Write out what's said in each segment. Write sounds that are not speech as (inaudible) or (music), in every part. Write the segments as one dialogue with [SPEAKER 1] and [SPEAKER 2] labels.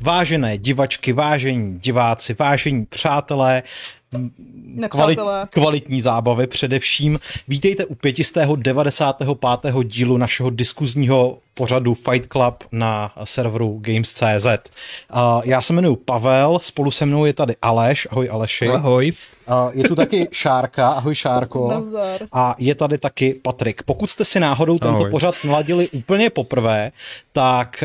[SPEAKER 1] Vážené divačky, vážení diváci, vážení přátelé, kvalit, kvalitní zábavy především. Vítejte u 595. dílu našeho diskuzního pořadu Fight Club na serveru Games.cz. Uh, já se jmenuji Pavel, spolu se mnou je tady Aleš. Ahoj Aleši.
[SPEAKER 2] Ahoj.
[SPEAKER 1] Uh, Je tu taky Šárka, ahoj Šárko.
[SPEAKER 3] Nazdar.
[SPEAKER 1] jako- A je tady taky Patrik. Pokud jste si náhodou tento
[SPEAKER 2] Ahoj.
[SPEAKER 1] pořad naladili úplně poprvé, tak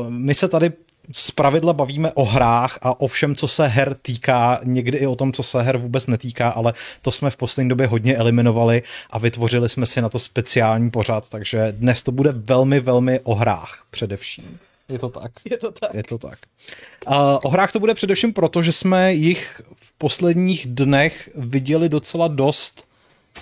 [SPEAKER 1] uh, my se tady z pravidla bavíme o hrách a o všem, co se her týká, někdy i o tom, co se her vůbec netýká, ale to jsme v poslední době hodně eliminovali a vytvořili jsme si na to speciální pořad, takže dnes to bude velmi, velmi o hrách především. Je to tak.
[SPEAKER 3] Je to tak.
[SPEAKER 1] Je to tak. Uh, o hrách to bude především proto, že jsme jich v posledních dnech viděli docela dost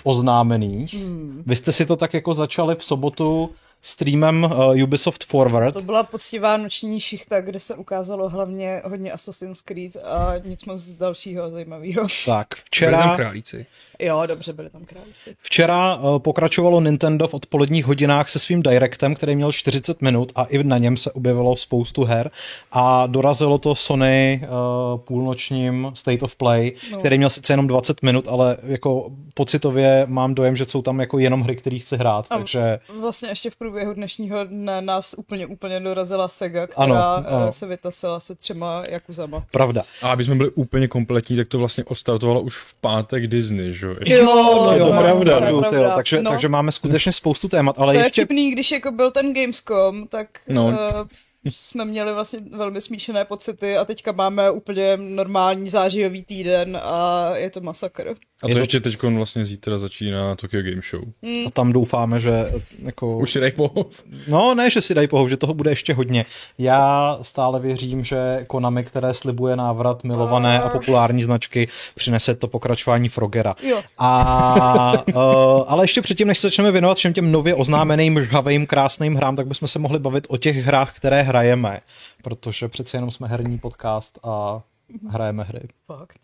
[SPEAKER 1] oznámených. Hmm. Vy jste si to tak jako začali v sobotu streamem uh, Ubisoft Forward.
[SPEAKER 3] To byla poctivá noční šichta, kde se ukázalo hlavně hodně Assassin's Creed a nic moc dalšího zajímavého.
[SPEAKER 1] Tak,
[SPEAKER 2] Byli tam
[SPEAKER 1] včera,
[SPEAKER 2] králíci.
[SPEAKER 3] Jo, dobře, byli tam králíci.
[SPEAKER 1] včera uh, pokračovalo Nintendo v odpoledních hodinách se svým Directem, který měl 40 minut a i na něm se objevilo spoustu her a dorazilo to Sony uh, půlnočním State of Play, no.
[SPEAKER 3] No.
[SPEAKER 1] který měl sice jenom 20 minut, ale jako pocitově mám dojem, že jsou tam jako jenom hry, které chci hrát,
[SPEAKER 3] Ano.
[SPEAKER 1] takže
[SPEAKER 3] Vlastně ještě v průběhu dnešního dne nás úplně, úplně dorazila Sega,
[SPEAKER 1] Ano,
[SPEAKER 3] která ano,
[SPEAKER 1] ano.
[SPEAKER 3] se vytasila se třema Jakuzama.
[SPEAKER 1] pravda.
[SPEAKER 2] A aby jsme byli úplně kompletní, tak to vlastně odstartovalo už v pátek Disney, že jo?
[SPEAKER 1] No jo,
[SPEAKER 2] to je pravda,
[SPEAKER 1] pravdu,
[SPEAKER 3] pravda.
[SPEAKER 1] tyjo, takže,
[SPEAKER 3] No.
[SPEAKER 1] takže máme skutečně spoustu témat, ale
[SPEAKER 3] To je
[SPEAKER 1] ještě
[SPEAKER 3] vtipný, když jako byl ten Gamescom, tak
[SPEAKER 2] No.
[SPEAKER 3] no. uh, jsme měli vlastně velmi smíšené pocity a teďka máme úplně normální zářijový týden a je to Mm. masakr.
[SPEAKER 2] A
[SPEAKER 1] Je to-
[SPEAKER 2] to ještě teď vlastně zítra začíná Tokyo Game Show.
[SPEAKER 1] a tam doufáme, že jako...
[SPEAKER 2] Už si dej pohov.
[SPEAKER 1] No ne, že si dají pohov, že toho bude ještě hodně. Já stále věřím, že Konami, které slibuje návrat milované a populární značky, přinese to pokračování Frogera.
[SPEAKER 3] Jo.
[SPEAKER 1] A, (laughs) uh, ale ještě předtím, než se začneme věnovat všem těm nově oznámeným, žhavým, krásným hrám, tak bychom se mohli bavit o těch hrách, které hrajeme. Protože přece jenom jsme herní podcast a hrajeme hry.
[SPEAKER 3] Fakt.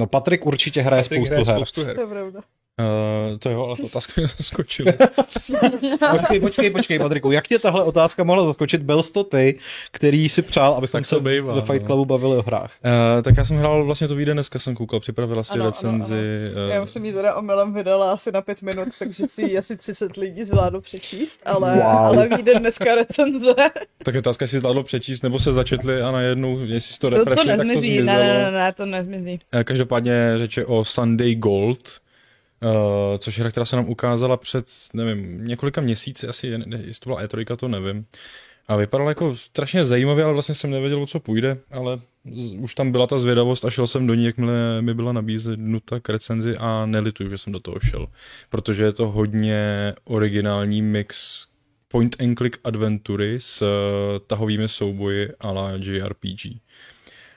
[SPEAKER 1] No Patrik určitě hraje Patrik spoustu hraje her.
[SPEAKER 3] (laughs)
[SPEAKER 2] spoustu her.
[SPEAKER 3] To je pravda.
[SPEAKER 2] Uh, to jo, ale ta otázka mě (laughs) zaskočila.
[SPEAKER 1] Počkej, počkej, počkej, Patriku, jak tě tahle otázka mohla zaskočit? Byl jsi to ty, který si přál, abychom
[SPEAKER 2] Tak to
[SPEAKER 1] se
[SPEAKER 2] bývá,
[SPEAKER 1] ve Fight
[SPEAKER 2] no.
[SPEAKER 1] Clubu bavili o hrách.
[SPEAKER 2] Uh, tak já jsem hrál vlastně to výjde dneska, jsem koukal, připravila si
[SPEAKER 3] Ano, ano,
[SPEAKER 2] recenzi. eh, Ano,
[SPEAKER 3] Já jsem ji teda omylem vydala asi na pět minut, takže si ji asi 30 lidí zvládlo přečíst, ale, wow. ale vyjde dneska recenze.
[SPEAKER 2] Tak je otázka, jestli zvládlo přečíst, nebo se začetli a najednou, jestli to
[SPEAKER 3] To, to
[SPEAKER 2] reprešli, tak to
[SPEAKER 3] nezmizí,
[SPEAKER 2] zmizelo.
[SPEAKER 3] ne, ne, ne, ne, to nezmizí.
[SPEAKER 2] Eh, Každopádně řeč je o Sunday Gold, eh, což je hra, která se nám ukázala před, nevím, několika měsíci, asi, je- ne, jestli to byla E3, to nevím. A vypadala jako strašně zajímavě, ale vlastně jsem nevěděl, o co půjde, ale z- už tam byla ta zvědavost a šel jsem do ní, jakmile mi byla nabídnuta k recenzi a nelituju, že jsem do toho šel, protože je to hodně originální mix point and click adventury s eh, tahovými souboji a la JRPG.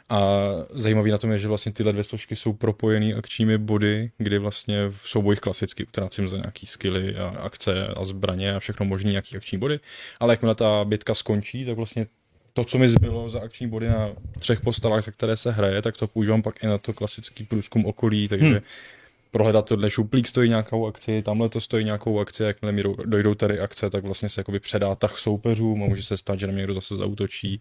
[SPEAKER 2] A zajímavý na tom je, že vlastně tyhle dvě složky jsou propojený akčními body, kdy vlastně v soubojích klasicky utrácím za nějaký skilly a akce a zbraně a všechno možný, nějaký akční body. Ale jakmile ta bitka skončí, tak vlastně to, co mi zbylo za akční body na třech postavách, za které se hraje, tak to používám pak i na to klasický průzkum okolí, takže hmm. prohledat tohle šuplík stojí nějakou akci, tamhle to stojí nějakou akci, a jakmile mi jdou- dojdou tady akce, tak vlastně se jakoby předá tah soupeřům a může se stát, že na mě někdo zase zautočí.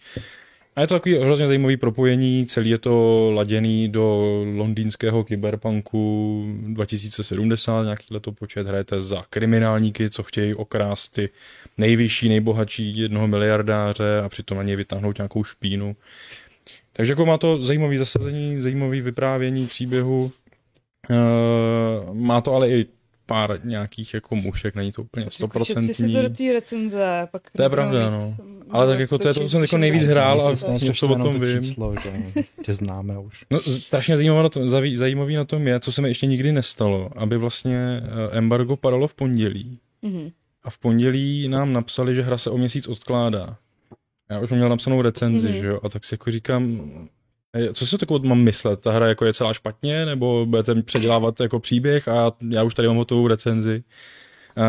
[SPEAKER 2] A je to takový hrozně zajímavý propojení, celý je to laděný do londýnského kyberpunku 2070, nějaký letopočet, hrajete za kriminálníky, co chtějí okrást ty nejvyšší, nejbohatší jednoho miliardáře a přitom na něj vytáhnout nějakou špínu. Takže jako má to zajímavý zasazení, zajímavý vyprávění příběhu, Eh, má to ale i pár nějakých jako mušek, není to úplně
[SPEAKER 3] Přečetli si to do
[SPEAKER 2] stoprocentní.
[SPEAKER 3] té recenze, pak
[SPEAKER 2] To je pravda,
[SPEAKER 3] nebudeme víc.
[SPEAKER 2] no. Ale tak jako to je to, co jsem jako nejvíc hrál a
[SPEAKER 1] Nic nečteš,
[SPEAKER 2] něco o
[SPEAKER 1] jenom
[SPEAKER 2] tom
[SPEAKER 1] to
[SPEAKER 2] vím.
[SPEAKER 1] Číslo, že? jo. Tě známe už.
[SPEAKER 2] No, z- strašně zajímavé na tom, zaví, zajímavý na tom je, co se mi ještě nikdy nestalo, aby vlastně eh, embargo padalo v pondělí.
[SPEAKER 3] Mhm.
[SPEAKER 2] A v pondělí nám napsali, že hra se o měsíc odkládá. Já už jsem měl napsanou recenzi,
[SPEAKER 3] Mhm.
[SPEAKER 2] mm-hmm. že jo, a tak si jako říkám, eh, co si takovou mám myslet, ta hra jako je celá špatně, nebo budete předělávat jako příběh a já už tady mám hotovou recenzi. A,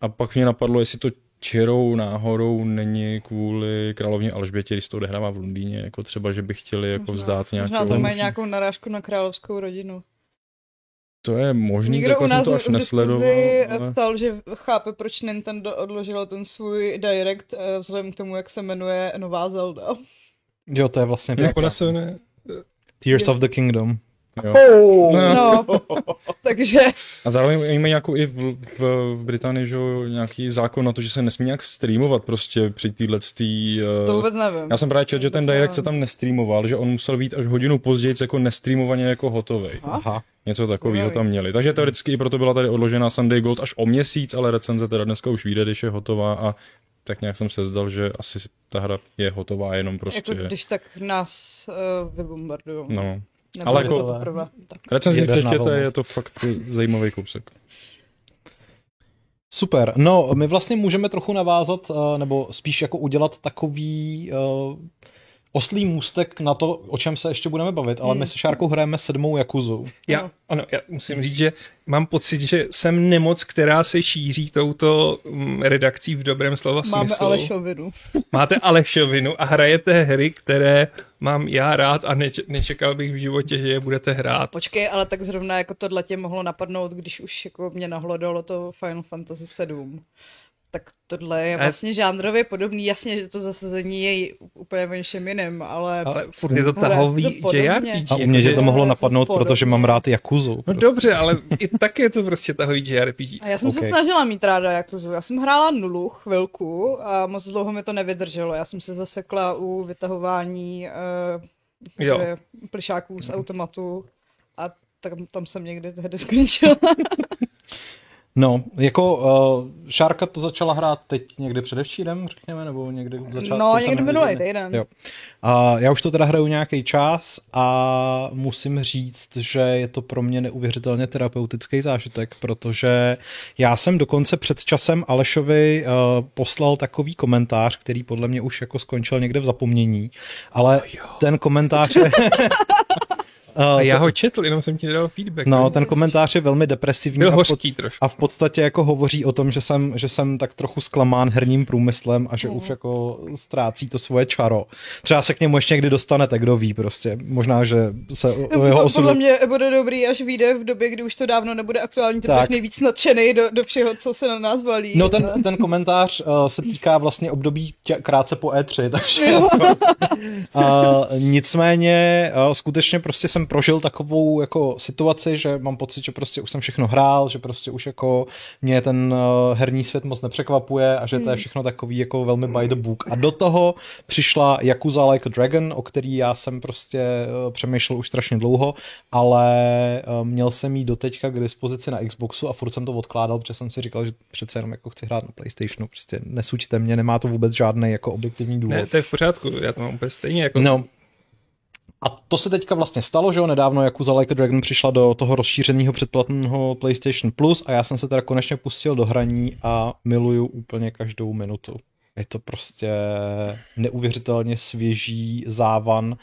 [SPEAKER 2] a pak mě napadlo, jestli to čirou náhodou není kvůli královně Alžbětě, když se to odehrává v Londýně, jako třeba, že by chtěli jako
[SPEAKER 3] Možná.
[SPEAKER 2] vzdát nějakou...
[SPEAKER 3] Možná to mají nějakou narážku na královskou rodinu.
[SPEAKER 2] To je možný,
[SPEAKER 3] Někdo
[SPEAKER 2] tak
[SPEAKER 3] u
[SPEAKER 2] jsem
[SPEAKER 3] nás
[SPEAKER 2] to až
[SPEAKER 3] v
[SPEAKER 2] nesledoval.
[SPEAKER 3] diskuzi
[SPEAKER 2] Ale...
[SPEAKER 3] ptal, že chápe, proč Nintendo odložilo ten svůj direct eh, vzhledem k tomu, jak se jmenuje nová Zelda.
[SPEAKER 1] Jo, to je vlastně
[SPEAKER 2] Jak
[SPEAKER 1] pravda.
[SPEAKER 2] ona Jako se ne...
[SPEAKER 1] Tears of the Kingdom.
[SPEAKER 2] No.
[SPEAKER 3] No, (laughs) takže
[SPEAKER 2] A zároveň mají nějakou i v, v, v Británii, že jo, nějaký zákon na to, že se nesmí nějak streamovat prostě při téhle tý,
[SPEAKER 3] to vůbec nevím.
[SPEAKER 2] Eh, Já jsem právě četl, že ten
[SPEAKER 3] vůbec
[SPEAKER 2] Direct
[SPEAKER 3] nevím.
[SPEAKER 2] se tam nestreamoval, že on musel být až hodinu později jako nestreamovaně jako hotovej.
[SPEAKER 3] Aha.
[SPEAKER 1] Aha.
[SPEAKER 2] Něco takového
[SPEAKER 3] Zajímavý.
[SPEAKER 2] tam měli. Takže teoreticky i proto byla tady odložená Sunday Gold až o měsíc, ale recenze teda dneska už vyjde, když je hotová a tak nějak jsem se zdal, že asi ta hra je hotová jenom prostě.
[SPEAKER 3] Jako když tak nás uh, vybombardují.
[SPEAKER 2] No.
[SPEAKER 3] Nebo
[SPEAKER 2] ale
[SPEAKER 3] je
[SPEAKER 2] jako-
[SPEAKER 3] to poprvé. Tak.
[SPEAKER 2] Recenzi
[SPEAKER 1] Jaderná
[SPEAKER 2] přečtěte,
[SPEAKER 1] velmoc.
[SPEAKER 2] je to fakt
[SPEAKER 1] (laughs)
[SPEAKER 2] zajímavý kousek.
[SPEAKER 1] Super, no my vlastně můžeme trochu navázat, eh, nebo spíš jako udělat takový eh, oslý můstek na to, o čem se ještě budeme bavit, ale my se Šárkou hrajeme sedmou Jakuzou.
[SPEAKER 3] No.
[SPEAKER 4] Já, ano, já musím říct, že mám pocit, že jsem nemoc, která se šíří touto mm, redakcí v dobrém slova
[SPEAKER 3] Máme
[SPEAKER 4] smyslu.
[SPEAKER 3] Alešovinu.
[SPEAKER 4] Máte Alešovinu a hrajete hry, které mám já rád a neč- nečekal bych v životě, že je budete hrát.
[SPEAKER 3] Počkej, ale tak zrovna jako tohle tě mohlo napadnout, když už jako mě nahlodalo to Final Fantasy 7. Tak tohle je
[SPEAKER 4] A-
[SPEAKER 3] vlastně žánrově podobný. Jasně, že to zasazení je úplně v něčem jiným, ale...
[SPEAKER 4] Ale furt je
[SPEAKER 3] Hele,
[SPEAKER 4] to
[SPEAKER 3] to
[SPEAKER 4] tahový, že
[SPEAKER 3] podobně.
[SPEAKER 4] já
[SPEAKER 1] A u mě tě to
[SPEAKER 3] mo-
[SPEAKER 1] mohlo
[SPEAKER 3] Já jsem
[SPEAKER 1] napadnout,
[SPEAKER 3] podobně.
[SPEAKER 1] protože mám rád Jakuzu.
[SPEAKER 4] No
[SPEAKER 1] prostě.
[SPEAKER 4] dobře, ale i tak je to prostě tahový
[SPEAKER 3] (laughs)
[SPEAKER 4] JRPG.
[SPEAKER 3] A já jsem okay. se
[SPEAKER 1] OK.
[SPEAKER 3] snažila mít ráda Jakuzu. Já jsem hrála nulu chvilku a moc dlouho mi to nevydrželo. Já jsem se zasekla u vytahování uh,
[SPEAKER 4] Jo.
[SPEAKER 3] plišáků z automatu a tam, tam jsem někdy tehdy skončila.
[SPEAKER 1] No, jako uh, Šárka to začala hrát teď někdy předevčírem, řekněme, nebo někdy v začátku.
[SPEAKER 3] No,
[SPEAKER 1] co
[SPEAKER 3] někdy
[SPEAKER 1] nevím,
[SPEAKER 3] minulej
[SPEAKER 1] kdy.
[SPEAKER 3] týden.
[SPEAKER 1] Jo. A já už to teda hraju nějaký čas a musím říct, že je to pro mě neuvěřitelně terapeutický zážitek, protože já jsem dokonce před časem Alešovi uh, poslal takový komentář, který podle mě už jako skončil někde v zapomnění, ale ten komentář je...
[SPEAKER 4] A
[SPEAKER 1] Uh,
[SPEAKER 4] já ho četl, jenom jsem ti nedal feedback.
[SPEAKER 1] No, ten komentář je velmi depresivní.
[SPEAKER 4] byl
[SPEAKER 1] a pod-
[SPEAKER 4] hořký trošku.
[SPEAKER 1] a v podstatě jako hovoří o tom, že jsem, že jsem tak trochu zklamán herním průmyslem a že
[SPEAKER 3] Mhm.
[SPEAKER 1] už jako ztrácí to svoje čaro. Třeba se k němu ještě někdy dostanete, kdo ví prostě. Možná, že se o o jeho
[SPEAKER 3] Po-
[SPEAKER 1] osudu...
[SPEAKER 3] Jako Podle mě bude dobrý, až vyjde v době, kdy už to dávno nebude aktuální, ty
[SPEAKER 1] Tak.
[SPEAKER 3] budeš nejvíc nadšený do, do všeho, co se na nás valí.
[SPEAKER 1] No ten, ten komentář uh, se týká vlastně období tě, krátce po E3, (laughs) takže
[SPEAKER 3] Jo.
[SPEAKER 1] uh, nicméně uh, skutečně prostě jsem prožil takovou jako situaci, že mám pocit, že prostě už jsem všechno hrál, že prostě už jako mě ten uh, herní svět moc nepřekvapuje a že to je všechno takový jako velmi by the book. A do toho přišla Yakuza Like a Dragon, o který já jsem prostě uh, přemýšlel už strašně dlouho, ale uh, měl jsem ji doteďka k dispozici na Xboxu a furt jsem to odkládal, protože jsem si říkal, že přece jenom jako chci hrát na Playstationu, prostě nesuďte mě, nemá to vůbec žádný jako objektivní důvod.
[SPEAKER 4] Ne, to je v pořádku, já to mám úplně stejně. Jako...
[SPEAKER 1] No. A to se teďka vlastně stalo, že jo, nedávno Yakuza Like a Dragon přišla do toho rozšířeného předplatného PlayStation Plus a já jsem se teda konečně pustil do hraní a miluju úplně každou minutu. Je to prostě neuvěřitelně svěží závan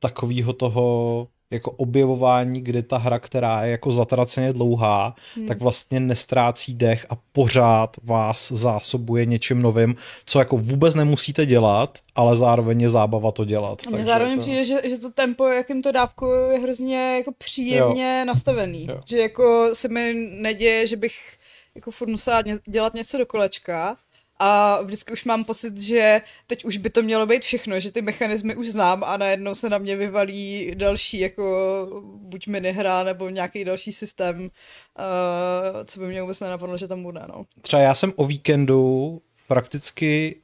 [SPEAKER 1] takového toho jako objevování, kdy ta hra, která je jako zatraceně dlouhá, hmm. tak vlastně nestrácí dech a pořád vás zásobuje něčím novým, co jako vůbec nemusíte dělat, ale zároveň je zábava to dělat.
[SPEAKER 3] A mně
[SPEAKER 1] Takže jako-
[SPEAKER 3] zároveň
[SPEAKER 1] to-
[SPEAKER 3] přijde, že, že to tempo, jakým to dávku, je hrozně jako příjemně jo. nastavený.
[SPEAKER 1] Jo.
[SPEAKER 3] Jo. Že jako se mi neděje, že bych jako furt musela ně, dělat něco do kolečka a vždycky už mám pocit, že teď už by to mělo být všechno, že ty mechanismy už znám a najednou se na mě vyvalí další jako buď minihra nebo nějaký další systém, uh, co by mě vůbec nenapadlo, že tam bude. No.
[SPEAKER 1] třeba já jsem o víkendu prakticky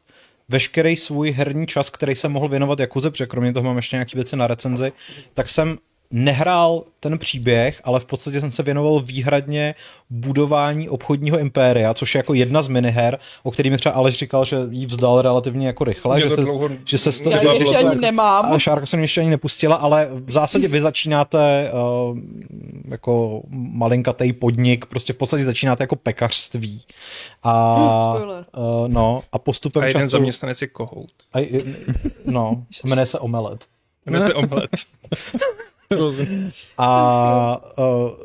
[SPEAKER 1] veškerý svůj herní čas, který jsem mohl věnovat Jakuze, protože kromě toho mám ještě nějaké věci na recenzi, tak jsem nehrál ten příběh, ale v podstatě jsem se věnoval výhradně budování obchodního impéria, což je jako jedna z miniher, o který mi třeba Aleš říkal, že jí vzdal relativně jako rychle,
[SPEAKER 4] Mě
[SPEAKER 1] že
[SPEAKER 4] to
[SPEAKER 1] se,
[SPEAKER 4] dlouho
[SPEAKER 1] že se s-
[SPEAKER 4] To
[SPEAKER 3] Já
[SPEAKER 4] byla-
[SPEAKER 3] ji
[SPEAKER 4] byla
[SPEAKER 3] ještě
[SPEAKER 4] to
[SPEAKER 3] ani
[SPEAKER 4] jako-
[SPEAKER 3] nemám.
[SPEAKER 1] a Šárka jsem ještě ani nepustila, ale v zásadě vy začínáte uh, jako malinkatej podnik, prostě v podstatě začínáte jako pekařství. A,
[SPEAKER 3] Spoiler.
[SPEAKER 1] uh, no, a postupem
[SPEAKER 4] A jeden
[SPEAKER 1] času...
[SPEAKER 4] zaměstnanec je kohout.
[SPEAKER 1] A, i- no, jmenuje se Omelet. (laughs)
[SPEAKER 4] Jmenuje se omlet.
[SPEAKER 1] A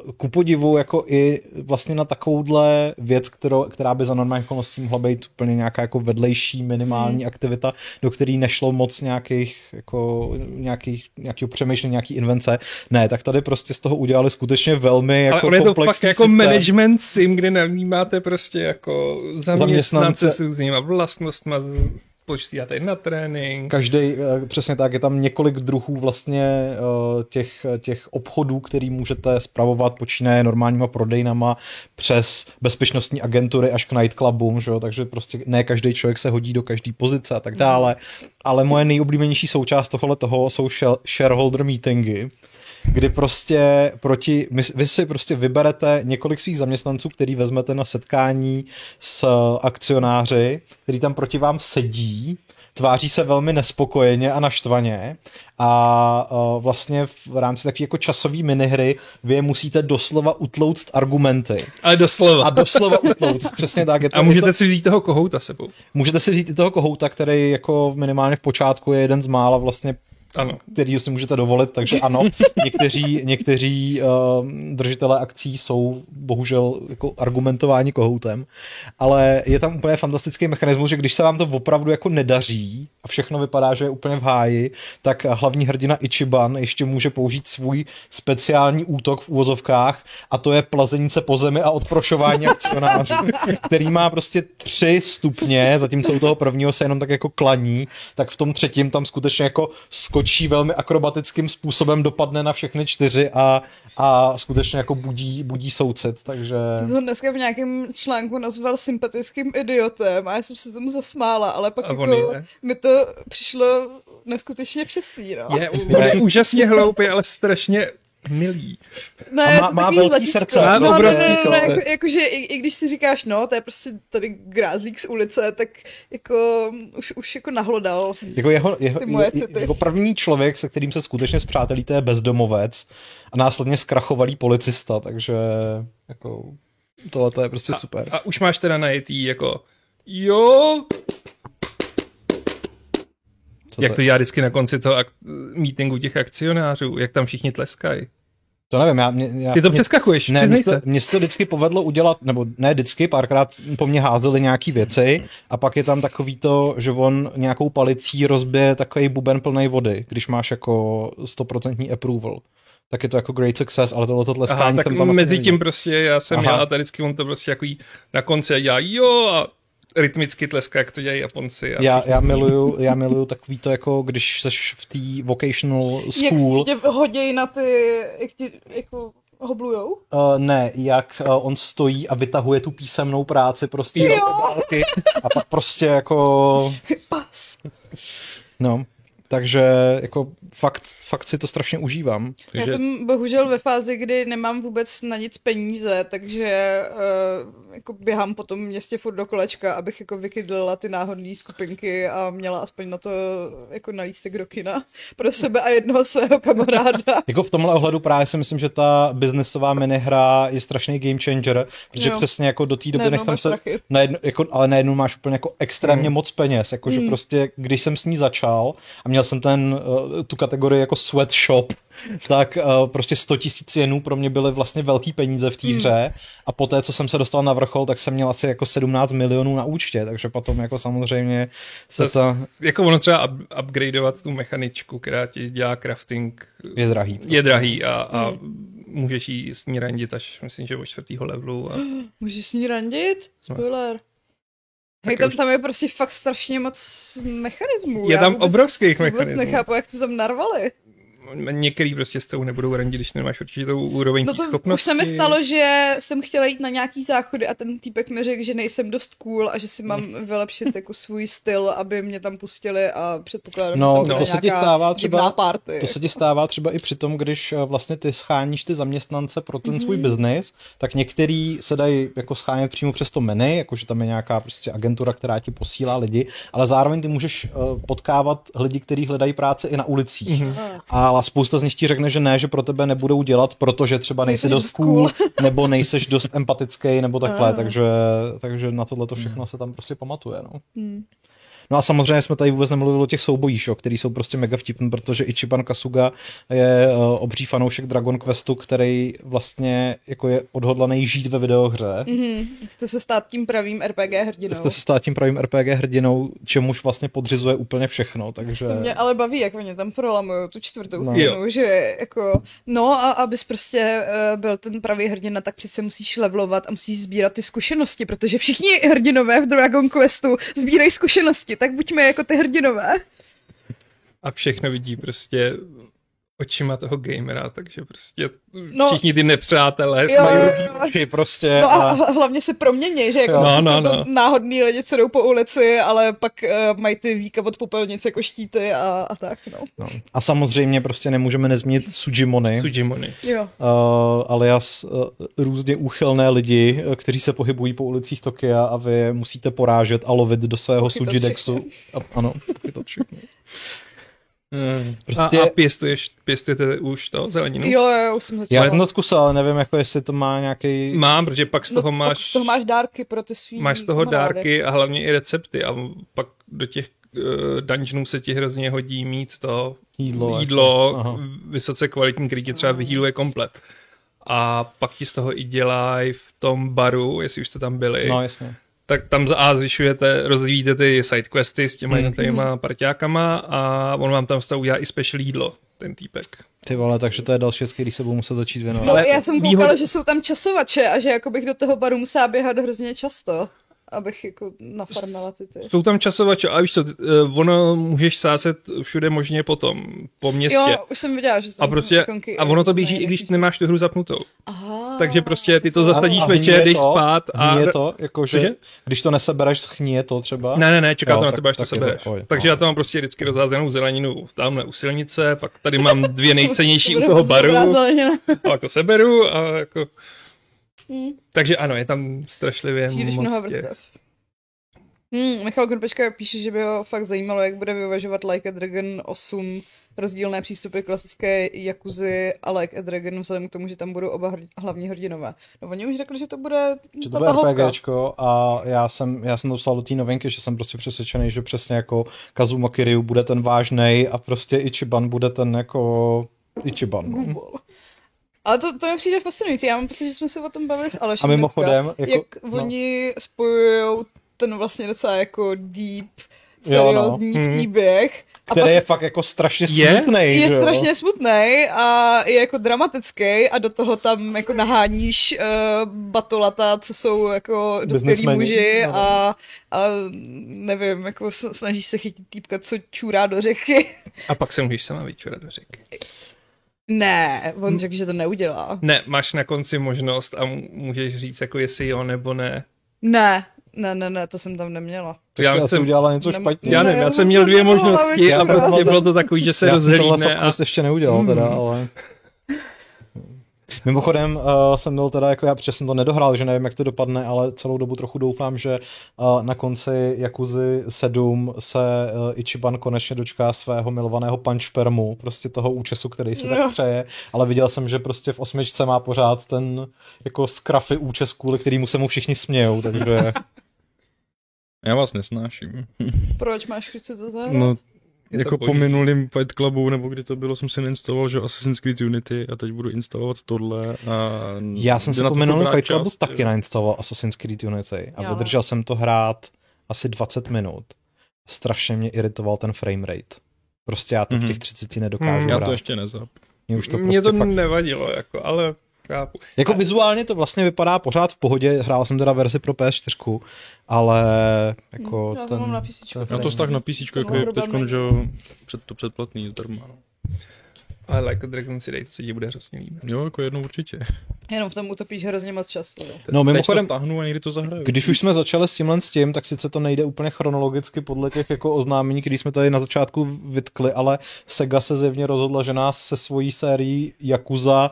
[SPEAKER 1] uh, ku podivu jako i vlastně na takovouhle věc, kterou, která by za normální okolností mohla být úplně nějaká jako vedlejší minimální hmm. aktivita, do které nešlo moc nějakých, jako, nějakých, nějakého přemýšlení, nějaký invence. Ne, tak tady prostě z toho udělali skutečně velmi jako
[SPEAKER 4] Ale on je to pak
[SPEAKER 1] komplexní
[SPEAKER 4] jako
[SPEAKER 1] systém.
[SPEAKER 4] management sim, kde navnímáte prostě jako zaměstnance s různýma vlastnostma, počítáte na trénink.
[SPEAKER 1] Každý, eh, přesně tak, je tam několik druhů vlastně eh, těch, těch obchodů, který můžete spravovat, počínaje normálníma prodejnama přes bezpečnostní agentury až k nightclubům, že jo? takže prostě ne každý člověk se hodí do každé pozice a tak dále. Ale moje nejoblíbenější součást tohohle toho jsou shel- shareholder meetingy, kdy prostě proti, my, vy si prostě vyberete několik svých zaměstnanců, který vezmete na setkání s eh, akcionáři, který tam proti vám sedí, tváří se velmi nespokojeně a naštvaně a eh, vlastně v rámci takové jako časové minihry vy je musíte doslova utlouct argumenty.
[SPEAKER 4] Ale doslova.
[SPEAKER 1] A doslova utlouct, přesně tak. Je to,
[SPEAKER 4] A
[SPEAKER 1] je to,
[SPEAKER 4] můžete si vzít toho kohouta sebou.
[SPEAKER 1] můžete si vzít i toho kohouta, který jako minimálně v počátku je jeden z mála vlastně
[SPEAKER 4] Ano.
[SPEAKER 1] který si můžete dovolit, takže ano, někteří, někteří uh, držitelé akcí jsou bohužel jako argumentováni kohoutem, ale je tam úplně fantastický mechanismus, že když se vám to opravdu jako nedaří a všechno vypadá, že je úplně v háji, tak hlavní hrdina Ichiban ještě může použít svůj speciální útok v úvozovkách a to je plazení se po zemi a odprošování akcionářů,
[SPEAKER 3] (laughs)
[SPEAKER 1] který má prostě tři stupně, zatímco u toho prvního se jenom tak jako klaní, tak v tom třetím tam skutečně jako skočí velmi akrobatickým způsobem, dopadne na všechny čtyři a, a skutečně jako budí, budí soucit, takže...
[SPEAKER 3] Ty to dneska v nějakém článku nazval sympatickým idiotem a já jsem se tomu zasmála, ale pak
[SPEAKER 4] A on
[SPEAKER 3] jako
[SPEAKER 4] je.
[SPEAKER 3] mi to přišlo neskutečně přesný, no.
[SPEAKER 4] Je, on je úžasně hloupý, ale strašně milý.
[SPEAKER 1] A
[SPEAKER 3] Ne,
[SPEAKER 1] má-
[SPEAKER 3] to
[SPEAKER 1] má
[SPEAKER 3] takový
[SPEAKER 1] velký
[SPEAKER 3] zlatíčko.
[SPEAKER 1] srdce,
[SPEAKER 4] Má
[SPEAKER 3] No, ne,
[SPEAKER 4] obrovský
[SPEAKER 3] ne, ne, ne,
[SPEAKER 4] srdce.
[SPEAKER 3] jako, jakože i, i když si říkáš, no, to je prostě tady grázlík z ulice, tak jako už, už jako nahlodal.
[SPEAKER 1] Jako jeho, jeho,
[SPEAKER 3] Ty moje
[SPEAKER 1] je-
[SPEAKER 3] city.
[SPEAKER 1] jako první člověk, se kterým se skutečně zpřátelíte, je bezdomovec a následně zkrachovalý policista, takže jako tohle to je prostě super.
[SPEAKER 4] A už máš teda najetý jako jo,
[SPEAKER 1] Co
[SPEAKER 4] jak
[SPEAKER 1] to,
[SPEAKER 4] to dělá vždycky na konci toho ak- meetingu těch akcionářů, jak tam všichni tleskají.
[SPEAKER 1] to nevím, já, mě, já
[SPEAKER 4] Ty to
[SPEAKER 1] mě,
[SPEAKER 4] přeskakuješ,
[SPEAKER 1] ne,
[SPEAKER 4] přiznej
[SPEAKER 1] mě to,
[SPEAKER 4] se.
[SPEAKER 1] mě se to vždycky povedlo udělat, nebo ne vždycky, párkrát po mně házeli nějaký věci a pak je tam takový to, že on nějakou palicí rozbije takový buben plný vody, když máš jako 100% approval. Tak je to jako great success, ale tohle to tleskání
[SPEAKER 4] Aha, tak
[SPEAKER 1] jsem tam
[SPEAKER 4] mezi
[SPEAKER 1] vlastně
[SPEAKER 4] tím prostě já jsem
[SPEAKER 1] Aha.
[SPEAKER 4] Aha. já tady vždycky on to prostě jako jí na konci a dělá jo a rytmicky tleská, jak to dělají Japonci. A
[SPEAKER 1] Já, já, miluju, já miluju takový to, jako když seš v té vocational school.
[SPEAKER 3] Jak tě hoděj na ty, jak ti jako hoblujou.
[SPEAKER 1] Uh, ne, jak uh, on stojí a vytahuje tu písemnou práci prostě
[SPEAKER 3] Jo.
[SPEAKER 1] za obálky a pak prostě jako,
[SPEAKER 3] Pas.
[SPEAKER 1] no. Takže jako fakt, fakt si to strašně užívám.
[SPEAKER 3] Já
[SPEAKER 2] Takže-
[SPEAKER 3] jsem bohužel ve fázi, kdy nemám vůbec na nic peníze, takže uh, jako běhám po tom městě furt do kolečka, abych jako vykydlila ty náhodné skupinky a měla aspoň na to jako na lístek do kina pro sebe a jednoho svého
[SPEAKER 4] (laughs)
[SPEAKER 3] kamaráda.
[SPEAKER 1] Jako v tomhle ohledu právě si myslím, že ta biznesová minihra je strašný game changer, protože
[SPEAKER 3] Jo.
[SPEAKER 1] přesně jako do té doby,
[SPEAKER 3] Najednou
[SPEAKER 1] než jsem
[SPEAKER 3] máš
[SPEAKER 1] se...
[SPEAKER 3] prachy.
[SPEAKER 1] Najednou, jako, ale najednou máš úplně jako extrémně moc peněz, jako
[SPEAKER 3] Hmm.
[SPEAKER 1] že prostě, když jsem s ní začal a měl jsem ten, eh, tu kategorii jako sweatshop, (laughs) tak eh, prostě 100 tisíc jenů pro mě byly vlastně velký peníze v té
[SPEAKER 3] Hmm.
[SPEAKER 1] hře a poté, co jsem se dostal na vrchol, tak jsem měl asi jako 17 milionů na účtě, takže potom jako samozřejmě se ta...
[SPEAKER 4] Jako ono třeba up- upgradeovat tu mechaničku, která ti dělá crafting,
[SPEAKER 1] je drahý.
[SPEAKER 4] je drahý a, a
[SPEAKER 3] Hmm.
[SPEAKER 4] můžeš jí s ní randit až myslím, že od čtvrtýho levelu
[SPEAKER 3] (gasps)
[SPEAKER 4] a
[SPEAKER 3] Můžeš s ní randit?
[SPEAKER 4] No.
[SPEAKER 3] Spoiler.
[SPEAKER 4] Tak
[SPEAKER 3] Hej, tam,
[SPEAKER 4] už-
[SPEAKER 3] tam je prostě fakt strašně moc mechanismů.
[SPEAKER 4] je
[SPEAKER 3] Já
[SPEAKER 4] tam
[SPEAKER 3] vůbec,
[SPEAKER 4] obrovských
[SPEAKER 3] vůbec
[SPEAKER 4] mechanismů.
[SPEAKER 3] nechápu, jak to tam narvali.
[SPEAKER 4] Některý prostě s tou nebudou randit, když nemáš určitou úroveň
[SPEAKER 3] No
[SPEAKER 4] té
[SPEAKER 3] to už
[SPEAKER 4] schopnosti.
[SPEAKER 3] se mi stalo, že jsem chtěla jít na nějaký záchody a ten týpek mi řekl, že nejsem dost cool a že si (laughs) mám vylepšit jako svůj styl, aby mě tam pustili a předpokládám,
[SPEAKER 1] No,
[SPEAKER 3] že tam
[SPEAKER 1] to
[SPEAKER 3] bude
[SPEAKER 1] se ti
[SPEAKER 3] nějaká
[SPEAKER 1] stává třeba-
[SPEAKER 3] divná party.
[SPEAKER 1] To se ti stává třeba i při tom, když eh, vlastně ty scháníš ty zaměstnance pro ten svůj biznis, tak některý se dají jako schánět přímo přes to menu, jakože tam je nějaká prostě agentura, která ti posílá lidi, ale zároveň ty můžeš eh, potkávat lidi, kteří hledají práce i na ulicích. A spousta z nich ti řekne, že ne, že pro tebe nebudou dělat, protože třeba nejsi
[SPEAKER 3] Nejseš
[SPEAKER 1] dost
[SPEAKER 3] dost
[SPEAKER 1] cool, nebo nejseš dost empatický, nebo takhle, takže, takže na tohle to všechno se tam prostě pamatuje. No.
[SPEAKER 3] Hmm.
[SPEAKER 1] No a samozřejmě jsme tady vůbec nemluvili o těch soubojích, který jsou prostě mega vtipný, protože Ichiban Kasuga je uh, obří fanoušek Dragon Questu, který vlastně jako je odhodlaný žít ve videohře.
[SPEAKER 3] Mm-hmm. Chce se stát tím pravým RPG hrdinou.
[SPEAKER 1] Chce se stát tím pravým RPG hrdinou, čemuž vlastně podřizuje úplně všechno, takže...
[SPEAKER 3] To mě ale baví, jak oni tam prolamují tu čtvrtou no. Chvínu, že jako... No a abys prostě uh, byl ten pravý hrdina, tak přece musíš levelovat a musíš sbírat ty zkušenosti, protože všichni hrdinové v Dragon Questu sbírají zkušenosti, tak buďme jako ty hrdinové.
[SPEAKER 4] A všechno vidí prostě očima toho gamera, takže prostě no, všichni ty nepřátelé jo, mají
[SPEAKER 1] oči prostě.
[SPEAKER 3] (laughs) No a, a hlavně se promění, že jako
[SPEAKER 4] no, no, no.
[SPEAKER 3] náhodný lidi, co jdou po ulici, ale pak uh, mají ty víka od popelnice jako štíty a, a tak, no. no.
[SPEAKER 1] A samozřejmě prostě nemůžeme nezmínit Sujimony.
[SPEAKER 4] Sujimony.
[SPEAKER 3] Jo. Uh,
[SPEAKER 1] alias uh, různě úchylné lidi, eh, kteří se pohybují po ulicích Tokia a vy musíte porážet a lovit do svého Sujidexu. A, ano, to všechno.
[SPEAKER 4] Hmm. Prostě... A, a pěstuješ, pěstujete už to zeleninu?
[SPEAKER 3] Jo, jo, už jsem
[SPEAKER 1] začala. Já jsem to zkusil, ale nevím, jako jestli to má nějaký.
[SPEAKER 4] Mám, protože pak z toho no, máš...
[SPEAKER 3] Z toho máš dárky pro ty svý
[SPEAKER 4] Máš z toho maládek. dárky a hlavně i recepty a pak do těch uh, dungeonů se ti hrozně hodí mít to
[SPEAKER 1] jídlo,
[SPEAKER 4] jídlo Aha. vysoce kvalitní, který ti třeba vyhýluje komplet. A pak ti z toho i dělají v tom baru, jestli už jste tam byli.
[SPEAKER 1] No, jasně
[SPEAKER 4] tak tam za A zvyšujete, rozvíjíte ty sidequesty s těma jednotlivýma parťákama a on vám tam z toho udělá i special jídlo, ten týpek.
[SPEAKER 1] Ty vole, takže to je další věc, když se budu muset začít věnovat.
[SPEAKER 3] No, Ale já jsem koukala, výhod... že jsou tam časovače a že jako bych do toho baru musela běhat hrozně často abych jako nafarmala ty ty.
[SPEAKER 4] Jsou tam časovače, a víš co, eh, ono můžeš sázet všude možně potom, po městě.
[SPEAKER 3] Jo, už jsem viděla, že
[SPEAKER 4] a, prostě, ikonky, a ono to běží, ne, i když ne, nemáš tu hru zapnutou.
[SPEAKER 3] Aha,
[SPEAKER 4] Takže prostě ty to
[SPEAKER 3] no,
[SPEAKER 4] zasadíš večer, jdeš spát a...
[SPEAKER 1] Je to, jakože, Cože? když to nesebereš, schníje to třeba?
[SPEAKER 4] Ne, ne, ne, čeká jo, to na tebe, až tak to sebereš. To, oj, Takže já tam mám prostě vždycky rozházenou zeleninu tamhle u silnice, pak tady mám
[SPEAKER 3] (laughs)
[SPEAKER 4] dvě nejcennější u toho baru, pak to seberu a jako... Hmm. Takže ano, je tam strašlivě
[SPEAKER 3] Příliš mnoho vrstev. Hmm, Michal Krupečka píše, že by ho fakt zajímalo, jak bude vyvažovat Like a Dragon 8 rozdílné přístupy klasické Jakuzy a Like a Dragon vzhledem k tomu, že tam budou oba hr- hlavní hrdinové. No oni už řekli, že to bude
[SPEAKER 1] Že to bude RPGčko a já jsem, já jsem to psal do té novinky, že jsem prostě přesvědčený, že přesně jako Kazuma Kiryu bude ten vážnej a prostě Ichiban bude ten jako Ichiban. No.
[SPEAKER 3] Google. Ale to, to mi přijde fascinující. Já mám pocit, že jsme se o tom bavili s Alešem.
[SPEAKER 1] A mimochodem,
[SPEAKER 3] dneska, jako, jak no. oni spojují ten vlastně docela jako deep seriózní no. příběh.
[SPEAKER 1] Hmm. Který je fakt jako strašně je? smutný.
[SPEAKER 3] Je že strašně smutný a je jako dramatický a do toho tam jako naháníš uh, batolata, co jsou jako dospělí muži no. a, a nevím, jako snažíš se chytit týpka, co čůrá do řeky. (laughs)
[SPEAKER 4] A pak se můžeš sama vyčurat do řeky.
[SPEAKER 3] Ne, on řekl, že to neudělá.
[SPEAKER 4] Ne, máš na konci možnost a můžeš říct, jako jestli jo nebo ne.
[SPEAKER 3] Ne, ne, ne, ne, to jsem tam neměla.
[SPEAKER 1] To já, já jsem udělala něco nem, špatně.
[SPEAKER 4] Já nevím, já jsem měl dvě možnosti a prostě bylo to takový, že se rozhlídne. Hmm.
[SPEAKER 1] Já jsem prostě ještě neudělal teda, ale... Mimochodem uh, jsem byl teda, jako já protože jsem to nedohrál, že nevím, jak to dopadne, ale celou dobu trochu doufám, že uh, na konci Jakuzy 7 se uh, Ichiban konečně dočká svého milovaného punchpermu, prostě toho účesu, který si no. tak přeje, ale viděl jsem, že prostě v osmičce má pořád ten jako skrafy účes, kvůli kterýmu se mu všichni smějou, takže...
[SPEAKER 2] Já vás nesnáším.
[SPEAKER 1] No,
[SPEAKER 3] Proč máš chuť se to zahrát?
[SPEAKER 2] No, je jako po minulým Fight Clubu, nebo kdy to bylo, jsem si neinstaloval, že Assassin's Creed Unity a teď budu instalovat tohle. A
[SPEAKER 1] Já jsem si po minulém Fight Clubu jako čas, taky jo. nainstaloval Assassin's Creed Unity a Já. vydržel jsem to hrát asi 20 minut. Strašně mě iritoval ten frame rate. Prostě já to mm-hmm. v těch 30 nedokážu mm,
[SPEAKER 2] Mhm. Já to ještě nezap.
[SPEAKER 4] Mě, už to, prostě mě to fakt... nevadilo, jako, ale chápu.
[SPEAKER 1] Jako a... vizuálně to vlastně vypadá pořád v pohodě, hrál jsem teda verzi pro PS4, ale jako
[SPEAKER 3] já
[SPEAKER 1] ten...
[SPEAKER 3] Mám na písičku.
[SPEAKER 2] Já Mhm. No, to stáhnu na písičku, jako je teď, že před, to předplatný zdarma. No.
[SPEAKER 4] Ale Like a Dragon si dej, to se ti bude hrozně líbit.
[SPEAKER 2] Jo, jako jednou určitě.
[SPEAKER 3] Jenom v tom utopíš hrozně moc času. Jo.
[SPEAKER 1] No, mimochodem,
[SPEAKER 2] to stáhnu a někdy to zahraju.
[SPEAKER 1] Když už jsme začali s tímhle s tím, tak sice to nejde úplně chronologicky podle těch jako oznámení, které jsme tady na začátku vytkli, ale Sega se zjevně rozhodla, že nás se svojí sérií Yakuza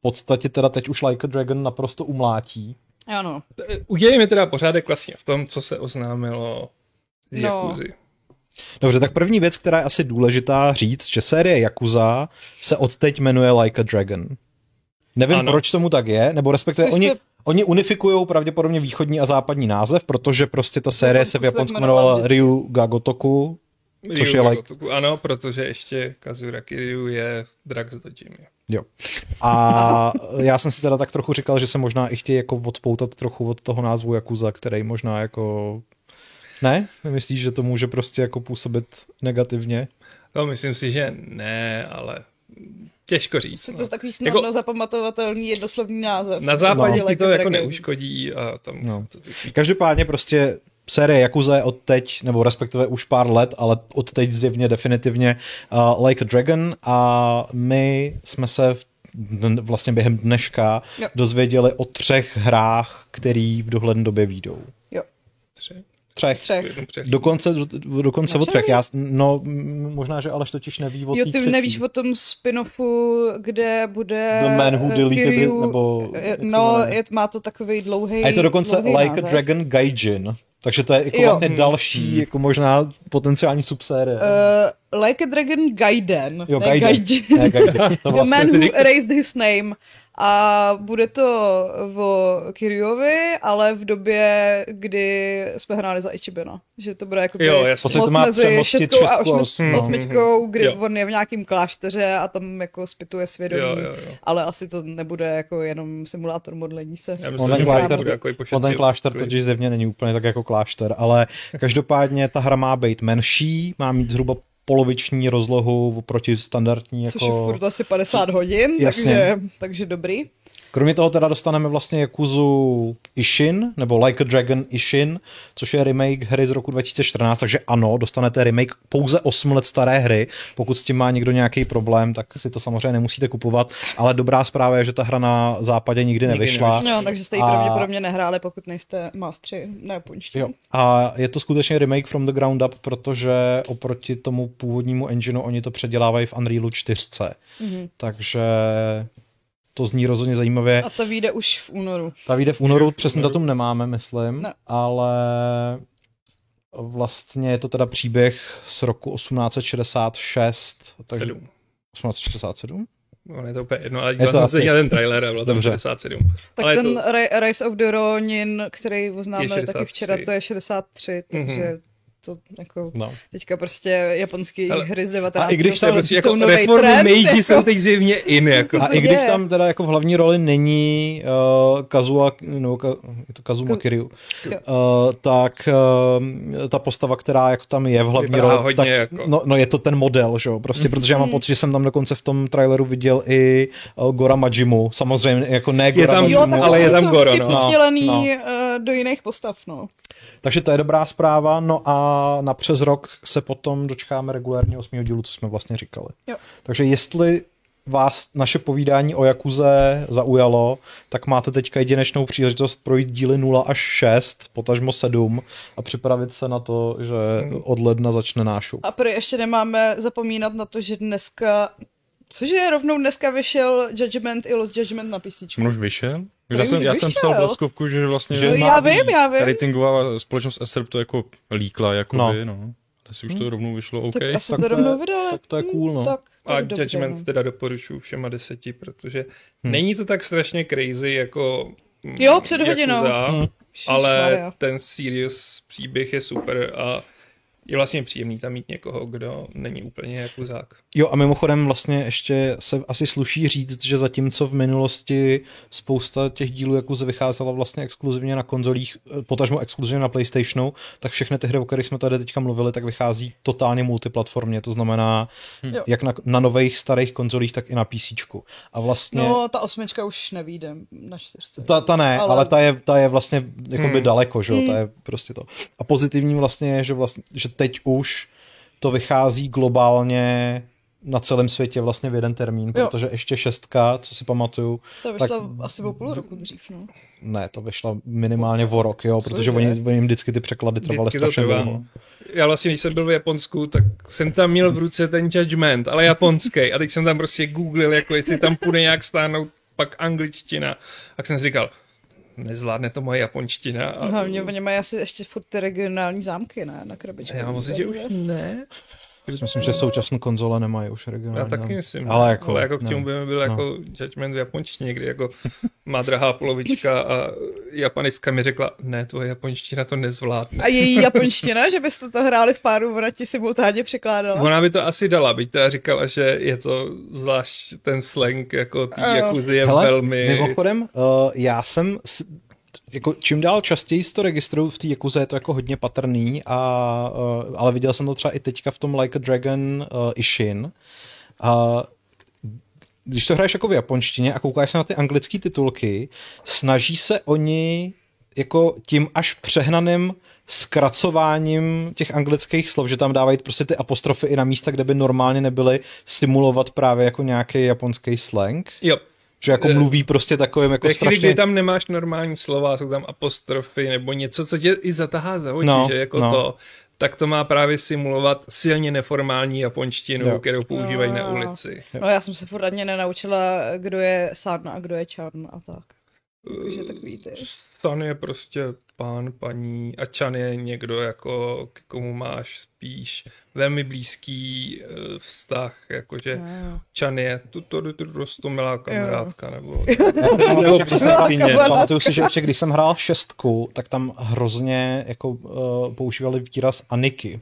[SPEAKER 1] podstatě teda teď už Like a Dragon naprosto umlátí.
[SPEAKER 3] Ano.
[SPEAKER 4] Eh, Udělejme teda pořádek vlastně v tom, co se oznámilo z Jakuzy. No.
[SPEAKER 1] Dobře, tak první věc, která je asi důležitá říct, že série Yakuza se od teď jmenuje Like a Dragon. Nevím, ano. proč tomu tak je, nebo respektive oni... Oni unifikují pravděpodobně východní a západní název, protože prostě ta série se v Japonsku jmenovala Ryu Gagotoku, což je like...
[SPEAKER 4] Ano, protože ještě Kazuraki Ryu je drak z Dojimi.
[SPEAKER 1] Jo. A já jsem si teda tak trochu říkal, že se možná i chtějí jako odpoutat trochu od toho názvu Jakuza, který možná jako... Ne? Myslíš, že to může prostě jako působit negativně?
[SPEAKER 4] No, myslím si, že ne, ale těžko říct.
[SPEAKER 3] To je to no. takový snadno jako, zapamatovatelný jednoslovný název.
[SPEAKER 4] Na západě no. to jako neuškodí a tam... No. To
[SPEAKER 1] Každopádně prostě série Jakuze od teď, nebo respektive už pár let, ale od teď zjevně definitivně uh, Like a Dragon a my jsme se v dn, vlastně během dneška jo. dozvěděli o třech hrách, který v dohledné době výjdou.
[SPEAKER 3] Jo.
[SPEAKER 4] Třech.
[SPEAKER 1] Třech.
[SPEAKER 3] třech.
[SPEAKER 1] Dokonce, do, dokonce o třech. Já, no, možná, že Aleš totiž neví o
[SPEAKER 3] Jo, ty třetí. nevíš o tom spin-offu, kde bude eh,
[SPEAKER 1] The Man Who Deleted Kiryu, nebo...
[SPEAKER 3] No, je, má to takový dlouhý
[SPEAKER 1] A je to dokonce Like název. a Dragon Gaijin. Takže to je jako jo. vlastně další, hmm. jako možná potenciální subsérie.
[SPEAKER 3] Uh, like a Dragon Gaiden.
[SPEAKER 1] Jo, ne, Gaiden. Gaiden. ne,
[SPEAKER 3] (laughs) Gaiden. To vlastně The man who raised his name. A bude to o Kiryovi, ale v době, kdy jsme hráli za Ichibena. Že to bude jako
[SPEAKER 4] jo, jasný.
[SPEAKER 3] most to má no. mezi šestkou a osmičkou, kdy Hmm. jo. on je v nějakém klášteře a tam jako spituje svědomí. Jo, jo, jo. Ale asi to nebude jako jenom simulátor modlení se.
[SPEAKER 1] Já myslím, on, ten klášter, jako on ten klášter totiž zevně není úplně tak jako klášter, ale každopádně ta hra má být menší, má mít zhruba poloviční rozlohu oproti standardní. Jako...
[SPEAKER 3] Což je furt asi 50 hodin, Jasně. takže, takže dobrý.
[SPEAKER 1] Kromě toho teda dostaneme vlastně Jakuzu Ishin, nebo Like a Dragon Ishin, což je remake hry z roku 2014, takže ano, dostanete remake pouze 8 let staré hry. Pokud s tím má někdo nějaký problém, tak si to samozřejmě nemusíte kupovat, ale dobrá zpráva je, že ta hra na západě nikdy, nikdy nevyšla.
[SPEAKER 3] No, takže jste ji a... pravděpodobně nehráli, pokud nejste mástři na japonštině. Jo.
[SPEAKER 1] A je to skutečně remake from the ground up, protože oproti tomu původnímu engineu oni to předělávají v Unrealu 4. Mm-hmm. Takže to zní rozhodně zajímavě.
[SPEAKER 3] A ta vyjde už v únoru.
[SPEAKER 1] Ta vyjde v únoru, přesně datum nemáme, myslím, ne. ale vlastně je to teda příběh z roku 1866.
[SPEAKER 4] Takže 7.
[SPEAKER 1] 1867?
[SPEAKER 4] No, je to úplně jedno, ale je to asi... ten trailer a bylo tam 67.
[SPEAKER 3] Tak
[SPEAKER 4] ale
[SPEAKER 3] ten to... Rise of the Ronin, který oznámili taky včera, to je 63, takže mm-hmm to jako no. teďka prostě japonský ale, hry z 19.
[SPEAKER 4] A i když tam prostě jako reformy meiji jako... jsou teď zjevně (laughs) in. Jako.
[SPEAKER 1] A i když tam teda jako v hlavní roli není uh, Kazua, no, ka, je to Kazuma Kiryu, uh, tak uh, ta postava, která jako tam je v hlavní Vypadá roli,
[SPEAKER 4] hodně
[SPEAKER 1] tak,
[SPEAKER 4] jako.
[SPEAKER 1] no, no, je to ten model, že jo, prostě, mm-hmm. protože já mám pocit, že jsem tam dokonce v tom traileru viděl i uh, Gora Majimu, samozřejmě jako ne Gora
[SPEAKER 4] je tam,
[SPEAKER 1] Majimu,
[SPEAKER 4] jo, ale je tam Goro, no.
[SPEAKER 3] no, no. do jiných postav, no.
[SPEAKER 1] Takže to je dobrá zpráva, no a na přes rok se potom dočkáme regulárně osmého dílu, co jsme vlastně říkali.
[SPEAKER 3] Jo.
[SPEAKER 1] Takže jestli vás naše povídání o Jakuze zaujalo, tak máte teďka jedinečnou příležitost projít díly 0 až 6, potažmo 7 a připravit se na to, že od ledna začne nášup.
[SPEAKER 3] A prý ještě nemáme zapomínat na to, že dneska Cože, rovnou dneska vyšel Judgment i Lost Judgment na PC.
[SPEAKER 2] On už vyšel? Já jsem, já jsem psal bleskovku, že vlastně
[SPEAKER 3] že má, já vím, já vím.
[SPEAKER 2] ratingová společnost SRP to jako líkla, jako no. By, no. Asi už to rovnou vyšlo, OK.
[SPEAKER 3] Tak, asi
[SPEAKER 1] tak
[SPEAKER 3] Hm. to, rovnou vydali.
[SPEAKER 1] Tak to je cool, no.
[SPEAKER 3] Tak, tak
[SPEAKER 4] a dobře, Judgment no. teda doporučuji všema deseti, protože hmm. není to tak strašně crazy jako
[SPEAKER 3] Jo, před hodinou.
[SPEAKER 4] Hmm. Ale ten serious příběh je super a je vlastně příjemný tam mít někoho, kdo není úplně jako jakuzák.
[SPEAKER 1] Jo a mimochodem vlastně ještě se asi sluší říct, že zatímco v minulosti spousta těch dílů Jakuze vycházela vlastně exkluzivně na konzolích, eh, potažmo exkluzivně na Playstationu, tak všechny ty hry, o kterých jsme tady teďka mluvili, tak vychází totálně multiplatformně, to znamená hmm. jak na, na nových starých konzolích, tak i na PC. A vlastně...
[SPEAKER 3] No ta osmička už nevíde na čtyřce.
[SPEAKER 1] Ta, ta ne, ale, ale ta, je, ta je vlastně jakoby hmm. daleko, že jo, hmm. ta je prostě to. A pozitivní vlastně je, že, vlastně, že teď už to vychází globálně na celém světě vlastně v jeden termín, jo. protože ještě šestka, co si pamatuju.
[SPEAKER 3] To vyšla tak... asi o půl roku dřív, no.
[SPEAKER 1] Ne, to vyšla minimálně o rok, jo, co protože oni, oni vždycky ty překlady trvaly strašně dlouho.
[SPEAKER 4] Já vlastně, když jsem byl v Japonsku, tak jsem tam měl v ruce ten judgment, ale japonský. A teď jsem tam prostě googlil, jako jestli tam půjde nějak stáhnout pak angličtina. Tak jsem si říkal, nezvládne to moje japonština.
[SPEAKER 3] A... Hlavně oni mají asi ještě furt ty regionální zámky, ne? Na krabičku.
[SPEAKER 4] Já moc že už ne.
[SPEAKER 1] Myslím, že současné konzole nemají už regionální.
[SPEAKER 4] Já taky myslím.
[SPEAKER 1] No, Ale jako,
[SPEAKER 4] ale jako k čemu by mi byl no. jako judgment v japonštině, kdy jako má drahá polovička a japanistka mi řekla, ne, tvoje japonština to nezvládne.
[SPEAKER 3] A její japonština, že byste to hráli v páru, ona ti simultánně překládala?
[SPEAKER 4] Ona by to asi dala, byť teda říkala, že je to zvlášť ten slang jako tý jakuzy je Hele, velmi...
[SPEAKER 1] mimochodem, uh, já jsem s jako čím dál častěji to registruju v té Jakuze, je to jako hodně patrný, a, uh, ale viděl jsem to třeba i teďka v tom Like a Dragon uh, Ishin. A když to hraješ jako v japonštině a koukáš se na ty anglické titulky, snaží se oni jako tím až přehnaným zkracováním těch anglických slov, že tam dávají prostě ty apostrofy i na místa, kde by normálně nebyly, simulovat právě jako nějaký japonský slang.
[SPEAKER 4] Jo,
[SPEAKER 1] že jako mluví prostě takovým jako
[SPEAKER 4] chvíli,
[SPEAKER 1] strašně...
[SPEAKER 4] Kdy Eh, tam nemáš normální slova, jsou tam apostrofy nebo něco, co tě i zatahá za oči, no, že jako no. to, tak to má právě simulovat silně neformální japonštinu, jo. kterou používají no, na ulici.
[SPEAKER 3] No já jsem se poradně nenaučila, kdo je San a kdo je Chan a tak. Takže tak víte.
[SPEAKER 4] San je prostě pán, paní a Chan je někdo, jako k komu máš spíš velmi blízký eh, vztah, jakože no. Chan je tuto rostomilá kamarádka, nebo...
[SPEAKER 1] nebo přesně jako
[SPEAKER 4] (laughs)
[SPEAKER 1] Pamatuju si, že ještě když jsem hrál šestku, tak tam hrozně jako uh, používali výraz Aniky.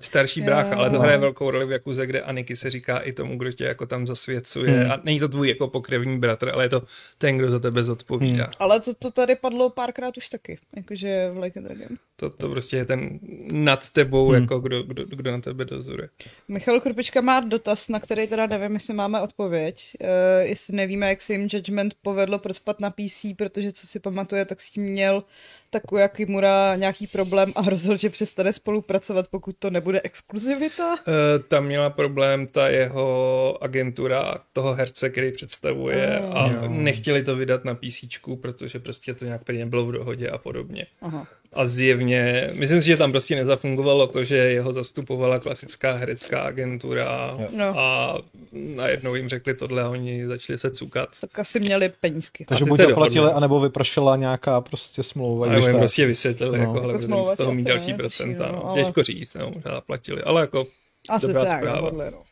[SPEAKER 4] Starší brácha, ale to hraje velkou roli v Jakuze, kde Aniky se říká i tomu, kdo tě jako tam zasvěcuje. Hmm. A není to tvůj jako pokrevní bratr, ale je to ten, kdo za tebe zodpovídá. Hmm.
[SPEAKER 3] Ale to, to tady padlo párkrát už taky, jakože v Like a Dragon.
[SPEAKER 4] To, to prostě je ten nad tebou, hmm. jako kdo, kdo, kdo na tebe dozoruje.
[SPEAKER 3] Michal Krupička má dotaz, na který teda nevím, jestli máme odpověď. Uh, jestli nevíme, jak se jim Judgment povedlo prospat na PC, protože co si pamatuje, tak s tím měl takový jaký Mura nějaký problém a hrozil, že přestane spolupracovat, pokud to nebude exkluzivita? Uh,
[SPEAKER 4] tam E, měla problém ta jeho agentura toho herce, který představuje oh, a jo. nechtěli to vydat na PC, protože prostě to nějak prý nebylo v dohodě a podobně. Aha. A zjevně, myslím si, že tam prostě nezafungovalo to, že jeho zastupovala klasická herecká agentura no. a najednou jim řekli tohle a oni začali se cukat.
[SPEAKER 3] Tak asi měli penízky.
[SPEAKER 1] Takže buď zaplatili, anebo vypršela nějaká prostě smlouva.
[SPEAKER 4] A jim prostě vysvětlili, no. jako, hele, jako toho mít další ne, procenta. No. Ale... Těžko říct, no, že zaplatili, ale jako
[SPEAKER 3] asi dobrá tak, zpráva. Podle, no.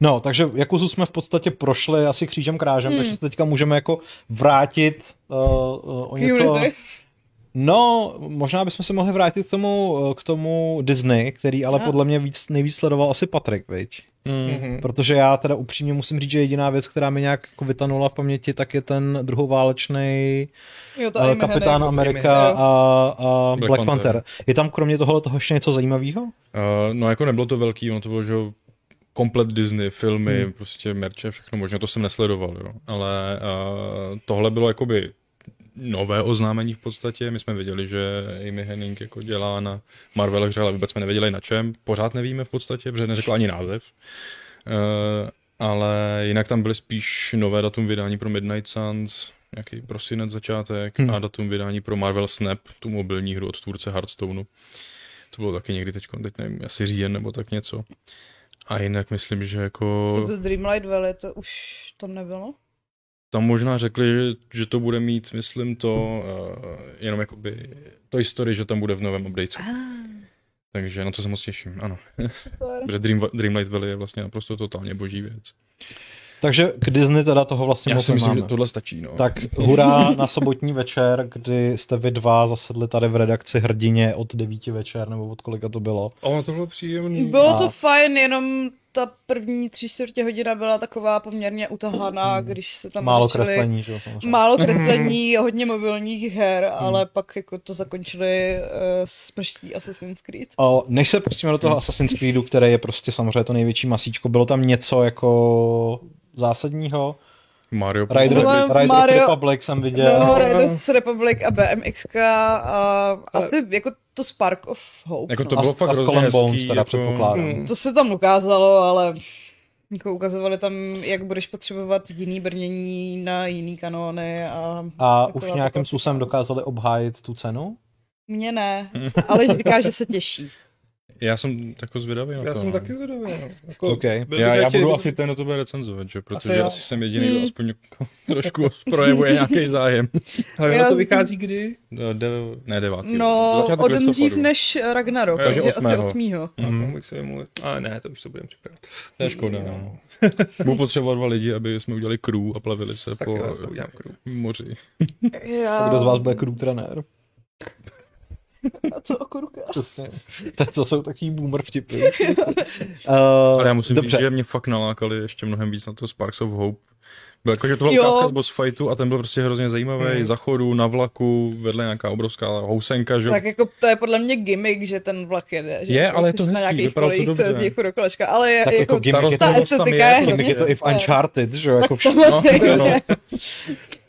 [SPEAKER 1] No, takže Jakuzu jsme v podstatě prošli asi křížem krážem, hmm. takže se teďka můžeme jako vrátit uh, uh, o něco... No, možná bychom se mohli vrátit k tomu, eh, k tomu Disney, který ale no. podle mě víc, nejvíc sledoval asi Patrik, viď?
[SPEAKER 2] Mm.
[SPEAKER 1] Mm-hmm. Protože já teda upřímně musím říct, že jediná věc, která mi nějak jako vytanula v paměti, tak je ten druhoválečný jo, to uh, Kapitán Hedy, Amerika a, a Black, Black Panther. Panther. Je tam kromě tohohle toho ještě něco zajímavého? Uh,
[SPEAKER 2] no jako nebylo to velký, ono to bylo, že komplet Disney, filmy, hmm. prostě merče, všechno možná to jsem nesledoval, jo. Ale uh, tohle bylo jakoby nové oznámení v podstatě. My jsme věděli, že Amy Henning jako dělá na Marvel hře, ale vůbec jsme nevěděli na čem. Pořád nevíme v podstatě, protože neřekla ani název. Uh, ale jinak tam byly spíš nové datum vydání pro Midnight Suns, nějaký prosinec začátek hmm. a datum vydání pro Marvel Snap, tu mobilní hru od tvůrce Hearthstoneu. To bylo taky někdy teď, teď nevím, asi říjen nebo tak něco. A jinak myslím, že jako...
[SPEAKER 3] Co to Dreamlight Valley, to už tam nebylo?
[SPEAKER 2] tam možná řekli, že, že to bude mít, myslím, to uh, jenom jakoby to story, že tam bude v novém updateu. Ah. Takže na no to se moc těším, ano. Protože Dream, Dreamlight Valley je vlastně naprosto totálně boží věc.
[SPEAKER 1] Takže k Disney teda toho vlastně
[SPEAKER 2] Já si myslím,
[SPEAKER 1] máme.
[SPEAKER 2] že tohle stačí, no.
[SPEAKER 1] Tak hurá na sobotní večer, kdy jste vy dva zasedli tady v redakci Hrdině od devíti večer, nebo od kolika to bylo.
[SPEAKER 4] A ono to bylo příjemné.
[SPEAKER 3] Bylo a... to fajn, jenom ta první tři čtvrtě hodina byla taková poměrně utahaná, mm. když se tam
[SPEAKER 1] Hmm. Málo řešili, kreslení, Hmm. že samozřejmě. (laughs)
[SPEAKER 3] Málo kreslení, hodně mobilních her, mm. ale pak jako to zakončili uh, s prští Assassin's Creed.
[SPEAKER 1] O, než se pustíme do toho Assassin's Creedu, které je prostě samozřejmě to největší masíčko, bylo tam něco jako zásadního?
[SPEAKER 2] Mario
[SPEAKER 1] Riders, Mario, Riders Mario, Republic jsem viděl.
[SPEAKER 3] No, Riders Republic a BMX a, a ty, jako to Spark of Hope.
[SPEAKER 2] Jako to no. bylo a, fakt a hrozně
[SPEAKER 1] Bones,
[SPEAKER 2] hezký,
[SPEAKER 1] teda jako... předpokládám. Mm.
[SPEAKER 3] To se tam ukázalo, ale jako ukazovali tam, jak budeš potřebovat jiný brnění na jiný kanóny. A,
[SPEAKER 1] a už nějakým způsobem dokázali obhájit tu cenu?
[SPEAKER 2] (laughs)
[SPEAKER 3] Mně ne, ale říká, že se těší.
[SPEAKER 2] Já jsem tako zvědavý na to.
[SPEAKER 4] Já jsem
[SPEAKER 2] no.
[SPEAKER 4] taky zvědavý. no. Jako,
[SPEAKER 1] Okay.
[SPEAKER 4] byl bych
[SPEAKER 2] já, já
[SPEAKER 4] radši,
[SPEAKER 2] budu
[SPEAKER 4] kdyby-
[SPEAKER 2] asi ten na tebe recenzovat, že? protože asi,
[SPEAKER 4] jo.
[SPEAKER 2] asi jsem jediný,
[SPEAKER 3] Hmm.
[SPEAKER 2] kdo aspoň trošku (laughs) projevuje nějaký zájem.
[SPEAKER 4] Ale
[SPEAKER 3] Já-
[SPEAKER 4] ono to vychází kdy?
[SPEAKER 2] No, De, ne, devátý.
[SPEAKER 3] No,
[SPEAKER 2] Začátek
[SPEAKER 3] o den dřív
[SPEAKER 2] listopadu.
[SPEAKER 3] než Ragnarok,
[SPEAKER 4] Jo,
[SPEAKER 3] takže
[SPEAKER 4] že
[SPEAKER 3] asi
[SPEAKER 2] osmého.
[SPEAKER 3] 8.
[SPEAKER 4] Mm. Tak se mu... A ne, to už se budeme připravovat.
[SPEAKER 2] To je škoda,
[SPEAKER 3] (laughs)
[SPEAKER 2] no. Budu potřebovat dva lidi, aby jsme udělali crew a plavili se
[SPEAKER 4] Tak
[SPEAKER 2] po
[SPEAKER 4] jo, já se udělám kruh.
[SPEAKER 2] moři.
[SPEAKER 3] Já...
[SPEAKER 1] Kdo z vás bude jako crew trenér?
[SPEAKER 3] A co o kurka?
[SPEAKER 1] Přesně. (laughs) To, to jsou takový boomer vtipy. uh,
[SPEAKER 2] Ale já musím
[SPEAKER 1] dobře.
[SPEAKER 2] Dobře. říct, že mě fakt nalákali ještě mnohem víc na to Sparks of Hope. Byl jako, že to byla
[SPEAKER 3] Jo. Mhm.
[SPEAKER 2] ukázka z boss fightu a ten byl prostě hrozně zajímavý. Mm. Za chodu, na vlaku, vedle nějaká obrovská housenka, že?
[SPEAKER 3] Tak jako to je podle mě gimmick, že ten vlak jede. Že
[SPEAKER 2] Je,
[SPEAKER 3] jako
[SPEAKER 2] ale je
[SPEAKER 3] jsi na
[SPEAKER 2] to hezký,
[SPEAKER 3] nějakých
[SPEAKER 2] vypadalo to
[SPEAKER 3] kolejích, co
[SPEAKER 2] dobře.
[SPEAKER 3] jezdí jako do kolečka, ale je,
[SPEAKER 1] Tak jako gimmick je
[SPEAKER 3] ta
[SPEAKER 1] to-
[SPEAKER 2] rozdost tam
[SPEAKER 3] estetika je
[SPEAKER 1] Gimmick je to i v
[SPEAKER 3] Eh, hrozně
[SPEAKER 1] Uncharted, že jo? Jako vš-
[SPEAKER 3] Samozřejmě, (laughs)
[SPEAKER 2] no.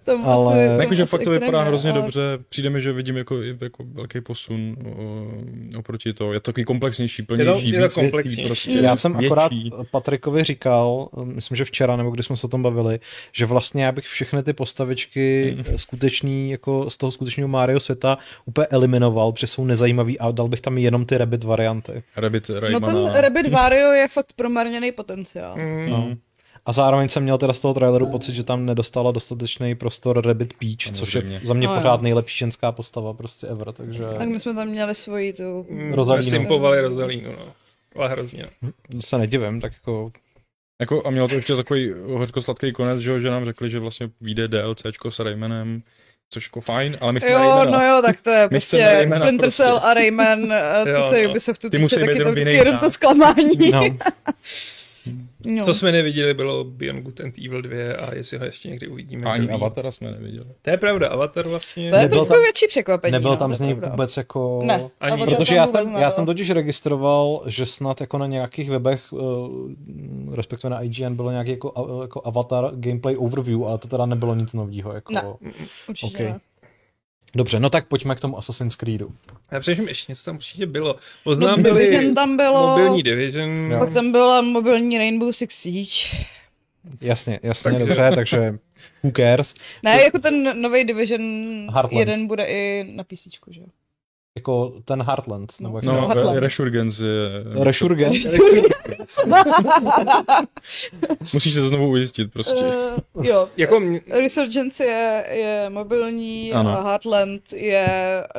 [SPEAKER 3] tomu
[SPEAKER 1] Ale-
[SPEAKER 3] asi- tomu
[SPEAKER 1] Ne,
[SPEAKER 2] Jakože
[SPEAKER 3] asi
[SPEAKER 2] fakt to
[SPEAKER 3] extrémně,
[SPEAKER 2] vypadá hrozně
[SPEAKER 3] ale-
[SPEAKER 2] dobře. Přijde mi, že vidím jako, i jako velký posun o, oproti to. Je to takový komplexnější, plnější,
[SPEAKER 4] je to
[SPEAKER 2] víc věcí
[SPEAKER 4] komplexní.
[SPEAKER 2] prostě.
[SPEAKER 1] Já jsem
[SPEAKER 2] větší.
[SPEAKER 1] akorát eh, Patrikovi říkal, eh, myslím, že včera, nebo když jsme se o tom bavili, že vlastně já bych všechny ty postavičky eh, skutečný, jako z toho skutečného Mario světa úplně eliminoval, protože jsou nezajímavý a dal bych tam jenom ty Rabbit varianty.
[SPEAKER 2] Rabbit
[SPEAKER 3] No
[SPEAKER 2] Raymana.
[SPEAKER 3] ten Rabbit Wario je fakt promarněný potenciál.
[SPEAKER 1] No. A zároveň jsem měl teda z toho traileru pocit, že tam nedostala dostatečný prostor Rabbit Peach, což je
[SPEAKER 2] Samozřejmě.
[SPEAKER 1] za mě
[SPEAKER 3] No jo.
[SPEAKER 1] pořád nejlepší ženská postava prostě ever, takže
[SPEAKER 3] Tak my jsme tam měli svoji tu...
[SPEAKER 1] Rosalínu.
[SPEAKER 4] Rosalínu. Simpovali Rosalínu, no. Ale hrozně.
[SPEAKER 1] se nedivím, tak
[SPEAKER 3] (laughs)
[SPEAKER 1] jako
[SPEAKER 2] Jako, a mělo to ještě takový hořkosladký konec, že, jo, že nám řekli, že vlastně vyjde DLCčko s Raymanem, což jako fajn, ale my chceme
[SPEAKER 3] Jo,
[SPEAKER 2] Raymana.
[SPEAKER 3] no jo, tak to je
[SPEAKER 2] My chceme
[SPEAKER 3] prostě
[SPEAKER 2] Raymana
[SPEAKER 3] Splinter
[SPEAKER 2] prostě.
[SPEAKER 3] Cell a Rayman,
[SPEAKER 2] (laughs)
[SPEAKER 3] eh,
[SPEAKER 4] Jo,
[SPEAKER 3] co se
[SPEAKER 4] no.
[SPEAKER 3] Ubisoftu
[SPEAKER 2] Ty
[SPEAKER 3] týče,
[SPEAKER 2] musí být
[SPEAKER 3] taky to
[SPEAKER 2] jenom
[SPEAKER 3] vždycky
[SPEAKER 2] jiný
[SPEAKER 3] jenom to
[SPEAKER 2] tah.
[SPEAKER 3] zklamání.
[SPEAKER 1] (laughs) no.
[SPEAKER 3] No.
[SPEAKER 4] Co jsme neviděli, bylo Beyond Good and Evil 2 a jestli ho ještě někdy uvidíme.
[SPEAKER 2] A ani
[SPEAKER 4] kdo ví.
[SPEAKER 2] Avatara jsme neviděli.
[SPEAKER 4] To je pravda, Avatar vlastně.
[SPEAKER 3] To je
[SPEAKER 1] Nebylo
[SPEAKER 3] trošku
[SPEAKER 1] tam-
[SPEAKER 3] větší překvapení.
[SPEAKER 1] Nebyl
[SPEAKER 3] no,
[SPEAKER 1] tam
[SPEAKER 3] to
[SPEAKER 1] z
[SPEAKER 3] je
[SPEAKER 1] něj
[SPEAKER 3] pravda.
[SPEAKER 1] vůbec jako...
[SPEAKER 3] Ne,
[SPEAKER 4] Ani-
[SPEAKER 3] Avatar
[SPEAKER 4] Proto
[SPEAKER 1] Protože
[SPEAKER 3] tam
[SPEAKER 1] já
[SPEAKER 3] vůbec no.
[SPEAKER 1] jsem, já
[SPEAKER 3] nebyl.
[SPEAKER 1] jsem totiž registroval, že snad jako na nějakých webech, eh, respektive na IGN, bylo nějaký jako, a- jako avatar gameplay overview, ale to teda nebylo nic nového. Jako...
[SPEAKER 3] Ne. Určitě
[SPEAKER 1] OK.
[SPEAKER 3] ne.
[SPEAKER 1] Dobře, no tak pojďme k tomu Assassin's Creedu.
[SPEAKER 4] Já přemýšlím, ještě něco tam určitě bylo.
[SPEAKER 3] Blood
[SPEAKER 4] Oznámili
[SPEAKER 3] Division No, tam bylo,
[SPEAKER 4] mobilní Division.
[SPEAKER 1] Jo.
[SPEAKER 3] pak tam byla mobilní Rainbow Six Siege.
[SPEAKER 1] Jasně, jasně, takže...
[SPEAKER 4] Takže-
[SPEAKER 1] dobře, takže who cares.
[SPEAKER 3] Ne, jako ten nový Division
[SPEAKER 1] Heartlands.
[SPEAKER 3] 1 bude i na PC, že jo?
[SPEAKER 1] Jako ten Heartland, nebo jak to
[SPEAKER 2] No,
[SPEAKER 1] no.
[SPEAKER 3] Heartland.
[SPEAKER 2] Re- Resurgence je...
[SPEAKER 4] No.
[SPEAKER 1] Resurgence.
[SPEAKER 2] Musíš se to znovu ujistit prostě.
[SPEAKER 3] Eh, jo,
[SPEAKER 4] Jako mě,
[SPEAKER 3] Resurgence je, je mobilní
[SPEAKER 2] Ano.
[SPEAKER 3] a Heartland je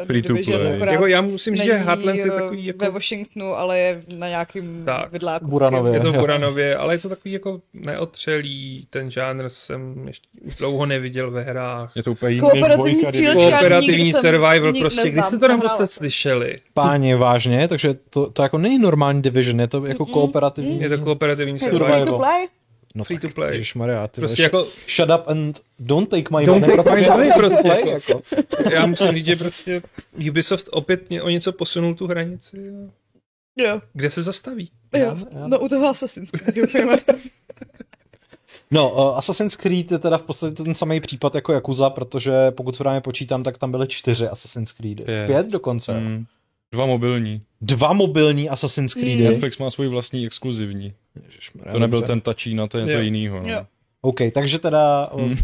[SPEAKER 2] Free to play.
[SPEAKER 3] Division,
[SPEAKER 4] jako já musím říct, že
[SPEAKER 3] není,
[SPEAKER 4] Heartlands je
[SPEAKER 3] eh,
[SPEAKER 4] takový jako...
[SPEAKER 3] ve Washingtonu, ale je na nějakým
[SPEAKER 4] Tak.
[SPEAKER 3] vidláku.
[SPEAKER 1] Buranově.
[SPEAKER 4] Je to v
[SPEAKER 1] Jasně.
[SPEAKER 4] Buranově, ale je to takový jako neotřelý, ten žánr jsem ještě už dlouho neviděl ve hrách.
[SPEAKER 2] Je to úplně jiný než
[SPEAKER 3] Kooperativní
[SPEAKER 2] dvojka, kdyby-
[SPEAKER 3] střílečka.
[SPEAKER 4] Kooperativní
[SPEAKER 3] nikdy jsem-
[SPEAKER 4] survival,
[SPEAKER 3] nikdy
[SPEAKER 4] prostě, kdy
[SPEAKER 3] neznám,
[SPEAKER 4] jste to tam
[SPEAKER 3] nehrála
[SPEAKER 4] prostě
[SPEAKER 3] jsem.
[SPEAKER 4] slyšeli?
[SPEAKER 1] Páni, vážně, takže to, to jako není normální Division, je to jako kooperativní.
[SPEAKER 4] Je to kooperativní
[SPEAKER 3] Hey, free
[SPEAKER 4] survival.
[SPEAKER 1] Survival.
[SPEAKER 3] to play?
[SPEAKER 1] no
[SPEAKER 4] free
[SPEAKER 1] tak,
[SPEAKER 4] to play.
[SPEAKER 1] Ježišmarja, ty
[SPEAKER 4] Prostě
[SPEAKER 1] vole,
[SPEAKER 4] jako,
[SPEAKER 1] Shut up and don't take my
[SPEAKER 4] Don't
[SPEAKER 1] money,
[SPEAKER 4] take my
[SPEAKER 1] protože já
[SPEAKER 4] money,
[SPEAKER 1] free to
[SPEAKER 4] prostě,
[SPEAKER 1] play,
[SPEAKER 4] jako.
[SPEAKER 1] jako.
[SPEAKER 4] já musím říct, že prostě Ubisoft opět ně- o něco posunul tu hranici. jo.
[SPEAKER 3] Jo,
[SPEAKER 4] Kde se zastaví?
[SPEAKER 3] jo.
[SPEAKER 1] Já- já-
[SPEAKER 3] No u toho Assassin's Creed, doufejme.
[SPEAKER 1] No, uh, Assassin's Creed je teda v podstatě ten samý případ jako Yakuza, protože pokud správně počítám, tak tam byly čtyři Assassin's Creedy. Pět,
[SPEAKER 2] Pět.
[SPEAKER 1] Pět dokonce. Mm.
[SPEAKER 2] Mm. Dva mobilní.
[SPEAKER 1] Dva mobilní Assassin's Creedy.
[SPEAKER 3] Hmm.
[SPEAKER 1] Mm.
[SPEAKER 2] Netflix má svůj vlastní exkluzivní. To nebyl ten tačína, to je něco
[SPEAKER 4] Jo.
[SPEAKER 2] jiného. no.
[SPEAKER 3] Jo.
[SPEAKER 1] OK, takže teda... Mm.
[SPEAKER 2] Hmm.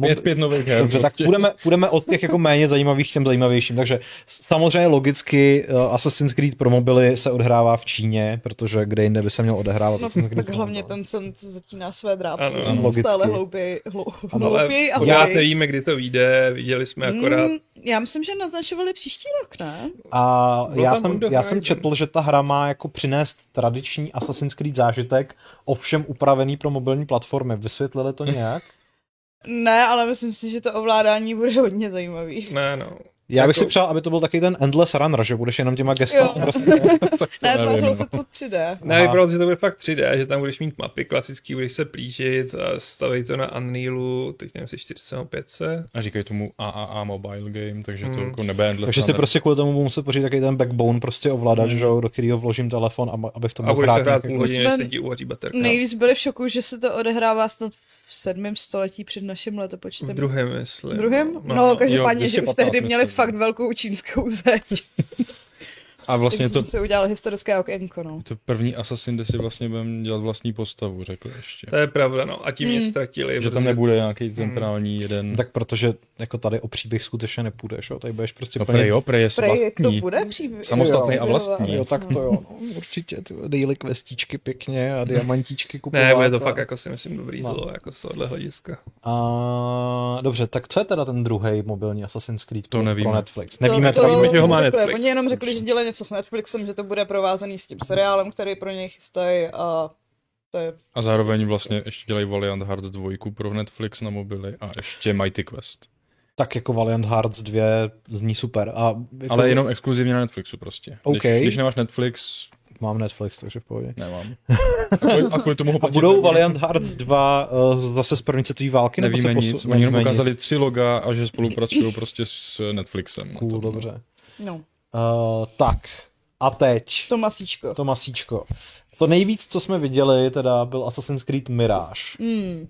[SPEAKER 2] Pět, pět nových her.
[SPEAKER 1] Dobře, tak
[SPEAKER 2] prostě. (laughs)
[SPEAKER 1] půjdeme, půjdeme od těch jako méně zajímavých k těm zajímavějším. Takže s- samozřejmě logicky eh, Assassin's Creed pro mobily se odhrává v Číně, protože kde jinde by se měl odehrávat
[SPEAKER 3] No,
[SPEAKER 1] Assassin's Creed
[SPEAKER 3] tak
[SPEAKER 1] pro
[SPEAKER 3] hlavně
[SPEAKER 1] mobily.
[SPEAKER 3] ten sen zatíná své drápy.
[SPEAKER 4] Ano,
[SPEAKER 1] ano. Logicky.
[SPEAKER 3] Stále hlouběji, hlou-
[SPEAKER 1] Ano,
[SPEAKER 4] No, Ale
[SPEAKER 3] hlouběji a
[SPEAKER 4] pořád
[SPEAKER 3] hlouběji.
[SPEAKER 4] nevíme, kdy to vyjde, viděli jsme akorát.
[SPEAKER 3] Mm, já myslím, že naznačovali příští rok, ne?
[SPEAKER 1] A
[SPEAKER 4] Bylo
[SPEAKER 1] já
[SPEAKER 4] tam
[SPEAKER 1] jsem,
[SPEAKER 4] Mondo
[SPEAKER 1] já jsem
[SPEAKER 4] Horizon.
[SPEAKER 1] četl, že ta hra má jako přinést tradiční Assassin's Creed zážitek, ovšem upravený pro mobilní platformy. Vysvětlili to nějak?
[SPEAKER 3] Ne, ale myslím si, že to ovládání bude hodně zajímavý.
[SPEAKER 4] Ne, no.
[SPEAKER 1] (laughs) Já
[SPEAKER 4] Jako-
[SPEAKER 1] bych si přál, aby to byl taky ten endless runner, že budeš jenom těma
[SPEAKER 3] Jo.
[SPEAKER 1] gestama. (laughs) Prostě.
[SPEAKER 2] Tak to
[SPEAKER 3] Ne,
[SPEAKER 2] nevím,
[SPEAKER 3] tvářilo
[SPEAKER 2] no.
[SPEAKER 3] se to
[SPEAKER 4] (laughs)
[SPEAKER 3] 3D.
[SPEAKER 1] Aha.
[SPEAKER 4] Ne, vypadalo, že to bude fakt 3D, že tam budeš mít mapy klasický, budeš se plížit a stavej to na Unrealu, teď nevím, jestli 400 nebo 500.
[SPEAKER 2] A říkají tomu AAA mobile game, takže to
[SPEAKER 4] Mm.
[SPEAKER 2] jako nebe endless
[SPEAKER 1] Hmm. Takže ty
[SPEAKER 2] runner.
[SPEAKER 1] prostě kvůli tomu budu muset pořídit taky ten backbone, prostě ovladač, že jo, do kterého vložím telefon, a ma- abych to
[SPEAKER 4] A
[SPEAKER 1] mohl
[SPEAKER 4] budeš to hrát
[SPEAKER 1] hrát.
[SPEAKER 4] půl
[SPEAKER 1] nějak- jako-
[SPEAKER 4] hodiny, než se ti uvaří baterka.
[SPEAKER 3] Nejvíc byli v šoku, že se to odehrává snad v sedmém století před naším letopočtem.
[SPEAKER 4] V druhém, myslím.
[SPEAKER 3] Druhém? No, no každopádně, že už
[SPEAKER 2] 215
[SPEAKER 3] tehdy měli
[SPEAKER 2] myslím.
[SPEAKER 3] fakt velkou čínskou zeď.
[SPEAKER 1] prostě-
[SPEAKER 2] A vlastně
[SPEAKER 3] Vlastně
[SPEAKER 2] to,
[SPEAKER 3] to... se udělal historické okénko, no.
[SPEAKER 2] to první Assassin, kde si vlastně budeme dělat vlastní postavu, řekl ještě.
[SPEAKER 4] To je pravda, no. A tím mě
[SPEAKER 3] Hmm.
[SPEAKER 4] ztratili.
[SPEAKER 2] Že tam
[SPEAKER 4] protože-
[SPEAKER 2] nebude nějaký centrální jeden.
[SPEAKER 1] Hmm.
[SPEAKER 2] No,
[SPEAKER 1] Tak protože jako tady o příběh skutečně nepůjdeš, jo? tady budeš prostě
[SPEAKER 2] no, plně... jo, pre je
[SPEAKER 3] Prej, to
[SPEAKER 2] vlastní.
[SPEAKER 3] bude příběh.
[SPEAKER 2] Samostatný
[SPEAKER 1] Jo,
[SPEAKER 2] a vlastní.
[SPEAKER 1] Jo, tak to jo, no, určitě, ty daily kvestičky pěkně a diamantíčky kupovat.
[SPEAKER 4] Ne, bude to
[SPEAKER 1] a-
[SPEAKER 4] fakt jako si myslím dobrý
[SPEAKER 1] No.
[SPEAKER 4] no. zlo, jako z tohohle hlediska.
[SPEAKER 1] A, dobře, tak co je teda ten druhý mobilní Assassin's Creed pro- pro
[SPEAKER 2] nevíme.
[SPEAKER 1] Netflix? Nevíme
[SPEAKER 3] to,
[SPEAKER 1] to, to...
[SPEAKER 4] víme, že ho má
[SPEAKER 3] takhle,
[SPEAKER 4] Netflix.
[SPEAKER 3] Oni jenom řekli, že dělají něco s Netflixem, že to bude provázaný s tím seriálem, který pro něj chystají a to je
[SPEAKER 2] A zároveň vlastně ještě dělají Valiant Hearts 2 pro Netflix na mobily a ještě Mighty Quest.
[SPEAKER 1] tak jako Valiant Hearts 2 zní super. A jako,
[SPEAKER 2] Ale jenom exkluzivně na Netflixu prostě.
[SPEAKER 1] OK.
[SPEAKER 2] Když, když nemáš Netflix,
[SPEAKER 1] Mám Netflix, takže v pohodě. (laughs)
[SPEAKER 2] nemám. A kvůli, a kvůli tomu ho
[SPEAKER 1] A
[SPEAKER 2] platím.
[SPEAKER 1] budou Valiant Hearts 2 uh, zase z první světové války? nebo se
[SPEAKER 2] Nevíme
[SPEAKER 1] posu-
[SPEAKER 2] nic, oni jenom
[SPEAKER 1] nevíme
[SPEAKER 2] ukázali
[SPEAKER 1] nic.
[SPEAKER 2] tři loga a že spolupracují prostě s Netflixem. na
[SPEAKER 1] Cool,
[SPEAKER 2] tom.
[SPEAKER 1] dobře.
[SPEAKER 3] no,
[SPEAKER 1] Uh, tak, a teď.
[SPEAKER 3] to masíčko.
[SPEAKER 1] to masíčko. To nejvíc, co jsme viděli, teda byl Assassin's Creed Mirage.
[SPEAKER 3] Mm.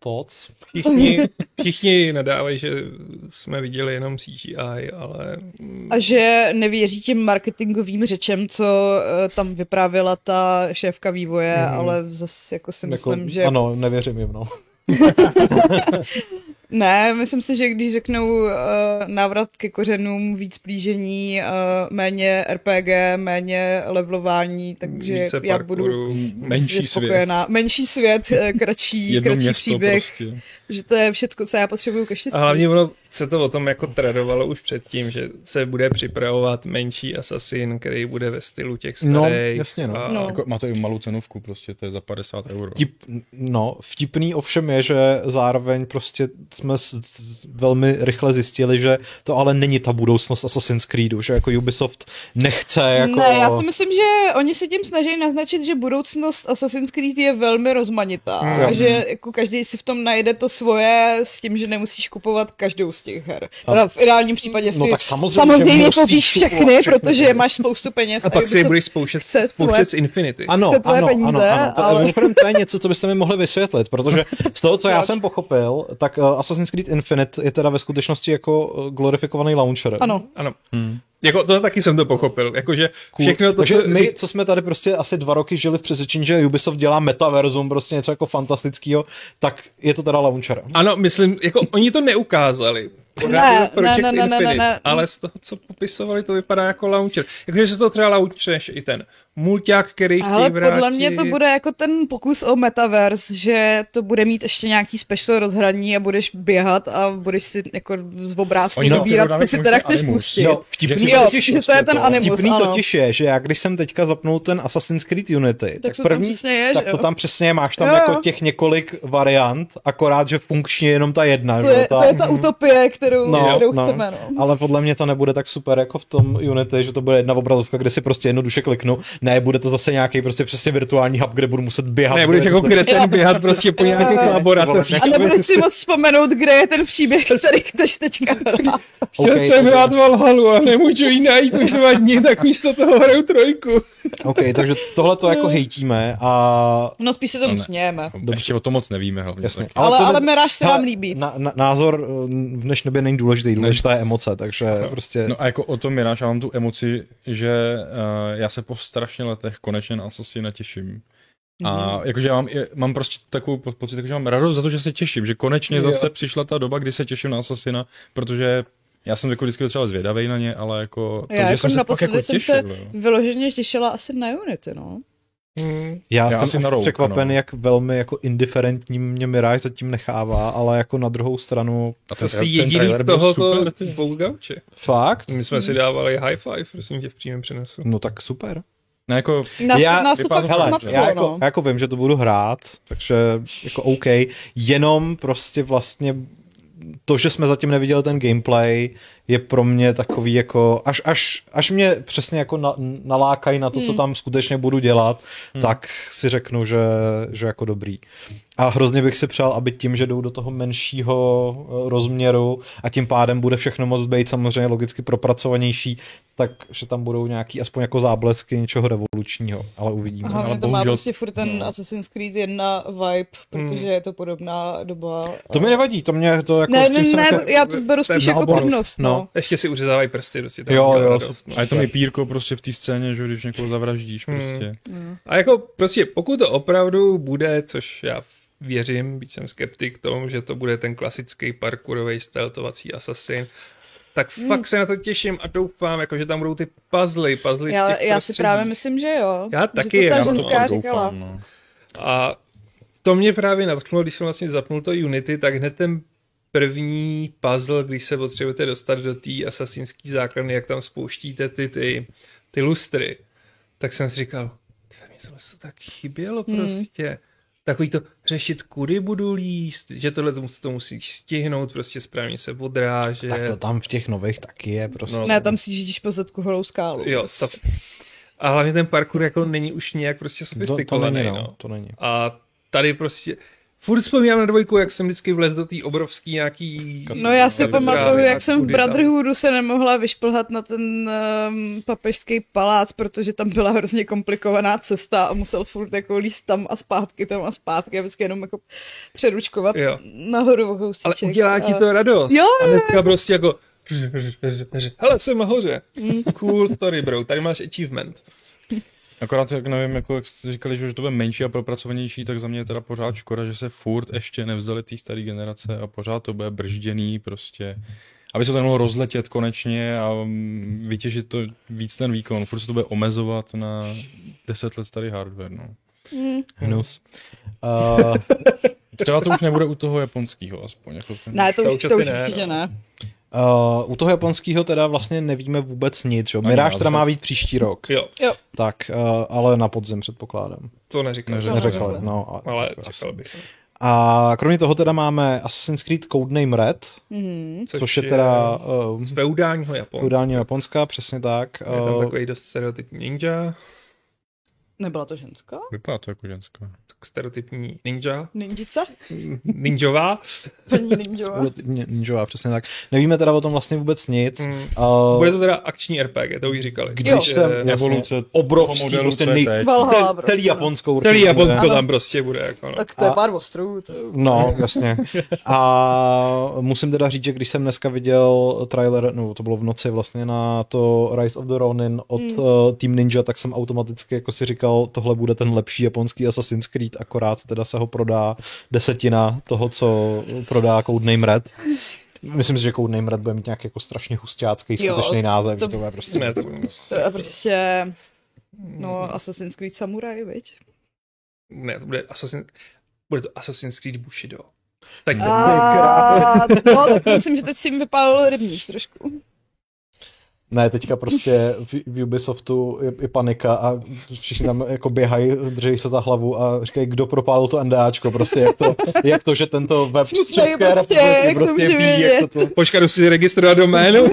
[SPEAKER 1] Poc.
[SPEAKER 3] (laughs)
[SPEAKER 4] Všichni, všichni nadávají, že jsme viděli jenom CGI, ale mm,
[SPEAKER 3] A že nevěří těm marketingovým řečem, co eh, tam vyprávěla ta šéfka vývoje,
[SPEAKER 1] Mhm.
[SPEAKER 3] mm. ale zase jako si myslím,
[SPEAKER 1] jako,
[SPEAKER 3] že...
[SPEAKER 1] Ano, nevěřím jim, no.
[SPEAKER 3] Ne, myslím si, že když řeknou uh, návrat ke kořenům, víc plížení, uh, méně RPG, méně levelování, takže
[SPEAKER 4] více
[SPEAKER 3] já budu
[SPEAKER 4] parkouru.
[SPEAKER 2] Menší
[SPEAKER 3] prostě
[SPEAKER 2] svět.
[SPEAKER 3] spokojená. Menší svět, eh, kratší,
[SPEAKER 2] Jedno
[SPEAKER 3] kratší
[SPEAKER 2] město
[SPEAKER 3] příběh,
[SPEAKER 2] prostě.
[SPEAKER 3] že to je všechno, co já potřebuju ke
[SPEAKER 4] A
[SPEAKER 3] štěstí.
[SPEAKER 4] hlavně ono se to o tom jako tradovalo už předtím, že se bude připravovat menší Assassin, který bude ve stylu těch starých.
[SPEAKER 1] No, jasně, no.
[SPEAKER 4] A,
[SPEAKER 3] No.
[SPEAKER 2] Jako, má to i malou cenovku prostě, to je za 50 euro.
[SPEAKER 1] Vtip, no. Vtipný ovšem je, že zároveň prostě jsme s, s, velmi rychle zjistili, že to ale není ta budoucnost Assassin's Creedu, že jako Ubisoft nechce jako...
[SPEAKER 3] Ne, já si myslím, že oni se tím snaží naznačit, že budoucnost Assassin's Creed je velmi rozmanitá.
[SPEAKER 4] Mm.
[SPEAKER 3] Mm. Že jako každý si v tom najde to svoje s tím, že nemusíš kupovat každou z těch her. Teda v ideálním případě si
[SPEAKER 1] No tak samozřejmě, že
[SPEAKER 3] samozřejmě
[SPEAKER 1] musíš
[SPEAKER 3] koupíš všechny,
[SPEAKER 1] kupovat všechny.
[SPEAKER 3] protože je máš spoustu peněz.
[SPEAKER 4] a pak si je
[SPEAKER 3] Ubisoft-
[SPEAKER 4] budeš spouštět,
[SPEAKER 3] chce
[SPEAKER 4] spouštět
[SPEAKER 3] svoje-
[SPEAKER 4] z Infinity.
[SPEAKER 1] Ano,
[SPEAKER 3] chce tvoje
[SPEAKER 1] ano,
[SPEAKER 3] peníze,
[SPEAKER 1] ano, ano. To,
[SPEAKER 3] ale-
[SPEAKER 1] ale... to je něco, co byste mi mohli vysvětlit, protože z toho, co já jsem pochopil, tak uh, Assassin's Creed Infinite je teda ve skutečnosti jako uh, glorifikovaný launcher.
[SPEAKER 3] Ano,
[SPEAKER 4] Ano. Hmm. Jako to taky jsem to pochopil. Jakože všechno to,
[SPEAKER 1] Takže
[SPEAKER 4] co,
[SPEAKER 1] my, co jsme tady prostě asi dva roky žili v přesvědčení, že Ubisoft dělá metaverzum, prostě něco jako fantastického, tak je to teda launcher.
[SPEAKER 4] Ano, myslím, jako oni to neukázali.
[SPEAKER 3] Ne,
[SPEAKER 4] Project
[SPEAKER 3] ne, ne, ne, ne,
[SPEAKER 4] Infinite,
[SPEAKER 3] ne.
[SPEAKER 4] Ale z toho, co popisovali, to vypadá jako launcher. Jakože se to třeba launcher než i ten mulťák, který chtějí
[SPEAKER 3] ale
[SPEAKER 4] vrátit.
[SPEAKER 3] podle mě to bude jako ten pokus o metaverse, že to bude mít ještě nějaký special rozhraní a budeš běhat a budeš si jako z obrázku
[SPEAKER 2] Oni tam
[SPEAKER 3] vybírat,
[SPEAKER 2] budou dávat
[SPEAKER 3] co si teda
[SPEAKER 2] možná
[SPEAKER 3] chceš
[SPEAKER 2] animus.
[SPEAKER 3] pustit.
[SPEAKER 1] No,
[SPEAKER 2] Že
[SPEAKER 1] vtipný,
[SPEAKER 2] si
[SPEAKER 3] Jo,
[SPEAKER 1] totiž,
[SPEAKER 3] že to je ten animus,
[SPEAKER 1] vtipný
[SPEAKER 3] ano.
[SPEAKER 1] totiž je, že já když jsem teďka zapnul ten Assassin's Creed Unity, tak,
[SPEAKER 3] to tam
[SPEAKER 1] první,
[SPEAKER 3] přesně je,
[SPEAKER 1] tak
[SPEAKER 3] že
[SPEAKER 1] to
[SPEAKER 3] jo?
[SPEAKER 1] tam přesně máš tam
[SPEAKER 3] Jo, jo.
[SPEAKER 1] jako těch několik variant, akorát, že funkčně je jenom ta jedna.
[SPEAKER 3] To
[SPEAKER 1] že jo,
[SPEAKER 3] je,
[SPEAKER 1] ta,
[SPEAKER 3] to je ta utopie, kterou,
[SPEAKER 1] No,
[SPEAKER 3] kterou
[SPEAKER 1] no,
[SPEAKER 3] chceme. No.
[SPEAKER 1] ale podle mě to nebude tak super jako v tom Unity, že to bude jedna obrazovka, kde si prostě jednoduše kliknu. Ne, bude to zase nějaký prostě přesně virtuální hub, kde budu muset běhat.
[SPEAKER 4] Ne, budeš
[SPEAKER 1] Bude
[SPEAKER 4] jako
[SPEAKER 1] to-
[SPEAKER 4] kreten běhat prostě po
[SPEAKER 3] (laughs)
[SPEAKER 4] nějakých
[SPEAKER 1] Ne,
[SPEAKER 4] laboratořích.
[SPEAKER 3] A nebudeš si moc vzpomenout, kde je ten příběh, který chceš teďka hrát.
[SPEAKER 4] Chtěl
[SPEAKER 1] OK,
[SPEAKER 4] jsem
[SPEAKER 1] takže-
[SPEAKER 4] hrát Valhalu a nemůžu ji najít už dva dny, tak místo toho hraju trojku.
[SPEAKER 1] OK, takže tohle to jako hejtíme a
[SPEAKER 3] No spíš se tomu smějeme.
[SPEAKER 2] Dobře. Ještě o tom moc nevíme hlavně.
[SPEAKER 1] jasně.
[SPEAKER 2] taky.
[SPEAKER 3] Ale,
[SPEAKER 1] to
[SPEAKER 3] ale
[SPEAKER 1] ne-
[SPEAKER 3] Miráš se
[SPEAKER 1] hele,
[SPEAKER 3] vám líbí.
[SPEAKER 1] Na, na, názor eh, v dnešní době není důležitý, důležitá je emoce, takže prostě...
[SPEAKER 2] No a jako o tom Miráš, já mám tu emoci, že uh, já se po strašně letech konečně na Assassina těším. A
[SPEAKER 3] Mhm.
[SPEAKER 2] jakože já mám, i- mám prostě takovou po- pocit, že mám radost za to, že se těším, že konečně
[SPEAKER 1] Jo.
[SPEAKER 2] zase přišla ta doba, kdy se těším na Assassina, protože já jsem jako vždycky třeba zvědavý na ně, ale jako to,
[SPEAKER 3] Já
[SPEAKER 2] že
[SPEAKER 3] jako
[SPEAKER 2] jsem se pak
[SPEAKER 3] naposledy
[SPEAKER 2] jako
[SPEAKER 3] jsem
[SPEAKER 2] těšil.
[SPEAKER 3] se
[SPEAKER 2] jo.
[SPEAKER 3] vyloženě těšila asi na Unity, no.
[SPEAKER 1] Já,
[SPEAKER 2] Já
[SPEAKER 1] já
[SPEAKER 2] asi
[SPEAKER 1] jsem
[SPEAKER 2] na
[SPEAKER 1] až
[SPEAKER 2] rouk,
[SPEAKER 1] překvapen,
[SPEAKER 2] no.
[SPEAKER 1] jak velmi jako indiferentní mě Mirage zatím nechává, ale jako na druhou stranu
[SPEAKER 2] A ten
[SPEAKER 4] To
[SPEAKER 2] tra-
[SPEAKER 4] jsi
[SPEAKER 2] ten
[SPEAKER 4] jediný
[SPEAKER 2] trailer
[SPEAKER 4] z
[SPEAKER 2] byl
[SPEAKER 4] tohoto
[SPEAKER 2] super, ty.
[SPEAKER 4] Volgauče.
[SPEAKER 1] fakt,
[SPEAKER 4] My
[SPEAKER 3] Hmm.
[SPEAKER 4] jsme si dávali high five, prosím tě, v přímém přenosu.
[SPEAKER 1] no tak super.
[SPEAKER 2] No jako,
[SPEAKER 3] Na,
[SPEAKER 1] Já-
[SPEAKER 3] nás to
[SPEAKER 2] vypadá
[SPEAKER 3] pak
[SPEAKER 2] to
[SPEAKER 1] Hele,
[SPEAKER 2] Matko,
[SPEAKER 3] matlo,
[SPEAKER 1] já jako,
[SPEAKER 3] no.
[SPEAKER 1] já jako vím, že to budu hrát, takže jako OK, jenom prostě vlastně to, že jsme zatím neviděli ten gameplay, je pro mě takový jako, až, až, až mě přesně jako na, nalákají na to,
[SPEAKER 3] Hmm.
[SPEAKER 1] co tam skutečně budu dělat, tak si řeknu, že, že jako dobrý. A hrozně bych si přál, aby tím, že jdou do toho menšího eh, rozměru a tím pádem bude všechno moc být samozřejmě logicky propracovanější, tak že tam budou nějaký aspoň jako záblesky něčeho revolučního, ale uvidíme.
[SPEAKER 3] Aha,
[SPEAKER 2] ale
[SPEAKER 3] mě to má
[SPEAKER 2] bohužel-
[SPEAKER 3] prostě furt ten
[SPEAKER 2] no.
[SPEAKER 3] Assassin's Creed 1 vibe, protože je to podobná doba.
[SPEAKER 1] To mi nevadí, to mě to jako... s
[SPEAKER 3] Ne,
[SPEAKER 1] tím
[SPEAKER 3] ne,
[SPEAKER 1] jsem
[SPEAKER 3] ne,
[SPEAKER 1] jako-
[SPEAKER 3] já to beru
[SPEAKER 4] To je
[SPEAKER 3] spíš jako
[SPEAKER 1] naopak.
[SPEAKER 3] přednost, no.
[SPEAKER 4] Ještě si uřezávají prsty, prostě tam
[SPEAKER 1] Jo,
[SPEAKER 4] udělá
[SPEAKER 1] jo,
[SPEAKER 4] radost,
[SPEAKER 1] super.
[SPEAKER 4] no.
[SPEAKER 2] a je to mi pírko prostě v té scéně, že
[SPEAKER 3] Hmm.
[SPEAKER 2] když někoho zavraždíš prostě.
[SPEAKER 4] A jako prostě, pokud to opravdu bude, což já věřím, byť jsem skeptik tomu, že to bude ten klasický parkourový steltovací assassin, tak fakt hmm. se na to těším a doufám, jako, že tam budou ty puzzly, puzzly
[SPEAKER 3] Já,
[SPEAKER 4] těch
[SPEAKER 3] já si
[SPEAKER 4] prostředí.
[SPEAKER 3] právě myslím, že jo.
[SPEAKER 4] prostě- Já taky,
[SPEAKER 3] že to
[SPEAKER 4] já
[SPEAKER 3] ta
[SPEAKER 4] to
[SPEAKER 3] ženská
[SPEAKER 2] doufám,
[SPEAKER 3] říkala.
[SPEAKER 2] no.
[SPEAKER 4] A to mě právě natknulo, když jsem vlastně zapnul to Unity, tak hned ten první puzzle, když se potřebujete dostat do té asasinské základny, jak tam spouštíte ty, ty, ty lustry, tak jsem si říkal, "Tyhle, mě tohle se tak chybělo prostě. Takový to řešit, kudy budu líst, že tohle to, mus- to musíš stihnout, prostě správně se odrážet.
[SPEAKER 1] Tak to tam v těch nových taky je prostě.
[SPEAKER 4] No.
[SPEAKER 1] No.
[SPEAKER 3] Ne, tam si židíš po zadku holou skálu.
[SPEAKER 4] Jo, stav. A hlavně ten parkour jako není už nějak prostě
[SPEAKER 1] To, to není,
[SPEAKER 4] sofistikovaný.
[SPEAKER 1] no.
[SPEAKER 4] no.
[SPEAKER 1] to není.
[SPEAKER 3] Hm.
[SPEAKER 4] A tady prostě... Furt vzpomínám na dvojku, jak jsem vždycky vlez do té obrovský nějaký...
[SPEAKER 3] No já si
[SPEAKER 4] katedrály
[SPEAKER 3] pamatuju,
[SPEAKER 4] a
[SPEAKER 3] jak jsem v
[SPEAKER 4] kudy tam.
[SPEAKER 3] Brotherhoodu se nemohla vyšplhat na ten um, papežský palác, protože tam byla hrozně komplikovaná cesta a musel furt jako líst tam a zpátky, tam a zpátky a vždycky jenom jako přeručkovat
[SPEAKER 4] Jo.
[SPEAKER 3] nahoru o
[SPEAKER 4] Ale
[SPEAKER 3] kousíček.
[SPEAKER 4] udělá ti
[SPEAKER 3] A-
[SPEAKER 4] to radost.
[SPEAKER 3] Jo,
[SPEAKER 4] A dneska prostě jako... Hele, jsem nahoře.
[SPEAKER 3] Mm.
[SPEAKER 4] Cool story, bro. Tady máš achievement.
[SPEAKER 2] Akorát, jak nevím, jako jak jste říkali, že už to bude menší a propracovanější, tak za mě je teda pořád škoda, že se furt ještě nevzdali té staré generace a pořád to bude bržděný prostě. Aby se to mohlo rozletět konečně a mm, vytěžit to víc ten výkon. Furt se to bude omezovat na 10 let starý hardware, no.
[SPEAKER 1] Hnus. (laughs) Uh,
[SPEAKER 2] Třeba to už nebude u toho japonského aspoň. Jako ten...
[SPEAKER 3] Ne, to,
[SPEAKER 4] To
[SPEAKER 3] už, to
[SPEAKER 4] už asi
[SPEAKER 3] už
[SPEAKER 4] ne,
[SPEAKER 3] určitě
[SPEAKER 4] no.
[SPEAKER 3] ne.
[SPEAKER 1] uh, u toho japonského teda vlastně nevíme vůbec nic. Že? jo? Miráž teda
[SPEAKER 2] název.
[SPEAKER 1] má být příští rok.
[SPEAKER 4] Jo,
[SPEAKER 3] Jo,
[SPEAKER 1] Tak, uh, ale na podzim předpokládám.
[SPEAKER 4] to neříkám.
[SPEAKER 2] Neřekl.
[SPEAKER 4] No,
[SPEAKER 1] Neřekla,
[SPEAKER 3] nebude.
[SPEAKER 1] no. A,
[SPEAKER 4] Ale
[SPEAKER 1] jako asi.
[SPEAKER 4] čekal bych.
[SPEAKER 1] a kromě toho teda máme Assassin's Creed Codename Red,
[SPEAKER 3] Mhm.
[SPEAKER 1] což, což je teda uh,
[SPEAKER 4] Z feudálního Japonska.
[SPEAKER 1] udání Japonska, přesně tak.
[SPEAKER 4] Je tam
[SPEAKER 1] Eh,
[SPEAKER 4] takový dost stereotypní ninja,
[SPEAKER 3] nebyla to ženská?
[SPEAKER 2] Vypadá to jako ženská.
[SPEAKER 4] tak stereotypní ninja,
[SPEAKER 3] Ninjica?
[SPEAKER 4] ninjová.
[SPEAKER 3] Paní ninjová.
[SPEAKER 1] Spolu- nin- Ninjová, přesně tak. Nevíme teda o tom vlastně vůbec nic.
[SPEAKER 4] Mm.
[SPEAKER 1] Uh,
[SPEAKER 4] Bude to teda akční RPG, to už říkali.
[SPEAKER 1] když
[SPEAKER 3] Jo.
[SPEAKER 1] jsem
[SPEAKER 4] Eh,
[SPEAKER 1] vlastně
[SPEAKER 2] evoluce toho
[SPEAKER 1] obrovský,
[SPEAKER 2] modelu,
[SPEAKER 1] prostě
[SPEAKER 2] co je
[SPEAKER 1] nej...
[SPEAKER 2] teď.
[SPEAKER 3] Valhalla,
[SPEAKER 1] cel-
[SPEAKER 3] prostě,
[SPEAKER 1] celý
[SPEAKER 3] no.
[SPEAKER 1] Japonsko určitě
[SPEAKER 4] Celý
[SPEAKER 1] bude.
[SPEAKER 4] Japonsko tam prostě bude. Jako, no.
[SPEAKER 3] Tak to je
[SPEAKER 1] A-
[SPEAKER 3] pár ostrů. To...
[SPEAKER 1] No, jasně. A musím teda říct, že když jsem dneska viděl trailer, no to bylo v noci vlastně na to Rise of the Ronin od
[SPEAKER 3] Hmm.
[SPEAKER 1] mm. uh, Team Ninja, tak jsem automaticky jako si říkal, tohle bude ten lepší japonský Assassin's Creed, akorát teda se ho prodá desetina toho, co prodá Codename Red. Myslím si, že Codename Red bude mít nějak jako strašně hustácký
[SPEAKER 3] Jo,
[SPEAKER 1] skutečný název,
[SPEAKER 3] to-
[SPEAKER 1] že to bude prostě...
[SPEAKER 4] Ne, to bude
[SPEAKER 3] To je prostě...
[SPEAKER 4] Mhm.
[SPEAKER 3] No, Assassin's Creed Samurai, viď?
[SPEAKER 4] Ne, to bude Assassin... Bude to Assassin's Creed Bushido. Tak
[SPEAKER 3] A, no, tak myslím, že teď si mi vypálil rybník trošku.
[SPEAKER 1] Ne, teďka prostě v, v Ubisoftu je, je panika a všichni tam jako běhají, drží se za hlavu a říkají, kdo propálil to NDAčko, prostě jak to, jak to že tento web z
[SPEAKER 3] Smutnej
[SPEAKER 1] České
[SPEAKER 3] prostě,
[SPEAKER 1] republiky
[SPEAKER 3] jak to
[SPEAKER 1] prostě
[SPEAKER 3] může
[SPEAKER 1] ví, jak to, to
[SPEAKER 4] Počkat, jdu si registrovat doménu.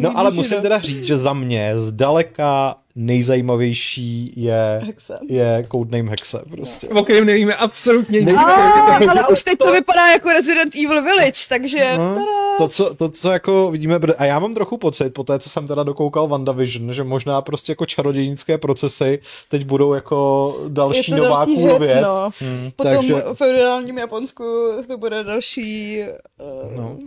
[SPEAKER 1] No ale musím teda říct, že za mě zdaleka nejzajímavější je,
[SPEAKER 3] Hexe.
[SPEAKER 1] je Codename Hexe prostě.
[SPEAKER 4] O kterém nevíme absolutně nic.
[SPEAKER 3] A, ale už teď to vypadá jako Resident Evil Village, takže...
[SPEAKER 1] No, to, co, to, co jako vidíme, br- a já mám trochu pocit, po té, co jsem teda dokoukal WandaVision, že možná prostě jako čarodějnické procesy teď budou jako další
[SPEAKER 3] je to
[SPEAKER 1] nová
[SPEAKER 3] další
[SPEAKER 1] cool
[SPEAKER 3] hit,
[SPEAKER 1] věc.
[SPEAKER 3] no.
[SPEAKER 1] Hmm,
[SPEAKER 3] Potom takže... v feudálním Japonsku to bude další... Uh,
[SPEAKER 1] No.
[SPEAKER 3] no.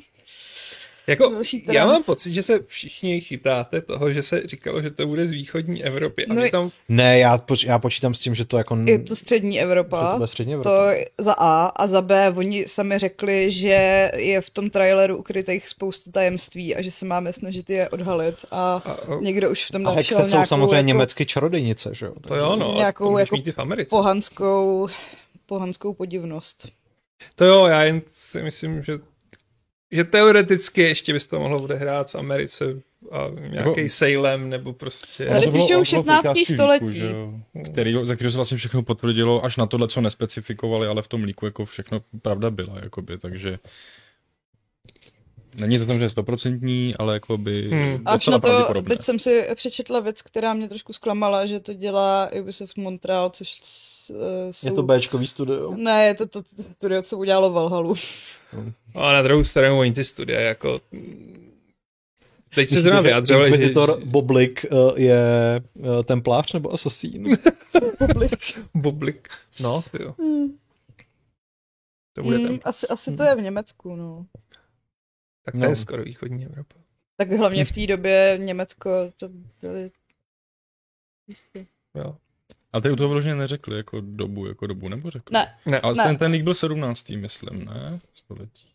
[SPEAKER 4] Jako,
[SPEAKER 3] Další trend.
[SPEAKER 4] já mám pocit, že se všichni chytáte toho, že se říkalo, že to bude z východní Evropy. A
[SPEAKER 3] No
[SPEAKER 4] my
[SPEAKER 3] i-
[SPEAKER 4] tam
[SPEAKER 1] Ne, já, poč- já počítám s tím, že to jako... n-
[SPEAKER 3] Je to střední
[SPEAKER 1] že
[SPEAKER 3] Evropa.
[SPEAKER 1] to bude střední Evropa.
[SPEAKER 3] To za A a za B, oni sami řekli, že je v tom traileru ukrytých spousta tajemství a že se máme snažit je odhalit a
[SPEAKER 4] A- a-
[SPEAKER 3] někdo už v tom
[SPEAKER 1] A
[SPEAKER 3] našel
[SPEAKER 1] Hexe
[SPEAKER 3] nějakou
[SPEAKER 1] jsou samozřejmě
[SPEAKER 3] jako
[SPEAKER 1] německé čarodějnice, že jo?
[SPEAKER 4] to jo, no.
[SPEAKER 3] Nějakou
[SPEAKER 4] Nějakou, to můžeš
[SPEAKER 3] jako
[SPEAKER 4] mít i v Americe.
[SPEAKER 3] pohanskou, pohanskou podivnost.
[SPEAKER 4] To jo, já jen si myslím, že že teoreticky ještě by se to mohlo odehrát v Americe a nějaký
[SPEAKER 2] Jako-
[SPEAKER 4] Salem nebo prostě...
[SPEAKER 3] Tady
[SPEAKER 2] Ono to bylo-
[SPEAKER 3] píšou
[SPEAKER 2] ono bylo
[SPEAKER 3] 16.
[SPEAKER 2] koukářský
[SPEAKER 3] století.
[SPEAKER 2] že jo, který, za který se vlastně všechno potvrdilo, až na tohle, co nespecifikovali, ale v tom líku jako všechno pravda byla, jakoby, takže není to tam, že je stoprocentní, ale jakoby
[SPEAKER 4] Hmm.
[SPEAKER 2] hmm.
[SPEAKER 3] A až
[SPEAKER 2] docela
[SPEAKER 3] na
[SPEAKER 2] to,
[SPEAKER 3] to,
[SPEAKER 2] pravděpodobné.
[SPEAKER 3] teď jsem si přečetla věc, která mě trošku zklamala, že to dělá Ubisoft Montreal, což s- eh, jsou...
[SPEAKER 1] Je to Bčkový studio.
[SPEAKER 3] Ne, je to to, to, to studio, co udělalo
[SPEAKER 1] (laughs)
[SPEAKER 3] Valhalu.
[SPEAKER 4] No, A na druhou stranu oni ty studia jako... Teď se teda vyjadřovali, že...
[SPEAKER 1] Editor Boblik eh, je eh, templář nebo asasín.
[SPEAKER 3] Hmm,
[SPEAKER 4] Boblik. (laughs) No, ty jo. To bude
[SPEAKER 3] Mm,
[SPEAKER 4] tam.
[SPEAKER 3] asi, asi to je v Německu, no.
[SPEAKER 4] Tak to
[SPEAKER 1] No.
[SPEAKER 4] je skoro východní Evropa.
[SPEAKER 3] Tak hlavně v té době Německo to byly...
[SPEAKER 4] Jo.
[SPEAKER 2] A A tady u toho vložně neřekli jako dobu, jako dobu, nebo řekli?
[SPEAKER 3] Ne,
[SPEAKER 4] Ne.
[SPEAKER 2] Ale
[SPEAKER 3] Ne.
[SPEAKER 2] ten, ten lík byl 17. myslím, ne? Století.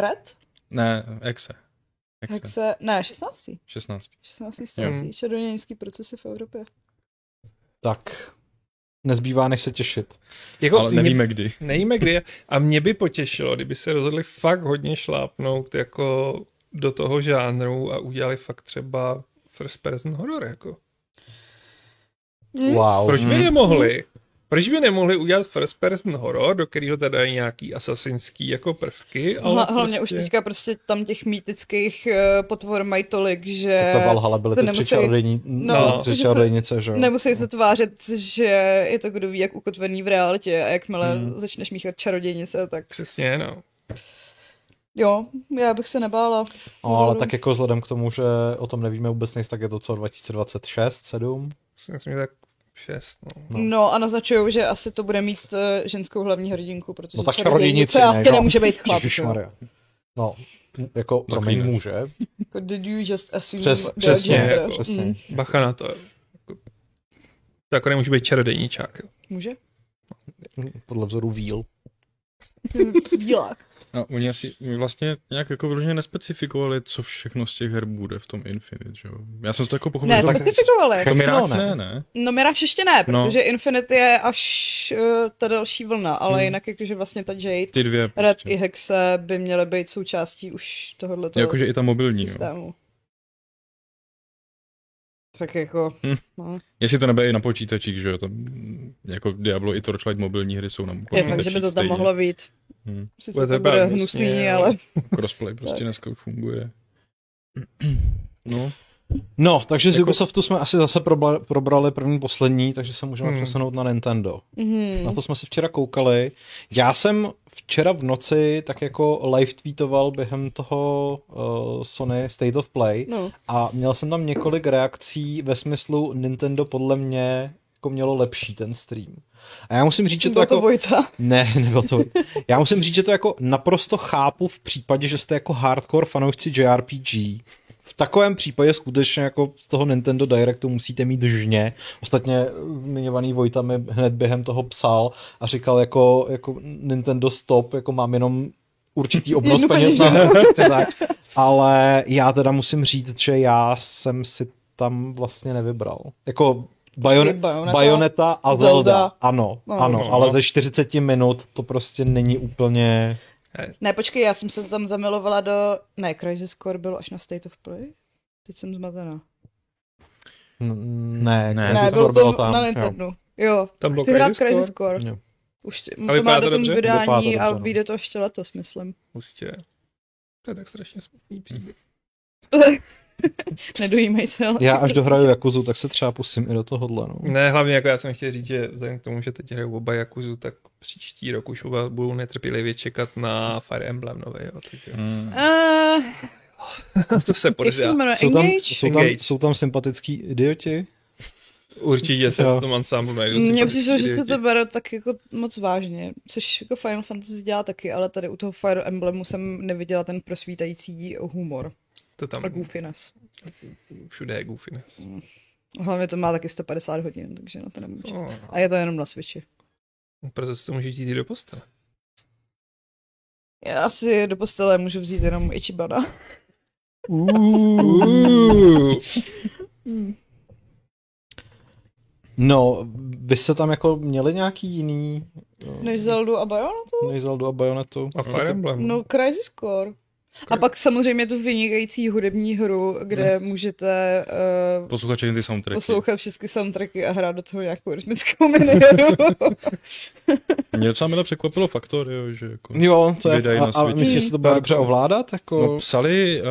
[SPEAKER 3] Red?
[SPEAKER 2] Ne, exe. Exe.
[SPEAKER 3] Hexe, ne, 16.
[SPEAKER 2] 16.
[SPEAKER 3] 16. století,
[SPEAKER 4] Mhm.
[SPEAKER 3] čarodějnický procesy v Evropě.
[SPEAKER 1] Tak nezbývá, než se těšit.
[SPEAKER 4] Jako,
[SPEAKER 2] Ale
[SPEAKER 4] mě-
[SPEAKER 2] nevíme kdy.
[SPEAKER 4] Nevíme kdy je. A mě by potěšilo, kdyby se rozhodli fakt hodně šlápnout jako do toho žánru a udělali fakt třeba first person horror. Jako.
[SPEAKER 3] Hm?
[SPEAKER 1] Wow.
[SPEAKER 4] Proč by
[SPEAKER 2] Hmm.
[SPEAKER 4] nemohli? Proč by nemohli udělat first person horror, do kterého teda je nějaký asasinský jako prvky, ale
[SPEAKER 3] Hla, hlavně
[SPEAKER 4] prostě...
[SPEAKER 3] už teďka prostě tam těch mýtických eh, potvor mají tolik, že
[SPEAKER 1] Tak ta Valhalla byly
[SPEAKER 3] jste
[SPEAKER 1] ty tři
[SPEAKER 3] nemuseli-
[SPEAKER 1] čarodějní,
[SPEAKER 3] No.
[SPEAKER 1] no, tři čarodějnice, že jo?
[SPEAKER 3] nemusí se tvářit, že je to kdo ví, jak ukotvený v realitě a jakmile hmm. začneš míchat čarodějnice, tak
[SPEAKER 4] Přesně, no.
[SPEAKER 3] jo, já bych se nebála.
[SPEAKER 1] No, ale tak jako vzhledem k tomu, že o tom nevíme vůbec nic, tak je to co 2026, 7?
[SPEAKER 4] Si Myslím, že tak šest, no.
[SPEAKER 1] no.
[SPEAKER 3] No a naznačují, že asi to bude mít eh, ženskou hlavní hrdinku, protože
[SPEAKER 1] No tak
[SPEAKER 3] čarodějnice
[SPEAKER 1] čarodějnice,
[SPEAKER 3] asi
[SPEAKER 1] ne, jo.
[SPEAKER 3] nemůže být chlap. jo.
[SPEAKER 1] Ježišmarja. No, jako, promiň,
[SPEAKER 2] ne.
[SPEAKER 1] může.
[SPEAKER 3] Jako, Did you just assume
[SPEAKER 1] Přes-
[SPEAKER 3] their
[SPEAKER 1] přesně,
[SPEAKER 3] gender?
[SPEAKER 4] jako.
[SPEAKER 1] Přesně.
[SPEAKER 3] Mm,
[SPEAKER 4] Bacha na to. Jako- To jako nemůže být čarodějničák. jo.
[SPEAKER 3] může?
[SPEAKER 1] Podle vzoru víl.
[SPEAKER 3] Bílák.
[SPEAKER 2] A oni asi oni vlastně nějak jako vyloženě nespecifikovali, co všechno z těch her bude v tom Infinite, že jo? Já jsem si to jako pochopil,
[SPEAKER 3] Ne,
[SPEAKER 2] že
[SPEAKER 3] to
[SPEAKER 2] to,
[SPEAKER 3] taky přikovali.
[SPEAKER 2] to Mirage
[SPEAKER 1] No, ne.
[SPEAKER 2] ne, ne?
[SPEAKER 3] No Mirage ještě ne,
[SPEAKER 2] No.
[SPEAKER 3] protože Infinity je až eh, ta další vlna,
[SPEAKER 1] Hmm.
[SPEAKER 3] ale jinak jakože vlastně ta Jade,
[SPEAKER 1] Prostě.
[SPEAKER 2] Ty dvě. prostě.
[SPEAKER 3] Red i Hexe by měly být součástí už tohohle
[SPEAKER 2] Jakože i ta mobilní, jo.
[SPEAKER 3] systému. Tak jako,
[SPEAKER 2] Hm.
[SPEAKER 3] no.
[SPEAKER 2] Jestli to nebude i na počítačích, že jo? Tam, mm, jako Diablo i Torchlight mobilní hry jsou na
[SPEAKER 3] je
[SPEAKER 2] počítačích.
[SPEAKER 3] fakt, že by to tam
[SPEAKER 2] stejně.
[SPEAKER 3] mohlo být.
[SPEAKER 2] Hm.
[SPEAKER 3] Sice
[SPEAKER 4] Bude
[SPEAKER 3] to
[SPEAKER 4] to
[SPEAKER 3] bude
[SPEAKER 4] pravda,
[SPEAKER 3] hnusný,
[SPEAKER 4] jasně,
[SPEAKER 3] ale...
[SPEAKER 4] ale-
[SPEAKER 2] Crossplay prostě dneska už funguje. No,
[SPEAKER 1] No, takže z
[SPEAKER 4] Jako-
[SPEAKER 1] Ubisoftu jsme asi zase probla- probrali první, poslední, takže se můžeme
[SPEAKER 4] Hmm.
[SPEAKER 1] přesunout na Nintendo. Na
[SPEAKER 3] Mhm.
[SPEAKER 1] to jsme se včera koukali. Já jsem včera v noci tak jako live tweetoval během toho uh, Sony State of Play
[SPEAKER 3] (laughs) No,
[SPEAKER 1] a měl jsem tam několik reakcí ve smyslu Nintendo podle mě jako mělo lepší ten stream. A já musím říct, že
[SPEAKER 3] to,
[SPEAKER 1] to
[SPEAKER 3] to
[SPEAKER 1] jako...
[SPEAKER 3] Vojta.
[SPEAKER 1] Ne, (laughs) nebyl to. Já musím říct, že to jako naprosto chápu v případě, že jste jako hardcore fanoušci JRPG. V takovém případě skutečně jako z toho Nintendo Directu musíte mít žně. Ostatně zmiňovaný Vojta mi hned během toho psal a říkal jako, jako Nintendo stop, jako mám jenom určitý obnos
[SPEAKER 3] Jednu
[SPEAKER 1] peněz na (laughs)
[SPEAKER 3] peněženku.
[SPEAKER 1] akci, tak. Ale já teda musím říct, že já jsem si tam vlastně nevybral. Jako
[SPEAKER 3] Je
[SPEAKER 1] Bayon-
[SPEAKER 3] Bayonetta,
[SPEAKER 1] Bayonetta a Zelda.
[SPEAKER 3] Zelda.
[SPEAKER 1] Ano,
[SPEAKER 3] No.
[SPEAKER 1] ano,
[SPEAKER 4] No.
[SPEAKER 1] ale ze 40 minut to prostě není úplně...
[SPEAKER 3] Ne, počkej, já jsem se tam zamilovala do... Ne, Crisis Core bylo až na State of Play? Teď jsem zmatená.
[SPEAKER 1] N- Ne,
[SPEAKER 2] Ne,
[SPEAKER 1] Crisis
[SPEAKER 3] Ne,
[SPEAKER 2] Crisis
[SPEAKER 3] bylo
[SPEAKER 1] Core
[SPEAKER 3] to na Nintendo. Jo. jo.
[SPEAKER 4] Tam bylo
[SPEAKER 3] Chci hrát
[SPEAKER 4] Crisis Core?
[SPEAKER 3] Crisis Core.
[SPEAKER 1] Jo.
[SPEAKER 3] Už t-
[SPEAKER 4] A
[SPEAKER 3] to
[SPEAKER 4] vypadá
[SPEAKER 3] má
[SPEAKER 4] to
[SPEAKER 3] datum
[SPEAKER 4] dobře?
[SPEAKER 1] Vypadá to
[SPEAKER 3] vydání
[SPEAKER 1] dobře,
[SPEAKER 3] a
[SPEAKER 1] no.
[SPEAKER 3] vyjde to ještě letos, myslím.
[SPEAKER 4] Pustě. To je tak strašně smutný příběh.
[SPEAKER 3] Nedojímej se. ale-
[SPEAKER 1] Já až dohraju Jakuzu, tak se třeba pustím i do tohohle. No.
[SPEAKER 4] Ne, hlavně jako já jsem chtěl říct, že vzhledem k tomu, že teď hrajou oba Jakuzu, tak příští rok už oba budou netrpělivě čekat na Fire Emblem nové, jo. Tak
[SPEAKER 3] (laughs)
[SPEAKER 4] jo.
[SPEAKER 2] mm.
[SPEAKER 3] Eh,
[SPEAKER 4] To se
[SPEAKER 3] Jak se to
[SPEAKER 4] podržá.
[SPEAKER 3] jmenuje?
[SPEAKER 1] Jsou tam,
[SPEAKER 3] Engage?
[SPEAKER 1] jsou, tam,
[SPEAKER 4] Engage.
[SPEAKER 1] jsou tam sympatický idioti?
[SPEAKER 4] Určitě se
[SPEAKER 1] Jo.
[SPEAKER 4] v tom ansámblu najdu. prostě
[SPEAKER 3] Mně
[SPEAKER 4] sympatický
[SPEAKER 3] přišlo, že se
[SPEAKER 4] idioti.
[SPEAKER 3] to bere tak jako moc vážně, což jako Final Fantasy dělá taky, ale tady u toho Fire Emblemu jsem neviděla ten prosvítající humor
[SPEAKER 4] To
[SPEAKER 3] a
[SPEAKER 4] tam
[SPEAKER 3] goofiness.
[SPEAKER 4] všude je goofy. ne?
[SPEAKER 3] Hlavně to má taky 150 hodin, takže na to nemůžu.
[SPEAKER 4] No,
[SPEAKER 3] A je to jenom na Switchi.
[SPEAKER 4] proto si to můžeš jít do postele.
[SPEAKER 3] Já asi do postele můžu vzít jenom Ichibana.
[SPEAKER 4] Uuu.
[SPEAKER 1] No, vy jste tam jako měli nějaký jiný no,
[SPEAKER 3] Než Zeldu a Bayon?
[SPEAKER 1] než Zeldu a Bayonetu?
[SPEAKER 4] A Fire Emblem.
[SPEAKER 3] No, Crisis Core. A
[SPEAKER 4] Cry-
[SPEAKER 3] pak samozřejmě tu vynikající hudební hru, kde můžete eh,
[SPEAKER 2] Poslouchat všechny ty soundtracky.
[SPEAKER 3] poslouchat všechny soundtracky a hrát do toho nějakou rytmickou (laughs) minioru.
[SPEAKER 2] Mě docela mile překvapilo faktor, jo, že jako...
[SPEAKER 1] Jo, to je,
[SPEAKER 2] Vydají
[SPEAKER 1] a,
[SPEAKER 2] na
[SPEAKER 1] a
[SPEAKER 2] Switchi.
[SPEAKER 1] myslíš, že se to bude dobře ovládat? Jako...
[SPEAKER 2] No, psali,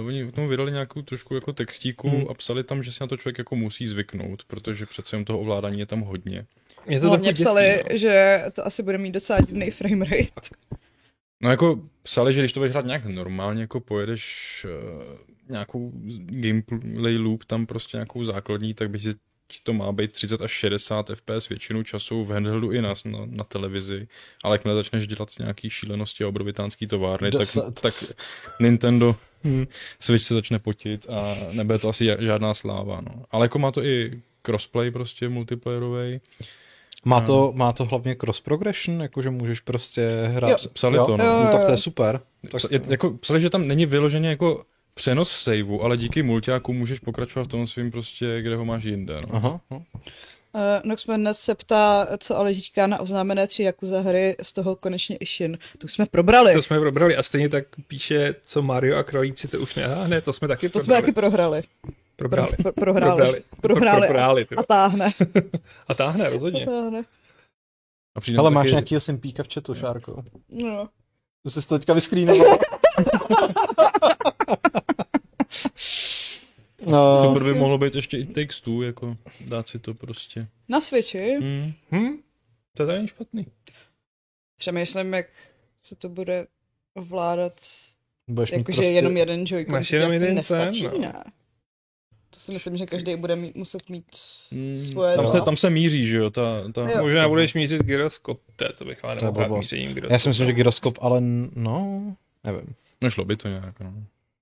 [SPEAKER 2] uh, oni k tomu vydali nějakou trošku jako textíku
[SPEAKER 1] Hmm.
[SPEAKER 2] hmm. a psali tam, že si na to člověk jako musí zvyknout, protože přece jen toho ovládání je tam hodně.
[SPEAKER 4] Mě to
[SPEAKER 3] Hlavně
[SPEAKER 4] trochu děsí,
[SPEAKER 3] psali,
[SPEAKER 4] no.
[SPEAKER 3] že to asi bude mít docela divný frame rate.
[SPEAKER 4] (laughs)
[SPEAKER 2] No jako psali, že když to budeš hrát nějak normálně, jako pojedeš uh, nějakou gameplay loop, tam prostě nějakou základní, tak by si ti to má být 30 až 60 FPS většinu času v handheldu i na, na, na televizi, ale jakmile začneš dělat nějaký šílenosti a obrovitánský továrny, tak,
[SPEAKER 1] Deset.
[SPEAKER 2] tak Nintendo hm, Switch se začne potit a nebude to asi ža- žádná sláva. No. Ale jako má to i crossplay prostě multiplayerový.
[SPEAKER 1] Má
[SPEAKER 2] no.
[SPEAKER 1] to, um. má to hlavně cross progression, jakože můžeš prostě hrát. Jo.
[SPEAKER 2] Psali jo? to, no.
[SPEAKER 1] no. tak to je super.
[SPEAKER 2] Tak... Je, jako, psali, že tam není vyloženě jako přenos saveu, ale díky multiáku můžeš pokračovat v tom svým prostě, kde ho máš jinde. No.
[SPEAKER 1] Aha. No.
[SPEAKER 3] Uh, Noxman se ptá, co Aleš říká na oznámené tři Yakuza hry, z toho konečně i Shin. To jsme probrali.
[SPEAKER 4] To jsme probrali a stejně tak píše, co Mario a Krojíci, to už ne, a ne, to jsme taky
[SPEAKER 3] to
[SPEAKER 4] probrali.
[SPEAKER 3] To jsme taky prohrali.
[SPEAKER 4] Probrali.
[SPEAKER 3] Pro, pro, prohráli. Probrali. Prohráli.
[SPEAKER 4] Probrali.
[SPEAKER 3] A, a táhne.
[SPEAKER 4] a táhne, rozhodně.
[SPEAKER 3] A táhne.
[SPEAKER 1] A Ale taky... máš nějakýho simpíka v chatu, Šárko?
[SPEAKER 3] No.
[SPEAKER 1] To jsi to teďka vyskrýnoval.
[SPEAKER 2] No. Super by mohlo být ještě i textů, jako dát si to prostě.
[SPEAKER 3] Na Switchi?
[SPEAKER 2] Hmm. Hmm?
[SPEAKER 4] Hm?
[SPEAKER 2] To není špatný.
[SPEAKER 3] Přemýšlím, jak se to bude ovládat. Jakože prostě... jenom jeden joycon.
[SPEAKER 4] Máš jenom jeden
[SPEAKER 3] nestačí, ten, no. ne? To si myslím, že každý bude mít, muset mít hmm, svoje.
[SPEAKER 2] Tam se, tam se míří, že jo? Ta, ta... Jako
[SPEAKER 4] jo. Možná budeš mířit gyroskop, to je co bych vám nebo mířením
[SPEAKER 1] gyroskop. Já si myslím, že gyroskop, ale no, nevím.
[SPEAKER 2] Nešlo by to nějak, no.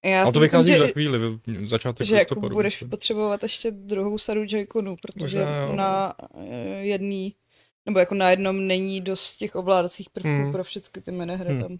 [SPEAKER 3] Já
[SPEAKER 2] ale to vychází za chvíli, začátek
[SPEAKER 3] že listopadu. Jako budeš myslím. potřebovat ještě druhou sadu Joy-Conů, protože Možná, jo. na eh, jedný, nebo jako na jednom není dost těch ovládacích prvků hmm. pro všechny ty menehry hmm. tam.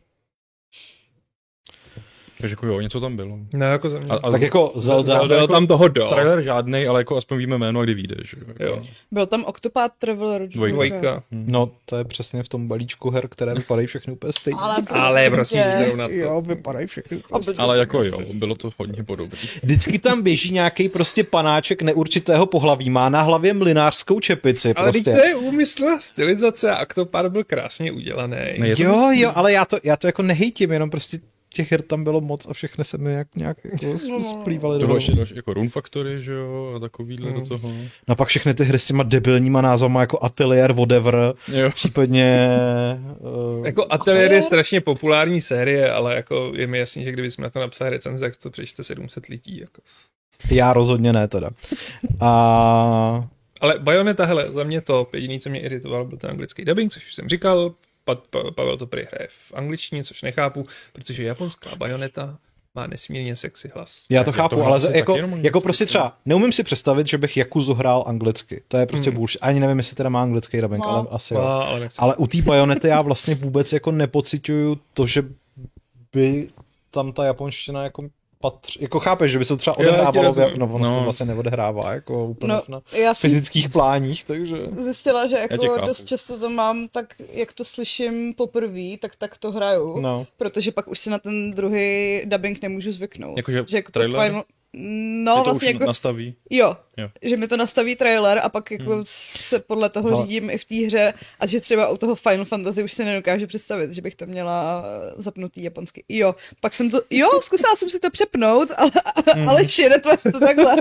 [SPEAKER 2] Takže jako jo, něco tam bylo.
[SPEAKER 4] Ne, jako za mě.
[SPEAKER 1] A, a tak jako Zelda,
[SPEAKER 2] Zelda
[SPEAKER 1] jako
[SPEAKER 2] tam toho dal. Trailer žádný, ale jako aspoň víme jméno a kdy vyjde. Že? Jako... Jo.
[SPEAKER 3] Byl tam Octopath Traveler.
[SPEAKER 2] Dvojka. Dvojka.
[SPEAKER 1] No, to je přesně v tom balíčku her, které vypadají všechny úplně stejně.
[SPEAKER 3] ale,
[SPEAKER 4] ale prostě prosím,
[SPEAKER 1] na to. Jo, vypadají všechny
[SPEAKER 2] úplně stejně. Ale jako jo, bylo to hodně podobné.
[SPEAKER 1] Vždycky tam běží nějaký prostě panáček neurčitého pohlaví, má na hlavě mlinářskou čepici.
[SPEAKER 4] Ale
[SPEAKER 1] prostě.
[SPEAKER 4] to je úmysl stylizace a Octopath byl krásně udělaný.
[SPEAKER 1] Ne, jo, to... jo, ale já to, já to jako nehejtím, jenom prostě těch her tam bylo moc a všechny se mi jak, nějak jako splývaly
[SPEAKER 2] do ještě další, jako Rune Factory, že jo, a takovýhle mm. do toho.
[SPEAKER 1] No a pak všechny ty hry s těma debilníma názvama jako Atelier, whatever, jo. případně... eh,
[SPEAKER 4] uh, jako Atelier je strašně populární série, ale jako je mi jasný, že kdybychom na to napsali recenze, jak to přečte 700 lidí. Jako.
[SPEAKER 1] Já rozhodně ne teda. A...
[SPEAKER 4] Ale Bayonetta, hele, za mě to jediný, co mě iritoval, byl ten anglický dubbing, což už jsem říkal, pa- pa- Pavel to prý hraje v angličtině, což nechápu, protože japonská bajoneta má nesmírně sexy hlas.
[SPEAKER 1] Já to tak chápu, to ale jako, jako prostě třeba neumím si představit, že bych Jakuzu hrál anglicky. To je prostě hmm. bullshit. Ani nevím, jestli teda má anglický dubbing, no. ale asi no, jo.
[SPEAKER 4] Ale, nechci.
[SPEAKER 1] ale u té bajonety já vlastně vůbec jako nepocituju to, že by tam ta japonština jako patří, jako chápeš, že by se to třeba odehrávalo, já, já, no ono no. vlastně neodehrává, jako úplně no, na já fyzických pláních, takže... (laughs)
[SPEAKER 3] Zjistila, že jako dost často to mám tak, jak to slyším poprvé, tak tak to hraju,
[SPEAKER 1] no.
[SPEAKER 3] protože pak už si na ten druhý dubbing nemůžu zvyknout.
[SPEAKER 2] Jakože že jako trailer? Final...
[SPEAKER 3] No,
[SPEAKER 2] to
[SPEAKER 3] vlastně
[SPEAKER 2] už
[SPEAKER 3] jako...
[SPEAKER 2] nastaví?
[SPEAKER 3] Jo, jo, že mi to nastaví trailer a pak jako hmm. se podle toho no. řídím i v té hře a že třeba u toho Final Fantasy už se nedokážu představit, že bych to měla zapnutý japonsky. Jo, pak jsem to, jo, zkusila jsem si to přepnout, ale, hmm. ale šire tvář
[SPEAKER 1] (laughs)
[SPEAKER 3] to takhle.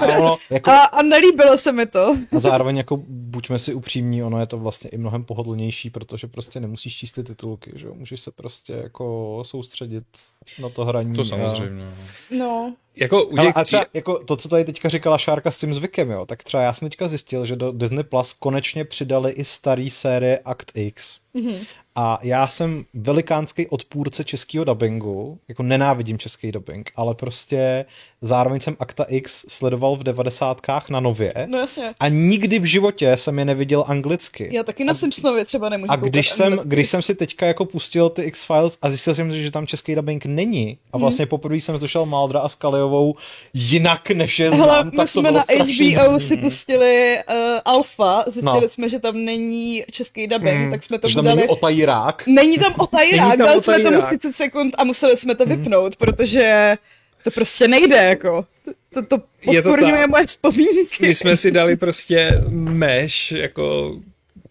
[SPEAKER 1] A, ono, jako...
[SPEAKER 3] a, a nelíbilo se mi to.
[SPEAKER 1] A zároveň jako buďme si upřímní, ono je to vlastně i mnohem pohodlnější, protože prostě nemusíš číst ty titulky, že můžeš se prostě jako soustředit na to hraní.
[SPEAKER 2] To samozřejmě. A...
[SPEAKER 3] No.
[SPEAKER 4] Jako u
[SPEAKER 1] těch... a třeba, jako to, co tady teďka říkala Šárka s tím zvykem, jo, tak třeba já jsem teďka zjistil, že do Disney Plus konečně přidali i starý série Act X.
[SPEAKER 3] Mm-hmm.
[SPEAKER 1] A já jsem velikánský odpůrce českého dubbingu, jako nenávidím český dubbing, ale prostě zároveň jsem Akta X sledoval v devadesátkách na nově.
[SPEAKER 3] No jasně.
[SPEAKER 1] A nikdy v životě jsem je neviděl anglicky.
[SPEAKER 3] Já taky na Simpsonově třeba nemůžu
[SPEAKER 1] A když jsem,
[SPEAKER 3] anglicky.
[SPEAKER 1] když jsem si teďka jako pustil ty X-Files a zjistil jsem, že tam český dubbing není
[SPEAKER 3] Mhm.
[SPEAKER 1] a vlastně hmm. poprvé jsem slyšel Maldra a Skaliovou jinak než je znám, Hele,
[SPEAKER 3] my
[SPEAKER 1] tak
[SPEAKER 3] jsme
[SPEAKER 1] to Hmm.
[SPEAKER 3] na strašný. HBO si pustili uh, Alfa, zjistili no. jsme, že tam není český dubbing, hmm. tak jsme to
[SPEAKER 1] že tam není otajirák.
[SPEAKER 3] Není tam otajirák, dali otaj jsme tomu 30 sekund a museli jsme
[SPEAKER 1] Mhm.
[SPEAKER 3] to vypnout, protože to prostě nejde, jako. To, to, to podporňuje moje vzpomínky.
[SPEAKER 4] My jsme si dali prostě meš, jako,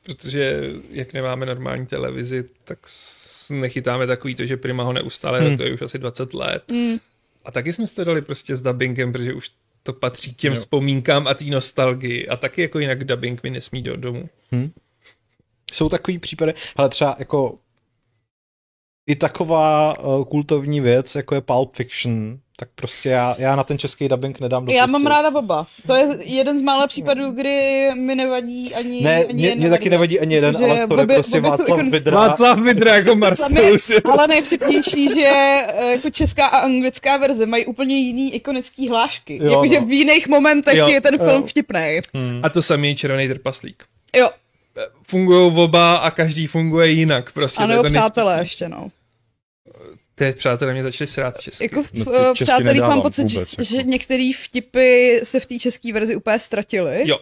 [SPEAKER 4] protože jak nemáme normální televizi, tak nechytáme takový to, že Prima ho neustále, hmm. to je už asi 20 let.
[SPEAKER 3] Hmm.
[SPEAKER 4] A taky jsme si to dali prostě s dubbingem, protože už to patří k těm jo. vzpomínkám a té nostalgii. A taky jako jinak dubbing mi nesmí do domu.
[SPEAKER 1] Hmm jsou takový případy, ale třeba jako i taková uh, kultovní věc, jako je Pulp Fiction, tak prostě já, já na ten český dubbing nedám do
[SPEAKER 3] Já mám ráda oba. To je jeden z mála případů, kdy mi nevadí ani,
[SPEAKER 1] ne,
[SPEAKER 3] ani
[SPEAKER 1] mě, mě taky nevadí ani jeden,
[SPEAKER 3] Že
[SPEAKER 1] ale to je
[SPEAKER 3] Bobby-
[SPEAKER 1] prostě
[SPEAKER 3] Bobby
[SPEAKER 1] Václav
[SPEAKER 3] Fiction-
[SPEAKER 1] Bidra.
[SPEAKER 2] Václav Vidra jako Marsteus.
[SPEAKER 3] Tam je, ale nejvtipnější, že eh, jako česká a anglická verze mají úplně jiný ikonický hlášky.
[SPEAKER 1] Jo,
[SPEAKER 3] Jakože
[SPEAKER 1] no.
[SPEAKER 3] v jiných momentech
[SPEAKER 4] Jo,
[SPEAKER 3] je ten
[SPEAKER 1] jo. Hm.
[SPEAKER 3] film vtipný.
[SPEAKER 4] A to samý je červený trpaslík.
[SPEAKER 3] Jo,
[SPEAKER 4] Fungují oba a každý funguje jinak. Prostě.
[SPEAKER 3] a
[SPEAKER 4] to, je
[SPEAKER 3] nebo
[SPEAKER 4] to, nej-
[SPEAKER 3] přátelé ještě, no.
[SPEAKER 4] Teď přátelé mě začali srát česky.
[SPEAKER 3] Jako v
[SPEAKER 2] No, ty
[SPEAKER 3] no,
[SPEAKER 2] češtiny
[SPEAKER 3] přátelích mám
[SPEAKER 2] nedávám
[SPEAKER 3] pocit,
[SPEAKER 2] vůbec,
[SPEAKER 3] že,
[SPEAKER 2] jako.
[SPEAKER 3] že některé vtipy se v té české verzi úplně ztratily.
[SPEAKER 4] Jo.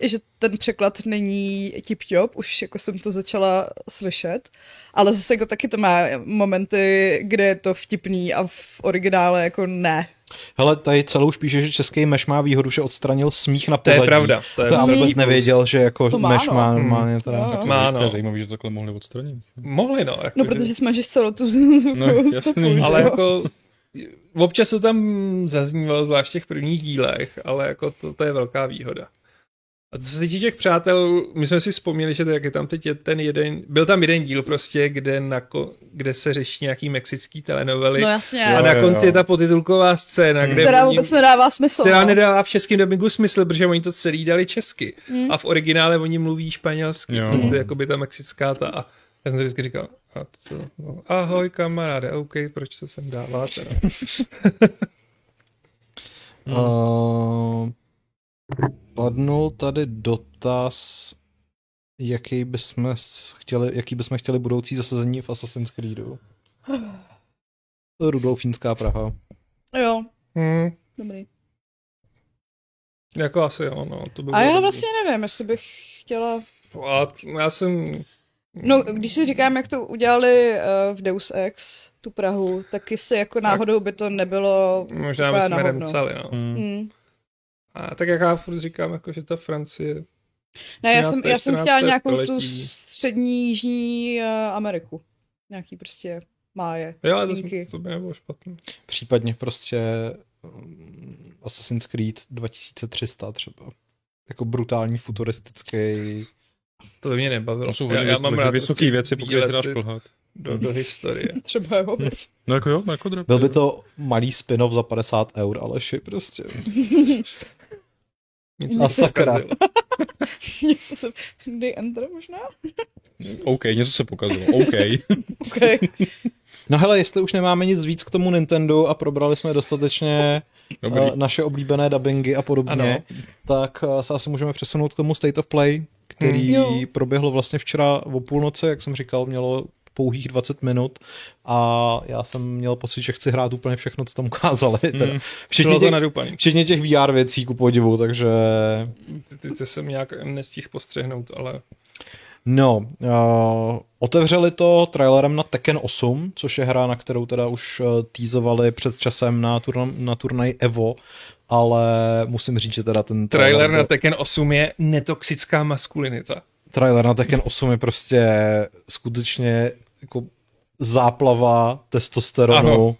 [SPEAKER 3] Že ten překlad není tip-top, už jako jsem to začala slyšet. Ale zase jako taky to má momenty, kde je to vtipný a v originále jako ne.
[SPEAKER 1] Hele, tady celou už píše, že český meš má výhodu, že odstranil smích na
[SPEAKER 4] To je
[SPEAKER 1] pozadí.
[SPEAKER 4] pravda, to je
[SPEAKER 1] to já
[SPEAKER 4] velký
[SPEAKER 1] vůbec
[SPEAKER 4] plus.
[SPEAKER 1] nevěděl, že jako
[SPEAKER 3] To má,
[SPEAKER 1] meš
[SPEAKER 3] no.
[SPEAKER 1] má
[SPEAKER 4] Hmm.
[SPEAKER 1] normálně teda.
[SPEAKER 3] No, no.
[SPEAKER 4] Má,
[SPEAKER 2] To je
[SPEAKER 4] no.
[SPEAKER 2] zajímavé, že to takhle mohli odstranit.
[SPEAKER 4] Mohli, no. Jako,
[SPEAKER 3] No,
[SPEAKER 4] že-
[SPEAKER 3] protože smažeš celou tu (laughs) zvukovou
[SPEAKER 2] No, jasný,
[SPEAKER 3] stopu, že
[SPEAKER 4] Ale
[SPEAKER 3] jo?
[SPEAKER 4] jako, občas to tam zaznívalo, zvlášť v těch prvních dílech, ale jako to, to je velká výhoda. A co se týče těch přátel, my jsme si vzpomněli, že to, jak je tam teď je ten jeden, byl tam jeden díl prostě, kde, na, ko- kde se řeší nějaký mexický telenovely
[SPEAKER 3] No
[SPEAKER 4] no,
[SPEAKER 3] jasně,
[SPEAKER 4] a
[SPEAKER 2] Jo,
[SPEAKER 4] na
[SPEAKER 2] jo,
[SPEAKER 4] konci
[SPEAKER 2] jo.
[SPEAKER 4] je ta potitulková scéna, kde
[SPEAKER 3] která
[SPEAKER 4] oni,
[SPEAKER 3] vůbec nedává smysl.
[SPEAKER 4] která
[SPEAKER 3] no.
[SPEAKER 4] nedává v českém dubbingu smysl, protože oni to celý dali česky
[SPEAKER 3] Mm.
[SPEAKER 4] a v originále oni mluví španělsky,
[SPEAKER 2] Jo.
[SPEAKER 4] to je jakoby ta mexická ta a já jsem to vždycky říkal, a co? No, ahoj kamaráde, OK, proč to sem dává teda?
[SPEAKER 1] Uh, padnul tady dotaz, jaký bychom s- chtěli, jaký bychom chtěli budoucí zasazení v Assassin's Creedu. Rudolfínská Praha.
[SPEAKER 3] Jo,
[SPEAKER 4] Hmm,
[SPEAKER 3] dobrý.
[SPEAKER 4] jako asi jo, no, to
[SPEAKER 3] A
[SPEAKER 4] by bylo
[SPEAKER 3] já
[SPEAKER 4] dobrý.
[SPEAKER 3] vlastně nevím, jestli bych chtěla
[SPEAKER 4] A t- já jsem...
[SPEAKER 3] No, když si říkám, jak to udělali eh, v Deus Ex, tu Prahu, taky se jako náhodou by to nebylo...
[SPEAKER 4] Možná
[SPEAKER 3] úplně
[SPEAKER 4] bychom
[SPEAKER 3] na
[SPEAKER 4] je
[SPEAKER 3] hovno.
[SPEAKER 4] psali, no.
[SPEAKER 2] Mm.
[SPEAKER 3] Hmm.
[SPEAKER 4] A tak jak já furt říkám, jako, že ta Francie...
[SPEAKER 3] Ne, já jsem,
[SPEAKER 4] 13.,
[SPEAKER 3] já jsem chtěla
[SPEAKER 4] 14.
[SPEAKER 3] nějakou tu
[SPEAKER 4] století.
[SPEAKER 3] střední Jižní eh, Ameriku. Nějaký prostě máje.
[SPEAKER 4] Jo, ale to,
[SPEAKER 3] Díky.
[SPEAKER 4] to by nebylo špatné.
[SPEAKER 1] Případně prostě mm, Assassin's Creed 2300 třeba. Jako brutální futuristický.
[SPEAKER 4] To by mě nebavilo.
[SPEAKER 2] To jsou
[SPEAKER 4] já,
[SPEAKER 2] hodně
[SPEAKER 4] já mám rád prostě
[SPEAKER 2] vysoké věci, pokud
[SPEAKER 4] výlety
[SPEAKER 2] se dáš plhat.
[SPEAKER 4] do, do historie.
[SPEAKER 3] Třeba jo.
[SPEAKER 2] No jako jo, jako drap.
[SPEAKER 1] Byl by to malý spin-off za 50 eur, Aleši, prostě.
[SPEAKER 4] Nic
[SPEAKER 1] A sakra.
[SPEAKER 4] pokazilo.
[SPEAKER 3] (laughs) Něco jsem... Day Enter možná? (laughs)
[SPEAKER 2] OK, něco se pokazilo. (laughs) OK.
[SPEAKER 3] Okay.
[SPEAKER 1] No hele, jestli už nemáme nic víc k tomu Nintendo a probrali jsme dostatečně
[SPEAKER 2] Dobrý.
[SPEAKER 1] eh, naše oblíbené dubbingy a podobně,
[SPEAKER 4] Ano.
[SPEAKER 1] tak eh, se asi můžeme přesunout k tomu State of Play, který
[SPEAKER 3] Hmm. Jo.
[SPEAKER 1] hmm. proběhlo vlastně včera o půlnoci, jak jsem říkal, mělo pouhých 20 minut a já jsem měl pocit, že chci hrát úplně všechno, co tam ukázali. (laughs) Teda. Včetně,
[SPEAKER 4] Bylo to
[SPEAKER 1] těch,
[SPEAKER 4] nadupaný.
[SPEAKER 1] včetně těch VR věcí, ku podivu, takže
[SPEAKER 4] Ty, ty, ty jsem nějak nestihl postřehnout, ale
[SPEAKER 1] No, uh, otevřeli to trailerem na Tekken 8, což je hra, na kterou teda už uh, teasovali před časem na, turn- na turnaj EVO, ale musím říct, že teda ten
[SPEAKER 4] trailer na
[SPEAKER 1] byl-
[SPEAKER 4] Tekken 8 je netoxická maskulinita.
[SPEAKER 1] trailer na Tekken 8 je prostě skutečně jako záplava testosteronu.
[SPEAKER 4] Ano.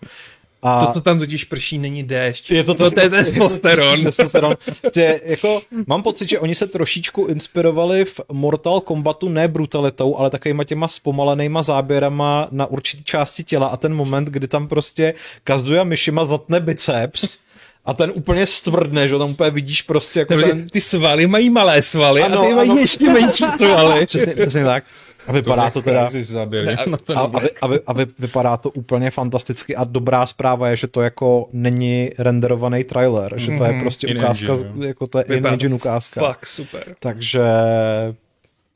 [SPEAKER 1] A
[SPEAKER 4] To, co tam totiž prší, není déšť.
[SPEAKER 1] Je to
[SPEAKER 4] to, to je testosteron.
[SPEAKER 1] testosteron. Tě, jako, mám pocit, že oni se trošičku inspirovali v Mortal Kombatu ne brutalitou, ale takovýma těma zpomalenýma záběrama na určitý části těla a ten moment, kdy tam prostě Kazuya Mishima zlatne biceps a ten úplně stvrdne, že jo, tam úplně vidíš prostě jako
[SPEAKER 4] Nebo
[SPEAKER 1] ten...
[SPEAKER 4] ty, ty svaly mají malé svaly ano, a
[SPEAKER 1] Ano,
[SPEAKER 4] ty mají
[SPEAKER 1] ano.
[SPEAKER 4] ještě
[SPEAKER 1] (laughs)
[SPEAKER 4] menší svaly.
[SPEAKER 1] Přesně, přesně tak. A vypadá to teda...
[SPEAKER 2] Záběr,
[SPEAKER 4] Ne,
[SPEAKER 2] na ten
[SPEAKER 1] A, a, vy- a, vy- a vy- vypadá to úplně fantasticky a dobrá zpráva je, že to jako není renderovaný trailer, že to je
[SPEAKER 4] Mhm.
[SPEAKER 1] prostě
[SPEAKER 2] In
[SPEAKER 1] ukázka,
[SPEAKER 2] engine, jo.
[SPEAKER 1] jako to je
[SPEAKER 4] Vypadá to
[SPEAKER 1] in-engine ukázka.
[SPEAKER 4] Fakt, super.
[SPEAKER 1] Takže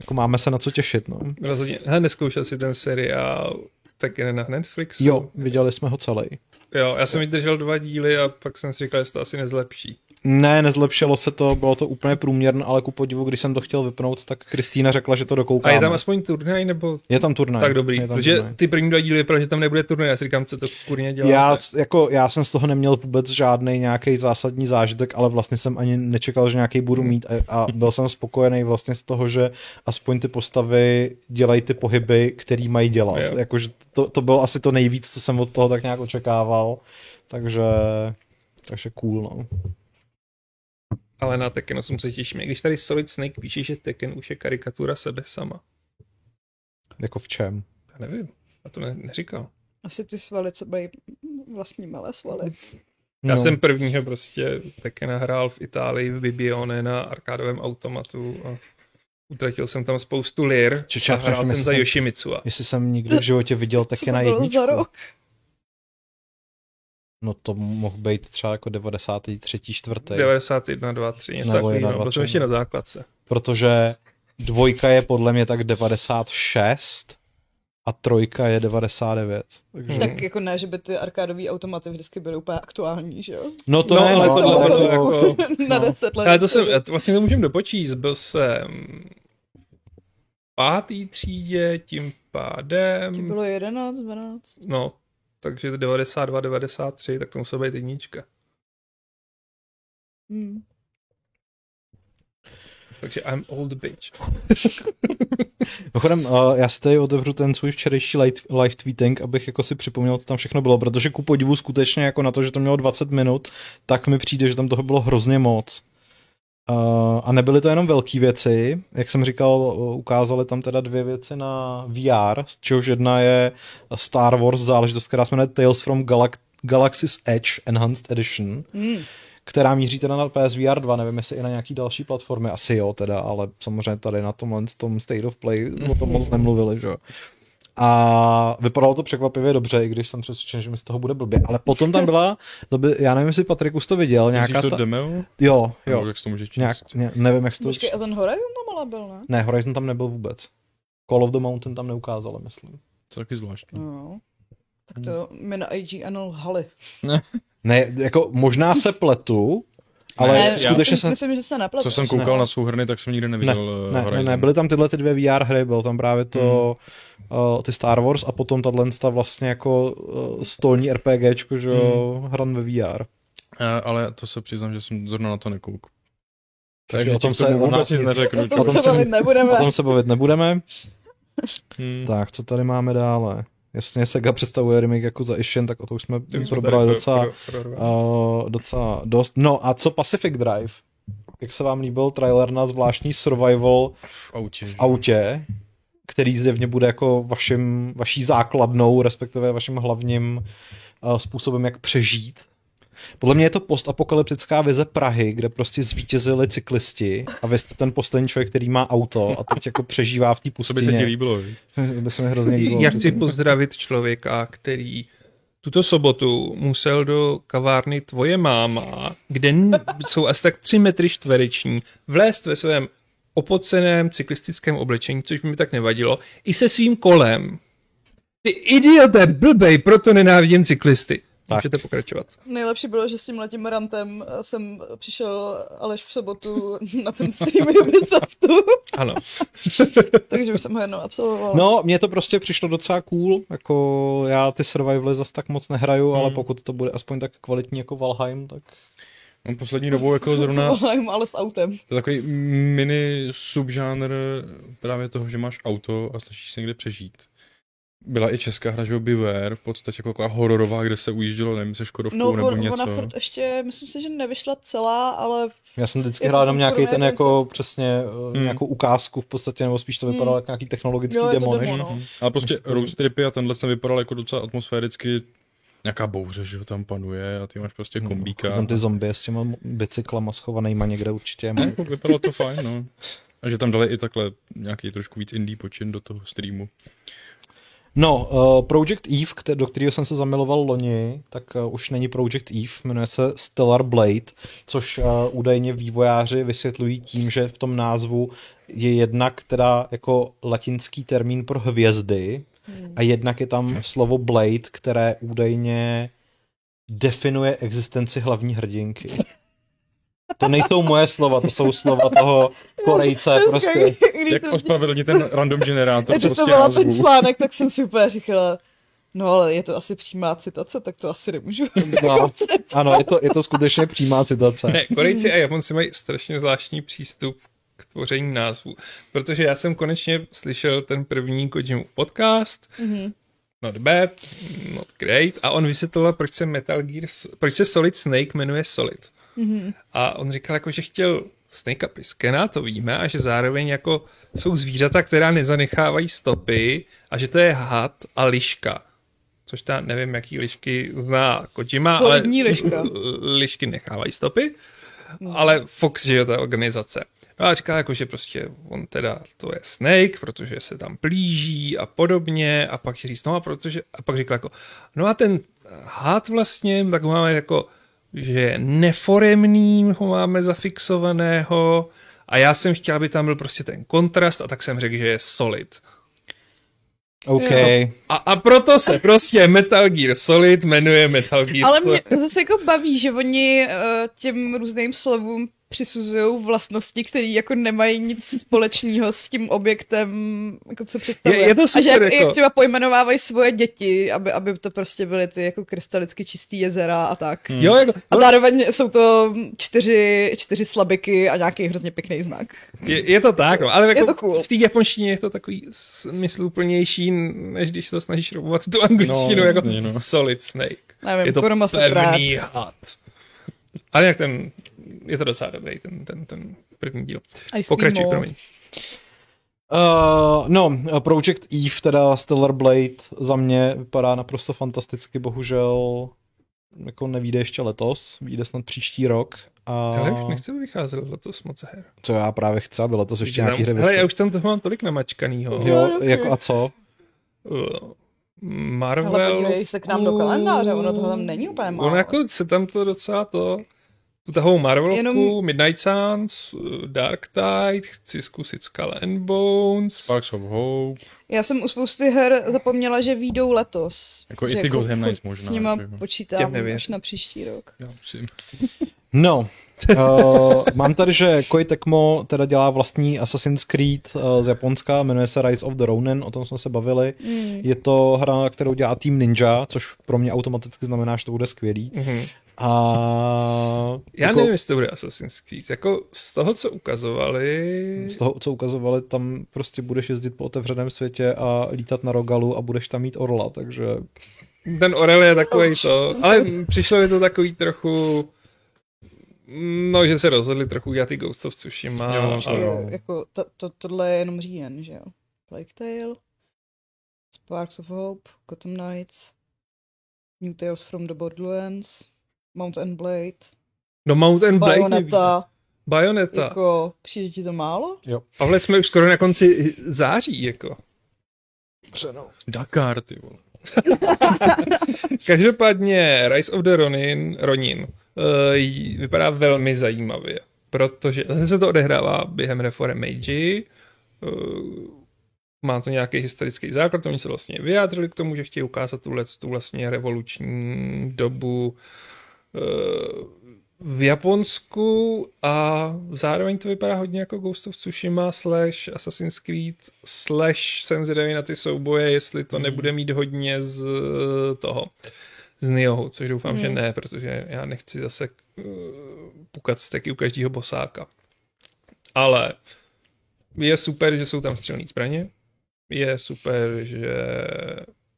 [SPEAKER 1] jako máme se na co těšit, no.
[SPEAKER 4] Rozhodně. Hele, neskoušel si ten seriál tak jen na Netflixu?
[SPEAKER 1] Jo, viděli jsme ho celý.
[SPEAKER 4] jo. Já jsem vydržel dva díly a pak jsem si říkal, že se to asi nezlepší.
[SPEAKER 1] Ne, nezlepšilo se to, bylo to úplně průměrné, ale ku podivu, když jsem to chtěl vypnout, tak Kristýna řekla, že to
[SPEAKER 4] A
[SPEAKER 1] dokoukáme.
[SPEAKER 4] je tam aspoň turnaj, nebo
[SPEAKER 1] je tam turnaj.
[SPEAKER 4] tak dobrý,
[SPEAKER 1] je tam
[SPEAKER 4] protože
[SPEAKER 1] turnaj.
[SPEAKER 4] ty první dva díly vypadaly, že tam nebude turnaj. Já si říkám, co to kurně dělá.
[SPEAKER 1] Já, s- jako, já jsem z toho neměl vůbec žádný nějaký zásadní zážitek, ale vlastně jsem ani nečekal, že nějaký
[SPEAKER 4] Hmm.
[SPEAKER 1] budu mít a, a byl jsem spokojený vlastně z toho, že aspoň ty postavy dělají ty pohyby, který mají dělat.
[SPEAKER 4] Jo.
[SPEAKER 1] Jakože to, to bylo asi to nejvíc, co jsem od toho tak nějak očekával. Takže, takže cool, no.
[SPEAKER 4] Ale na Tekken 8 se těším. I Když tady Solid Snake píše, že Tekken už je karikatura sebe sama.
[SPEAKER 1] Jako v čem?
[SPEAKER 4] Já nevím. A to ne- neříkal.
[SPEAKER 3] Asi ty svaly, co mají vlastní malé svaly.
[SPEAKER 4] Já no. jsem prvního prostě také nahrál v Itálii v Bibione na arkádovém automatu a utratil jsem tam spoustu lir
[SPEAKER 1] Čoče,
[SPEAKER 4] a hrál jsem
[SPEAKER 1] jestli
[SPEAKER 4] za
[SPEAKER 1] jsem-
[SPEAKER 4] Yoshimitsu.
[SPEAKER 1] Jestli jsem nikdy v životě viděl, tak
[SPEAKER 3] Co
[SPEAKER 1] je
[SPEAKER 3] to
[SPEAKER 1] na
[SPEAKER 3] bylo
[SPEAKER 1] jedničku.
[SPEAKER 3] za rok?
[SPEAKER 1] No to mohl být třeba jako 93. čtvrtý.
[SPEAKER 4] 91, 2, 3, něco
[SPEAKER 1] Nebo
[SPEAKER 4] takového.
[SPEAKER 1] 21,
[SPEAKER 4] Byl jsem ještě na základce.
[SPEAKER 1] Protože dvojka je podle mě tak 96 a trojka je 99.
[SPEAKER 4] Takže...
[SPEAKER 3] Tak jako ne, že by ty arkádové automaty vždycky byly úplně aktuální, že jo?
[SPEAKER 1] No to
[SPEAKER 4] No,
[SPEAKER 1] ne,
[SPEAKER 4] ale
[SPEAKER 1] no,
[SPEAKER 4] podle-
[SPEAKER 1] ale-
[SPEAKER 4] podle- jako-
[SPEAKER 3] (laughs) na
[SPEAKER 1] no.
[SPEAKER 3] deset let.
[SPEAKER 4] Ale to jsem, to vlastně to můžeme dopočíst, byl jsem v pátý třídě, tím
[SPEAKER 3] Ti
[SPEAKER 4] pádem,
[SPEAKER 3] Bylo 11, 12.
[SPEAKER 4] no, takže 92, 93, tak to musela být jednička.
[SPEAKER 3] Hmm.
[SPEAKER 4] Takže I'm old bitch.
[SPEAKER 1] Mimochodem, uh, já si tady otevřu ten svůj včerejší live, live tweeting, abych jako si připomněl, co tam všechno bylo, protože ku podivu skutečně jako na to, že to mělo 20 minut, tak mi přijde, že tam toho bylo hrozně moc. Uh, a nebyly to jenom velké věci, jak jsem říkal, uh, ukázali tam teda dvě věci na VR, z čehož jedna je Star Wars záležitost, která se jmenuje Tales from Galax- Galaxy's Edge Enhanced Edition,
[SPEAKER 3] Hmm.
[SPEAKER 1] která míří teda na PSVR 2, nevím jestli i na nějaký další platformy, asi jo teda, ale samozřejmě tady na tomhle tom State of Play o tom moc nemluvili, že jo. A vypadalo to překvapivě dobře, i když jsem přesvědčen, že mi z toho bude blbě. Ale potom tam byla, to by, já nevím, jestli Patrik už to viděl, nějaká
[SPEAKER 2] Nějaká to
[SPEAKER 1] ta,
[SPEAKER 2] demo?
[SPEAKER 1] jo,
[SPEAKER 2] Jo.
[SPEAKER 1] jo,
[SPEAKER 2] Jak se to může číst?
[SPEAKER 1] nějak, ně, nevím, jak se to,
[SPEAKER 3] Počkej, a ten Horizon tam ale byl, ne?
[SPEAKER 1] ne, Horizon tam nebyl vůbec. Call of the Mountain tam neukázalo, myslím.
[SPEAKER 2] To je taky
[SPEAKER 1] Hmm.
[SPEAKER 2] zvláštní.
[SPEAKER 3] No. Tak to mi na IGN lhali.
[SPEAKER 1] Ne, jako možná se pletu, ale
[SPEAKER 2] Ne,
[SPEAKER 1] ne,
[SPEAKER 2] já-
[SPEAKER 1] skutečně
[SPEAKER 3] myslím,
[SPEAKER 1] jsem,
[SPEAKER 3] myslím, že se nepletu.
[SPEAKER 2] Co jsem koukal na souhrny, tak jsem nikdy neviděl eh,
[SPEAKER 1] Ne, ne,
[SPEAKER 2] Horizon.
[SPEAKER 1] ne, byly tam tyhle ty dvě VR hry, byl tam právě to, uh, ty Star Wars a potom tahle ta vlastně jako uh, stolní RPGčko, že jo, hran ve VR.
[SPEAKER 2] Eh, Ale to se přiznám, že jsem zrovna na to nekoukal.
[SPEAKER 1] Takže o tom
[SPEAKER 2] ti k tomu
[SPEAKER 1] se o
[SPEAKER 2] vůbec
[SPEAKER 1] nás,
[SPEAKER 2] nic neřeknu.
[SPEAKER 1] o tom
[SPEAKER 3] To
[SPEAKER 1] se,
[SPEAKER 3] bavit nebudeme.
[SPEAKER 1] o tom se bavit nebudeme.
[SPEAKER 2] Hmm.
[SPEAKER 1] Tak, co tady máme dále? Jasně, Sega představuje remake jako za Ishin, tak o to už jsme
[SPEAKER 4] To už jsme
[SPEAKER 1] probrali
[SPEAKER 4] tady
[SPEAKER 1] docela,
[SPEAKER 4] pro- pro- pro-
[SPEAKER 1] uh, docela dost. No a co Pacific Drive? Jak se vám líbil trailer na zvláštní survival
[SPEAKER 2] V autě. že?
[SPEAKER 1] autě, který zjevně bude jako vašim, vaší základnou, respektive vašim hlavním eh, způsobem, jak přežít. Podle mě je to postapokalyptická vize Prahy, kde prostě zvítězili cyklisti a vy jste ten poslední člověk, který má auto a teď jako přežívá v té
[SPEAKER 2] Co by se ti
[SPEAKER 1] pustině.
[SPEAKER 2] líbilo? že?
[SPEAKER 1] To by se mi hrozně líbilo.
[SPEAKER 4] Já chci pozdravit člověka, který tuto sobotu musel do kavárny Tvoje máma, kde n- jsou asi tak tři metry čtvereční, vlézt ve svém opoceném cyklistickém oblečení, což by mi tak nevadilo, i se svým kolem. Ty idiote, blbej, proto nenávidím cyklisty.
[SPEAKER 1] Tak.
[SPEAKER 4] Tak. Můžete pokračovat.
[SPEAKER 3] Nejlepší bylo, že s tím letím rantem eh, jsem přišel Aleš v sobotu na ten stream (laughs) Ubisoftu,
[SPEAKER 4] Ano.
[SPEAKER 3] takže už jsem ho jednou absolvovala.
[SPEAKER 1] No, mně to prostě přišlo docela cool, jako já ty survivaly zas tak moc nehraju,
[SPEAKER 3] Hmm.
[SPEAKER 1] ale pokud to bude aspoň tak kvalitní jako Valheim, tak
[SPEAKER 2] No, poslední dobou jako zrovna
[SPEAKER 3] Volám, ale s autem.
[SPEAKER 2] To je takový mini subžánr právě toho, že máš auto a snažíš se někde přežít. Byla i česká hra, že jo, Beware, v podstatě jako taková hororová, kde se ujíždělo, nevím, se Škodovkou
[SPEAKER 3] No,
[SPEAKER 2] nebo
[SPEAKER 3] on,
[SPEAKER 2] něco.
[SPEAKER 3] ona furt ještě, myslím si, že nevyšla celá, ale
[SPEAKER 1] Já jsem vždycky
[SPEAKER 3] Jako
[SPEAKER 1] hrál jenom
[SPEAKER 3] pro
[SPEAKER 1] nějaký
[SPEAKER 3] mě
[SPEAKER 1] ten
[SPEAKER 3] ten
[SPEAKER 1] jako přesně hmm.
[SPEAKER 2] Hmm.
[SPEAKER 1] nějakou ukázku v podstatě, nebo spíš to vypadalo
[SPEAKER 3] Hmm.
[SPEAKER 1] jako nějaký technologický
[SPEAKER 3] Jo, je to
[SPEAKER 1] demo, než
[SPEAKER 3] demo, no.
[SPEAKER 2] Mhm. Ale prostě road tripy a tenhle jsem vypadal jako docela atmosféricky, nějaká bouře, že jo, tam panuje a ty máš prostě kombíka.
[SPEAKER 1] tam ty zombie s těma bicyklama schovanýma někde určitě.
[SPEAKER 2] Jako Vypadalo to fajn, no. A že tam dali i takhle nějaký trošku víc indie počin do toho streamu.
[SPEAKER 1] No, uh, Project Eve, kte- do kterého jsem se zamiloval loni, tak uh, už není Project Eve, jmenuje se Stellar Blade, což uh, údajně vývojáři vysvětlují tím, že v tom názvu je jednak teda jako latinský termín pro hvězdy a jednak je tam slovo Blade, které údajně definuje existenci hlavní hrdinky. To nejsou moje slova, to jsou slova toho
[SPEAKER 3] (laughs)
[SPEAKER 1] Korejce prostě.
[SPEAKER 3] Když
[SPEAKER 2] Jak
[SPEAKER 3] jsem-
[SPEAKER 2] ospravedlnit ten random generátor
[SPEAKER 3] když
[SPEAKER 2] prostě
[SPEAKER 3] to byla ten
[SPEAKER 2] názvu.
[SPEAKER 3] článek, tak jsem si úplně říkala, no ale je to asi přímá citace, tak to asi nemůžu.
[SPEAKER 1] No, ano, je to, je to skutečně přímá citace.
[SPEAKER 4] Ne, Korejci a Japonci mají strašně zvláštní přístup k tvoření názvů, protože já jsem konečně slyšel ten první Kojimův podcast,
[SPEAKER 3] Mhm.
[SPEAKER 4] not bad, not great, a on vysvětloval, proč
[SPEAKER 3] Mhm.
[SPEAKER 4] se Metal Gear, proč se Solid Snake jmenuje Solid. A on říkal jako, že chtěl Snake a Priskena, to víme, a že zároveň jako jsou zvířata, která nezanechávají stopy a že to je had a liška. Což ta nevím, jaký lišky zná Kojima, ale (laughs)
[SPEAKER 3] liška.
[SPEAKER 4] lišky nechávají stopy. No. Ale Fox, že je ta organizace. No a říká jako, že prostě on teda to je Snake, protože se tam plíží a podobně a pak říct, no a protože, a pak říká jako, no a ten had vlastně, tak ho máme jako, že je neforemný, ho máme zafixovaného a já jsem chtěl, aby tam byl prostě ten kontrast a tak jsem řekl, že je solid. No,
[SPEAKER 1] OK. Jo.
[SPEAKER 4] A, a proto se prostě Metal Gear Solid jmenuje
[SPEAKER 3] (laughs)
[SPEAKER 4] Metal Gear
[SPEAKER 3] Ale mě zase jako baví, že oni uh, těm různým slovům přisuzují vlastnosti, které jako nemají nic společného s tím objektem, jako co představuje.
[SPEAKER 4] Je, je to super,
[SPEAKER 3] a že jak,
[SPEAKER 4] jako...
[SPEAKER 3] jak třeba pojmenovávají svoje děti, aby, aby to prostě byly ty jako krystalicky čistý jezera a tak.
[SPEAKER 4] Hmm. Jo, jako,
[SPEAKER 3] no... A zároveň jsou to čtyři, čtyři slabiky a nějaký hrozně pěkný znak.
[SPEAKER 4] Je, je to tak, no, ale jako
[SPEAKER 3] je to cool.
[SPEAKER 4] v té japonštině je to takový smysluplnější, než když to snažíš robovat tu angličtinu, no, jako no. solid snake.
[SPEAKER 3] Nevím,
[SPEAKER 4] je to
[SPEAKER 3] pevný
[SPEAKER 4] se had. Ale jak ten, je to docela dobrý, ten, ten, ten první díl. Pokračuj, promiň.
[SPEAKER 1] Uh, no, Project Eve, teda Stellar Blade, za mě vypadá naprosto fantasticky, bohužel jako nevíde ještě letos, vyjde snad příští rok. A...
[SPEAKER 4] Hele, už nechci vycházet letos moc her.
[SPEAKER 1] To já právě chci, aby letos ještě nějaký hry
[SPEAKER 4] Hele, já už tam toho mám tolik namačkanýho.
[SPEAKER 1] Jo, jo okay. jako a co?
[SPEAKER 4] Uh. Marvel... Ale
[SPEAKER 3] podívej se k nám do kalendáře, ono toho tam není úplně málo.
[SPEAKER 4] Ono jako se tam to docela to... Utahou Marvelovku, Jenom... Midnight Suns, eh, Dark Tide, chci zkusit Skull and Bones.
[SPEAKER 2] Sparks of Hope.
[SPEAKER 3] Já jsem u spousty her zapomněla, že výjdou letos.
[SPEAKER 2] Jako i ty jako, Gotham Knights možná.
[SPEAKER 3] S nima že... počítám až na příští rok.
[SPEAKER 2] Já musím.
[SPEAKER 1] No, uh, mám tady, že Koei Tecmo teda dělá vlastní Assassin's Creed uh, z Japonska, jmenuje se Rise of the Ronin, o tom jsme se bavili. Mm. Je to hra, kterou dělá tým Ninja, což pro mě automaticky znamená, že to bude skvělý. Mm-hmm. A...
[SPEAKER 4] Mm. Mhm. Já jako, nevím, jestli to bude Assassin's Creed. Jako z toho, co ukazovali...
[SPEAKER 1] Z toho, co ukazovali, tam prostě budeš jezdit po otevřeném světě a lítat na Rogalu a budeš tam mít orla, takže...
[SPEAKER 4] Ten orel je takový to, ale přišlo mi to takový trochu... No, že se rozhodli trochu dělat ty Ghost of Tsushima.
[SPEAKER 3] Jo, a... jo. Jako, to, to, tohle je jenom říjen, že jo? Plague Tale, Sparks of Hope, Gotham Knights, New Tales from the Borderlands, Mount and Blade.
[SPEAKER 4] No Mount and Blade
[SPEAKER 3] Bayonetta.
[SPEAKER 4] Bayonetta.
[SPEAKER 3] Jako, přijde ti to málo?
[SPEAKER 1] Jo.
[SPEAKER 4] Ale jsme už skoro na konci září, jako.
[SPEAKER 1] Přenou.
[SPEAKER 2] Dakar, ty vole.
[SPEAKER 4] Každopádně Rise of the Ronin, Ronin uh, vypadá velmi zajímavě, protože se to odehrává během reform Meiji, uh, má to nějaký historický základ, oni se vlastně vyjádřili k tomu, že chtějí ukázat tuhle tu vlastně revoluční dobu uh, v Japonsku a zároveň to vypadá hodně jako Ghost of Tsushima slash Assassin's Creed slash jsem zvědavý na ty souboje, jestli to nebude mít hodně z eh, toho z Niohu, což doufám, hmm. že ne, protože já nechci zase uh, pukat vsteky u každého bosáka. Ale je super, že jsou tam střelné zbraně, je super, že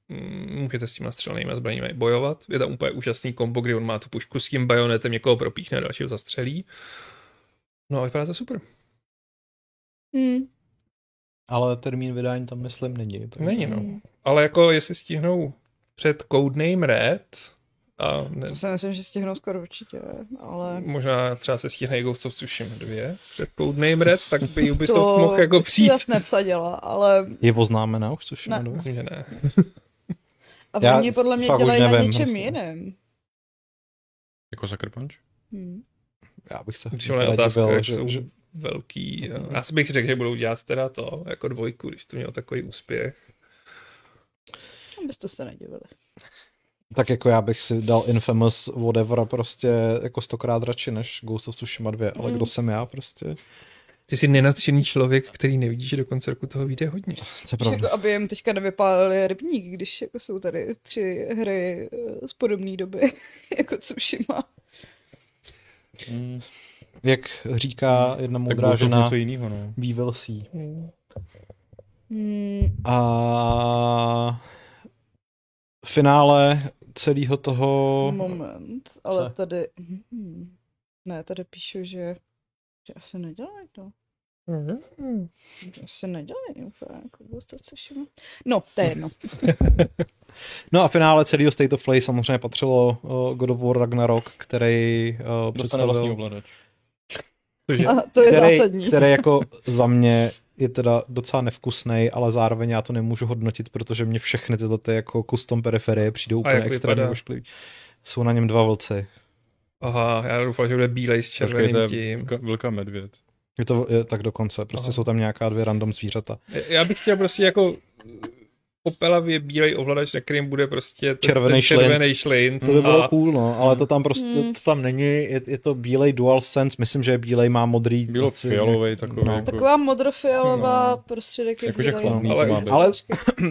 [SPEAKER 4] mm, můžete s těma střelnými zbraněmi bojovat. Je tam úplně úžasný kombo, kdy on má tu pušku s tím bajonetem, někoho propíchne, dalšího zastřelí. No a vypadá to super.
[SPEAKER 3] Hmm.
[SPEAKER 1] Ale termín vydání tam, myslím, není.
[SPEAKER 4] Takže... Není, no. Hmm. Ale jako, jestli stihnou před Codename Red, a
[SPEAKER 3] ne... To si myslím, že stihnou skoro určitě, ale...
[SPEAKER 4] Možná třeba se stihne Ghost of Tsushima 2 před Codename Red, tak by Ubisoft to... mohl jako přijít.
[SPEAKER 3] To nepsadila, ale...
[SPEAKER 1] Je oznámená už Tsushima
[SPEAKER 4] 2? Myslím, že ne.
[SPEAKER 3] A Já oni podle mě dělají nevím, na něčem vlastně. jiném.
[SPEAKER 2] Jako Sucker Punch?
[SPEAKER 3] Hmm.
[SPEAKER 1] Já bych se
[SPEAKER 4] hodně otázka, dělal, že, jsou že... velký... Já no. si bych řekl, že budou dělat teda to, jako dvojku, když to mělo takový úspěch.
[SPEAKER 3] Abyste se nedivili
[SPEAKER 1] tak jako já bych si dal Infamous whatever prostě jako stokrát radši než Ghost of Tsushima 2, ale mm. kdo jsem já prostě.
[SPEAKER 4] Ty jsi nenadšený člověk, který nevidí, že do konce roku toho vyjde hodně.
[SPEAKER 1] To je pravda.
[SPEAKER 3] Jako, aby jim teďka nevypálili rybník, když jako jsou tady tři hry eh, z podobné doby, (laughs) jako Tsushima.
[SPEAKER 1] Mm. Jak říká jedna moudrá žena, jinýho, no. we will see.
[SPEAKER 4] Hmm.
[SPEAKER 3] Mm.
[SPEAKER 1] A finále celého toho...
[SPEAKER 3] Mhm, Moment, ale Co? tady... Hmm, ne, tady píšu, že Že asi nedělají to. Mm-hmm. Asi nedělají úplně, jako dostat se všemu. No, to je jedno.
[SPEAKER 1] no a finále celého State of Play samozřejmě patřilo uh, God of War Ragnarok, který uh,
[SPEAKER 2] Dostane vlastní ovladač.
[SPEAKER 1] Cože?
[SPEAKER 3] A to je
[SPEAKER 1] který,
[SPEAKER 3] zásadní.
[SPEAKER 1] který jako za mě je teda docela nevkusný, ale zároveň já to nemůžu hodnotit, protože mě všechny tyhle ty jako custom periferie přijdou úplně
[SPEAKER 4] jak
[SPEAKER 1] extrémně
[SPEAKER 4] vypadá?
[SPEAKER 1] ošklivý. Jsou na něm dva vlci.
[SPEAKER 4] Aha, já doufám, že bude bílej s
[SPEAKER 2] Počkej, to
[SPEAKER 4] červeným
[SPEAKER 2] je
[SPEAKER 4] tím.
[SPEAKER 2] velká- velká medvěd.
[SPEAKER 1] Je to je, tak dokonce, prostě
[SPEAKER 4] Aha.
[SPEAKER 1] jsou tam nějaká dvě random zvířata.
[SPEAKER 4] Já bych chtěl prostě jako opelavě bílej ovladač, na kterým bude prostě ten,
[SPEAKER 1] Červený
[SPEAKER 4] ten
[SPEAKER 1] šlinc.
[SPEAKER 4] červený šlinc.
[SPEAKER 1] To by bylo
[SPEAKER 4] a
[SPEAKER 1] cool, no, ale to tam prostě,
[SPEAKER 3] Mm.
[SPEAKER 1] to tam není, je, je to bílej DualSense, myslím, že bílej má modrý.
[SPEAKER 2] Bylo
[SPEAKER 1] prostě-
[SPEAKER 2] fialovej takový.
[SPEAKER 1] No.
[SPEAKER 2] No. Jako,
[SPEAKER 3] Taková modrofialová
[SPEAKER 2] No.
[SPEAKER 3] prostředek je
[SPEAKER 2] Jakože
[SPEAKER 3] bílej.
[SPEAKER 2] chladný
[SPEAKER 4] Ale-
[SPEAKER 2] to má být.
[SPEAKER 1] Ale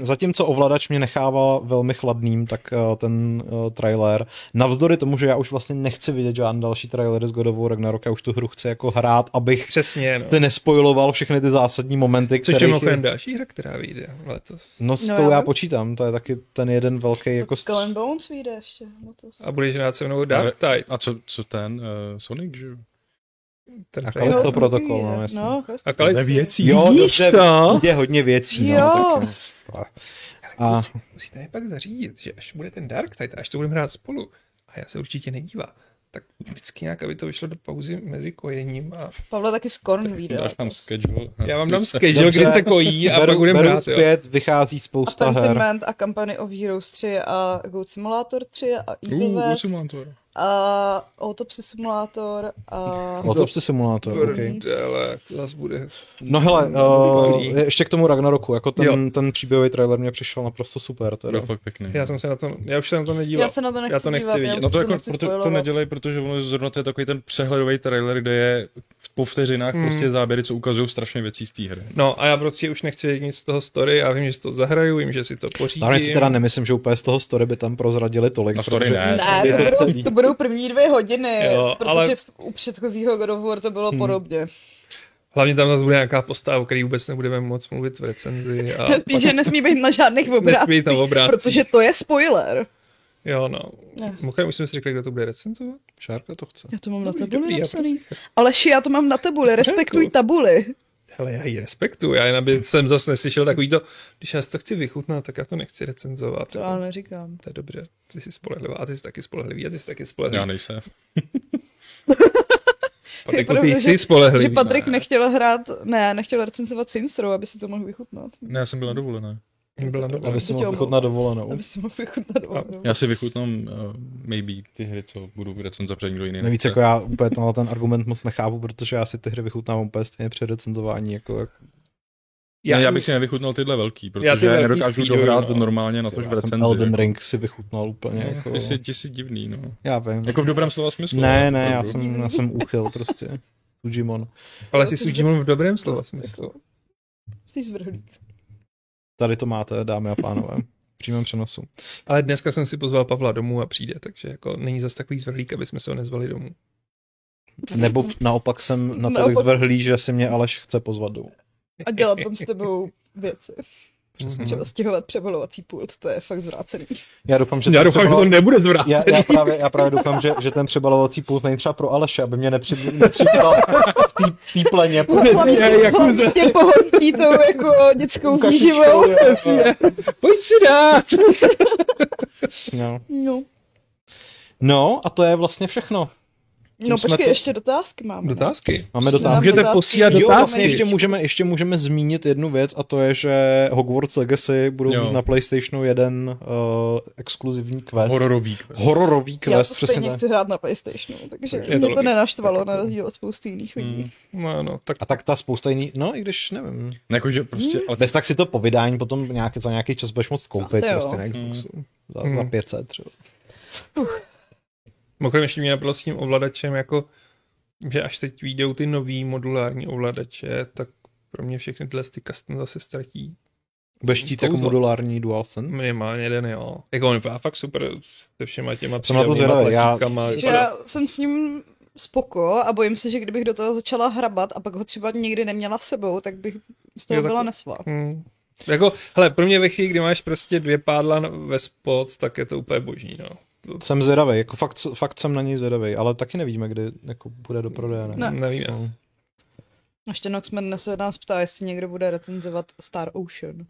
[SPEAKER 1] zatímco ovladač mě nechává velmi chladným, tak eh, ten eh, trailer, navzdory tomu, že já už vlastně nechci vidět žádný další trailer z God of War Ragnarok, já už tu hru chci jako hrát, abych
[SPEAKER 4] Přesně, no.
[SPEAKER 1] ty nespojiloval všechny ty zásadní momenty,
[SPEAKER 4] Což je
[SPEAKER 1] kterých
[SPEAKER 4] mimochodem další hra, která vyjde letos.
[SPEAKER 1] No s
[SPEAKER 3] No,
[SPEAKER 1] tou
[SPEAKER 3] jo.
[SPEAKER 1] já počítám, to je taky ten jeden velký jako...
[SPEAKER 3] Jako Skull
[SPEAKER 1] stř-
[SPEAKER 3] and Bones vyjde ještě. No to
[SPEAKER 4] A budeš hrát se mnou Dark Tide.
[SPEAKER 2] a co, co ten? Uh, Sonic, že jo?
[SPEAKER 4] Ten
[SPEAKER 1] a
[SPEAKER 4] trailer.
[SPEAKER 1] Callisto protokol, no, jasně.
[SPEAKER 3] no,
[SPEAKER 4] A Kali...
[SPEAKER 2] To je věcí. (laughs)
[SPEAKER 1] Jo,
[SPEAKER 2] Vidíš
[SPEAKER 1] dobře,
[SPEAKER 2] to?
[SPEAKER 1] je hodně věcí, no,
[SPEAKER 3] Jo.
[SPEAKER 1] tak, no. A
[SPEAKER 4] Musíte mi pak zařídit, že až bude ten Dark Tide, až to budeme hrát spolu, a já se určitě nedívá, tak vždycky nějak, aby to vyšlo do pauzy mezi kojením a...
[SPEAKER 3] Pavla taky Scorn vyjde.
[SPEAKER 2] Dáš tam
[SPEAKER 3] letos.
[SPEAKER 2] sketch, vole.
[SPEAKER 4] Já vám
[SPEAKER 2] Ty
[SPEAKER 4] dám
[SPEAKER 2] jste-
[SPEAKER 4] schedule,
[SPEAKER 1] No, Dobře.
[SPEAKER 4] kdy se kojí a
[SPEAKER 1] beru,
[SPEAKER 4] pak budeme
[SPEAKER 1] beru
[SPEAKER 4] hrát, jo.
[SPEAKER 1] zpět, vychází
[SPEAKER 3] A
[SPEAKER 1] spousta her.
[SPEAKER 3] Pentiment a Company of Heroes 3 a Goat Simulator 3 a Evil
[SPEAKER 2] Uh,
[SPEAKER 3] West
[SPEAKER 2] simulátor.
[SPEAKER 3] a Autopsy Simulator
[SPEAKER 1] (laughs)
[SPEAKER 3] a...
[SPEAKER 1] Autopsy simulátor, okay.
[SPEAKER 4] Prdele, to zase bude...
[SPEAKER 1] No hele, uh,
[SPEAKER 4] Dobrý.
[SPEAKER 1] ještě k tomu Ragnaroku, jako ten,
[SPEAKER 4] Jo.
[SPEAKER 1] ten příběhový trailer mě přišel naprosto super.
[SPEAKER 2] To
[SPEAKER 1] Teda.
[SPEAKER 2] byl fakt pěkný.
[SPEAKER 4] Já jsem se na to, já už se na to nedíval.
[SPEAKER 3] Já se na to nechci
[SPEAKER 4] já to nechci
[SPEAKER 3] dívat,
[SPEAKER 4] vidět.
[SPEAKER 3] já
[SPEAKER 2] No to,
[SPEAKER 3] To
[SPEAKER 2] jako,
[SPEAKER 3] nechci
[SPEAKER 2] proto, to
[SPEAKER 3] spoilovat.
[SPEAKER 2] nedělej, protože ono je zrovna to je takový ten přehledový trailer, kde je po vteřinách
[SPEAKER 4] Hmm.
[SPEAKER 2] hmm. prostě záběry, co ukazují strašně věcí z té hry.
[SPEAKER 4] No a já prostě už nechci vědět nic z toho story, já vím, že si to zahraju, vím, že si to pořídím.
[SPEAKER 1] Zároveň si teda nemyslím, že úplně z toho story by tam prozradili tolik.
[SPEAKER 2] No story
[SPEAKER 1] protože-
[SPEAKER 2] ne.
[SPEAKER 3] Ne, to budou, to budou první dvě hodiny,
[SPEAKER 4] Jo,
[SPEAKER 3] protože
[SPEAKER 4] ale- Hmm.
[SPEAKER 3] v- u předchozího God of War to bylo podobně. (laughs)
[SPEAKER 4] Hlavně tam zase bude nějaká postava, o který vůbec nebudeme moc mluvit v recenzi.
[SPEAKER 3] (laughs)
[SPEAKER 4] A
[SPEAKER 3] Spíš, že nesmí být na žádných
[SPEAKER 4] nesmí
[SPEAKER 3] obrázcích,
[SPEAKER 4] být na obrázcích.
[SPEAKER 3] protože to je spoiler.
[SPEAKER 4] Jo, no.
[SPEAKER 3] Ne.
[SPEAKER 4] Mimochodem, už jsme si řekli, kdo to bude recenzovat. Šárka to chce.
[SPEAKER 3] Já to mám
[SPEAKER 4] Dobrý,
[SPEAKER 3] na tabuli
[SPEAKER 4] dobrý, já prostě-
[SPEAKER 3] napsaný.
[SPEAKER 4] prosím.
[SPEAKER 3] Aleši, já to mám na tabuli, respektuj tabuli.
[SPEAKER 4] Hele, já ji respektuju, já jen aby jsem zase neslyšel takový to, když já si to chci vychutnat, tak já to nechci recenzovat.
[SPEAKER 3] To já neříkám.
[SPEAKER 4] To je dobře, ty jsi spolehlivá, a ty jsi taky spolehlivý, a ty jsi taky spolehlivý.
[SPEAKER 2] Já nejsem.
[SPEAKER 4] Patriku,
[SPEAKER 3] Je
[SPEAKER 4] ty
[SPEAKER 3] pravda, že-
[SPEAKER 4] jsi
[SPEAKER 3] Že
[SPEAKER 4] spolehlivý.
[SPEAKER 3] Patrik
[SPEAKER 4] ne.
[SPEAKER 3] nechtěl hrát, ne, nechtěl recenzovat Saints Row, aby si to mohl vychutnat.
[SPEAKER 2] Ne, já jsem byla dovolená.
[SPEAKER 1] No,
[SPEAKER 4] Byla dobrá.
[SPEAKER 1] Aby si
[SPEAKER 3] Tě
[SPEAKER 1] mohl
[SPEAKER 3] omlouvám.
[SPEAKER 1] chodit na
[SPEAKER 4] No.
[SPEAKER 1] dovolenou.
[SPEAKER 3] Aby si mohl vychutnat opravdu.
[SPEAKER 2] Já si vychutnám uh, maybe ty hry, co budu kde jsem zapřed někdo jiný.
[SPEAKER 1] Navíc
[SPEAKER 2] nechce.
[SPEAKER 1] jako já úplně tenhle ten argument moc nechápu, protože já si ty hry vychutnám úplně stejně při recenzování. Jako, jak-
[SPEAKER 2] ne, já bych si nevychutnal tyhle velký, protože já,
[SPEAKER 4] ty velký
[SPEAKER 2] nedokážu
[SPEAKER 4] speeduju,
[SPEAKER 2] dohrát
[SPEAKER 4] no.
[SPEAKER 2] normálně na to, že v
[SPEAKER 1] já jsem
[SPEAKER 2] recenzi.
[SPEAKER 1] Elden Ring si vychutnal úplně.
[SPEAKER 2] No,
[SPEAKER 1] Jako,
[SPEAKER 2] ty, jsi, ty jsi divný, no.
[SPEAKER 1] já vím.
[SPEAKER 2] Jako v dobrém slova smyslu.
[SPEAKER 1] Ne,
[SPEAKER 2] no,
[SPEAKER 1] ne, já
[SPEAKER 2] opravdu.
[SPEAKER 1] jsem, já jsem úchyl prostě. Fujimon.
[SPEAKER 4] Ale jsi sudím v dobrém slova smyslu.
[SPEAKER 1] Jako-
[SPEAKER 3] Jsi zvrhlík.
[SPEAKER 1] Tady to máte, dámy a pánové. V přímém přenosu.
[SPEAKER 4] Ale dneska jsem si pozval Pavla domů a přijde, takže jako není zas takový zvrhlík, aby jsme se ho nezvali
[SPEAKER 1] Mhm.
[SPEAKER 4] domů.
[SPEAKER 1] Nebo naopak jsem natolik
[SPEAKER 3] Mhm. Naopak.
[SPEAKER 1] zvrhlý, že si mě Aleš chce pozvat domů.
[SPEAKER 3] A dělat tam s tebou věci.
[SPEAKER 4] Mhm.
[SPEAKER 3] Prostě
[SPEAKER 4] Přesně.
[SPEAKER 3] Třeba stěhovat přebalovací pult, to je fakt
[SPEAKER 4] (laughs)
[SPEAKER 3] zvrácený.
[SPEAKER 1] Já doufám, že
[SPEAKER 4] Já
[SPEAKER 1] ten
[SPEAKER 4] doufám, že
[SPEAKER 1] přebalo-
[SPEAKER 4] to nebude zvrátit.
[SPEAKER 1] já, já, právě, já právě doufám, že, že ten přebalovací pult není třeba pro Aleše, aby mě nepři- nepřibral v tý- v té pleně.
[SPEAKER 3] Hlavně tě pohodlí tou jako dětskou výživou.
[SPEAKER 4] Pojď si dát!
[SPEAKER 1] No.
[SPEAKER 3] No,
[SPEAKER 1] no a to je vlastně všechno.
[SPEAKER 3] no
[SPEAKER 1] jsme
[SPEAKER 3] počkej,
[SPEAKER 1] to-
[SPEAKER 3] ještě dotázky máme.
[SPEAKER 4] Dotázky.
[SPEAKER 1] Máme dotázky.
[SPEAKER 4] Můžete
[SPEAKER 3] dotázky.
[SPEAKER 4] posílat
[SPEAKER 1] Jo, vlastně
[SPEAKER 4] dotázky.
[SPEAKER 1] ještě můžeme, ještě můžeme zmínit jednu věc a to je, že Hogwarts Legacy budou
[SPEAKER 2] Jo.
[SPEAKER 1] mít na PlayStationu jeden uh, exkluzivní quest.
[SPEAKER 2] Hororový. quest.
[SPEAKER 1] Hororový
[SPEAKER 3] Já
[SPEAKER 1] quest,
[SPEAKER 3] to
[SPEAKER 1] přesně
[SPEAKER 3] stejně
[SPEAKER 1] tak.
[SPEAKER 3] chci hrát na Playstationu, takže
[SPEAKER 4] Je to
[SPEAKER 3] mě to
[SPEAKER 4] logické.
[SPEAKER 3] nenaštvalo na rozdíl od spousty jiných lidí.
[SPEAKER 2] Mm.
[SPEAKER 4] No, no, tak
[SPEAKER 1] A tak ta spousta jiných, no i když nevím.
[SPEAKER 2] Ne, Jakože prostě, ale
[SPEAKER 1] Bez tak si to po vydání potom nějaký, za nějaký čas budeš moc koupit
[SPEAKER 3] To jo.
[SPEAKER 1] prostě na Xboxu. Za, za
[SPEAKER 4] Mm.
[SPEAKER 1] 500 třeba.
[SPEAKER 4] Mimochodem ještě mě napadlo s tím ovladačem, jako, že až teď vyjdou ty nový modulární ovladače, tak pro mě všechny tyhle ty custom zase ztratí
[SPEAKER 1] Budeš chtít jako
[SPEAKER 4] Kouzlo.
[SPEAKER 1] modulární DualSense.
[SPEAKER 4] minimálně jeden, jo. Jako on vypadá fakt super se všema těma
[SPEAKER 1] Jsem na to
[SPEAKER 4] příjemnýma
[SPEAKER 1] zvědavý, já-
[SPEAKER 4] tlačítkama. jako-
[SPEAKER 3] Že
[SPEAKER 4] vypadá-
[SPEAKER 3] Já jsem s ním spoko a bojím se, že kdybych do toho začala hrabat a pak ho třeba nikdy neměla s sebou, tak bych z toho
[SPEAKER 4] Jo, tak-
[SPEAKER 3] byla nesvá.
[SPEAKER 4] Hmm. Jako, hele, pro mě ve chvíli, kdy máš prostě dvě pádla na- ve spod, tak je to úplně boží, no.
[SPEAKER 1] Jsem
[SPEAKER 4] No.
[SPEAKER 1] zvědavý, jako fakt, fakt jsem na něj zvědavý, ale taky nevíme, kdy jako bude do prodeje. Ne?
[SPEAKER 3] Ne.
[SPEAKER 4] Nevím.
[SPEAKER 1] No.
[SPEAKER 3] Ještě Noxman se nás ptá, jestli někdo bude recenzovat Star Ocean.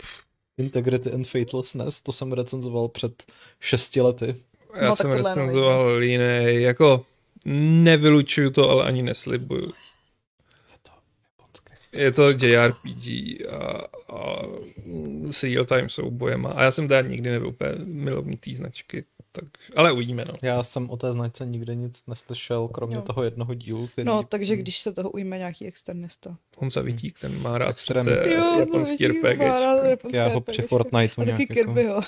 [SPEAKER 1] Integrity and Faithlessness, to jsem recenzoval před šesti lety.
[SPEAKER 4] Já no, jsem recenzoval jiný, jako nevylučuju to, ale ani neslibuju. Je to JRPG a, a serial time soubojem a já jsem teda nikdy nebyl úplně milovný té značky, tak, ale uvidíme no.
[SPEAKER 1] Já jsem o té značce nikde nic neslyšel, kromě jo. toho jednoho dílu, který...
[SPEAKER 3] No, takže když se toho ujme nějaký externista.
[SPEAKER 4] Honza Vidík, ten má rád Extrem... jo, Eh, japonský RPG.
[SPEAKER 1] Já ho při Fortniteu nějak jako-
[SPEAKER 3] taky
[SPEAKER 1] (laughs)
[SPEAKER 3] Kirbyho.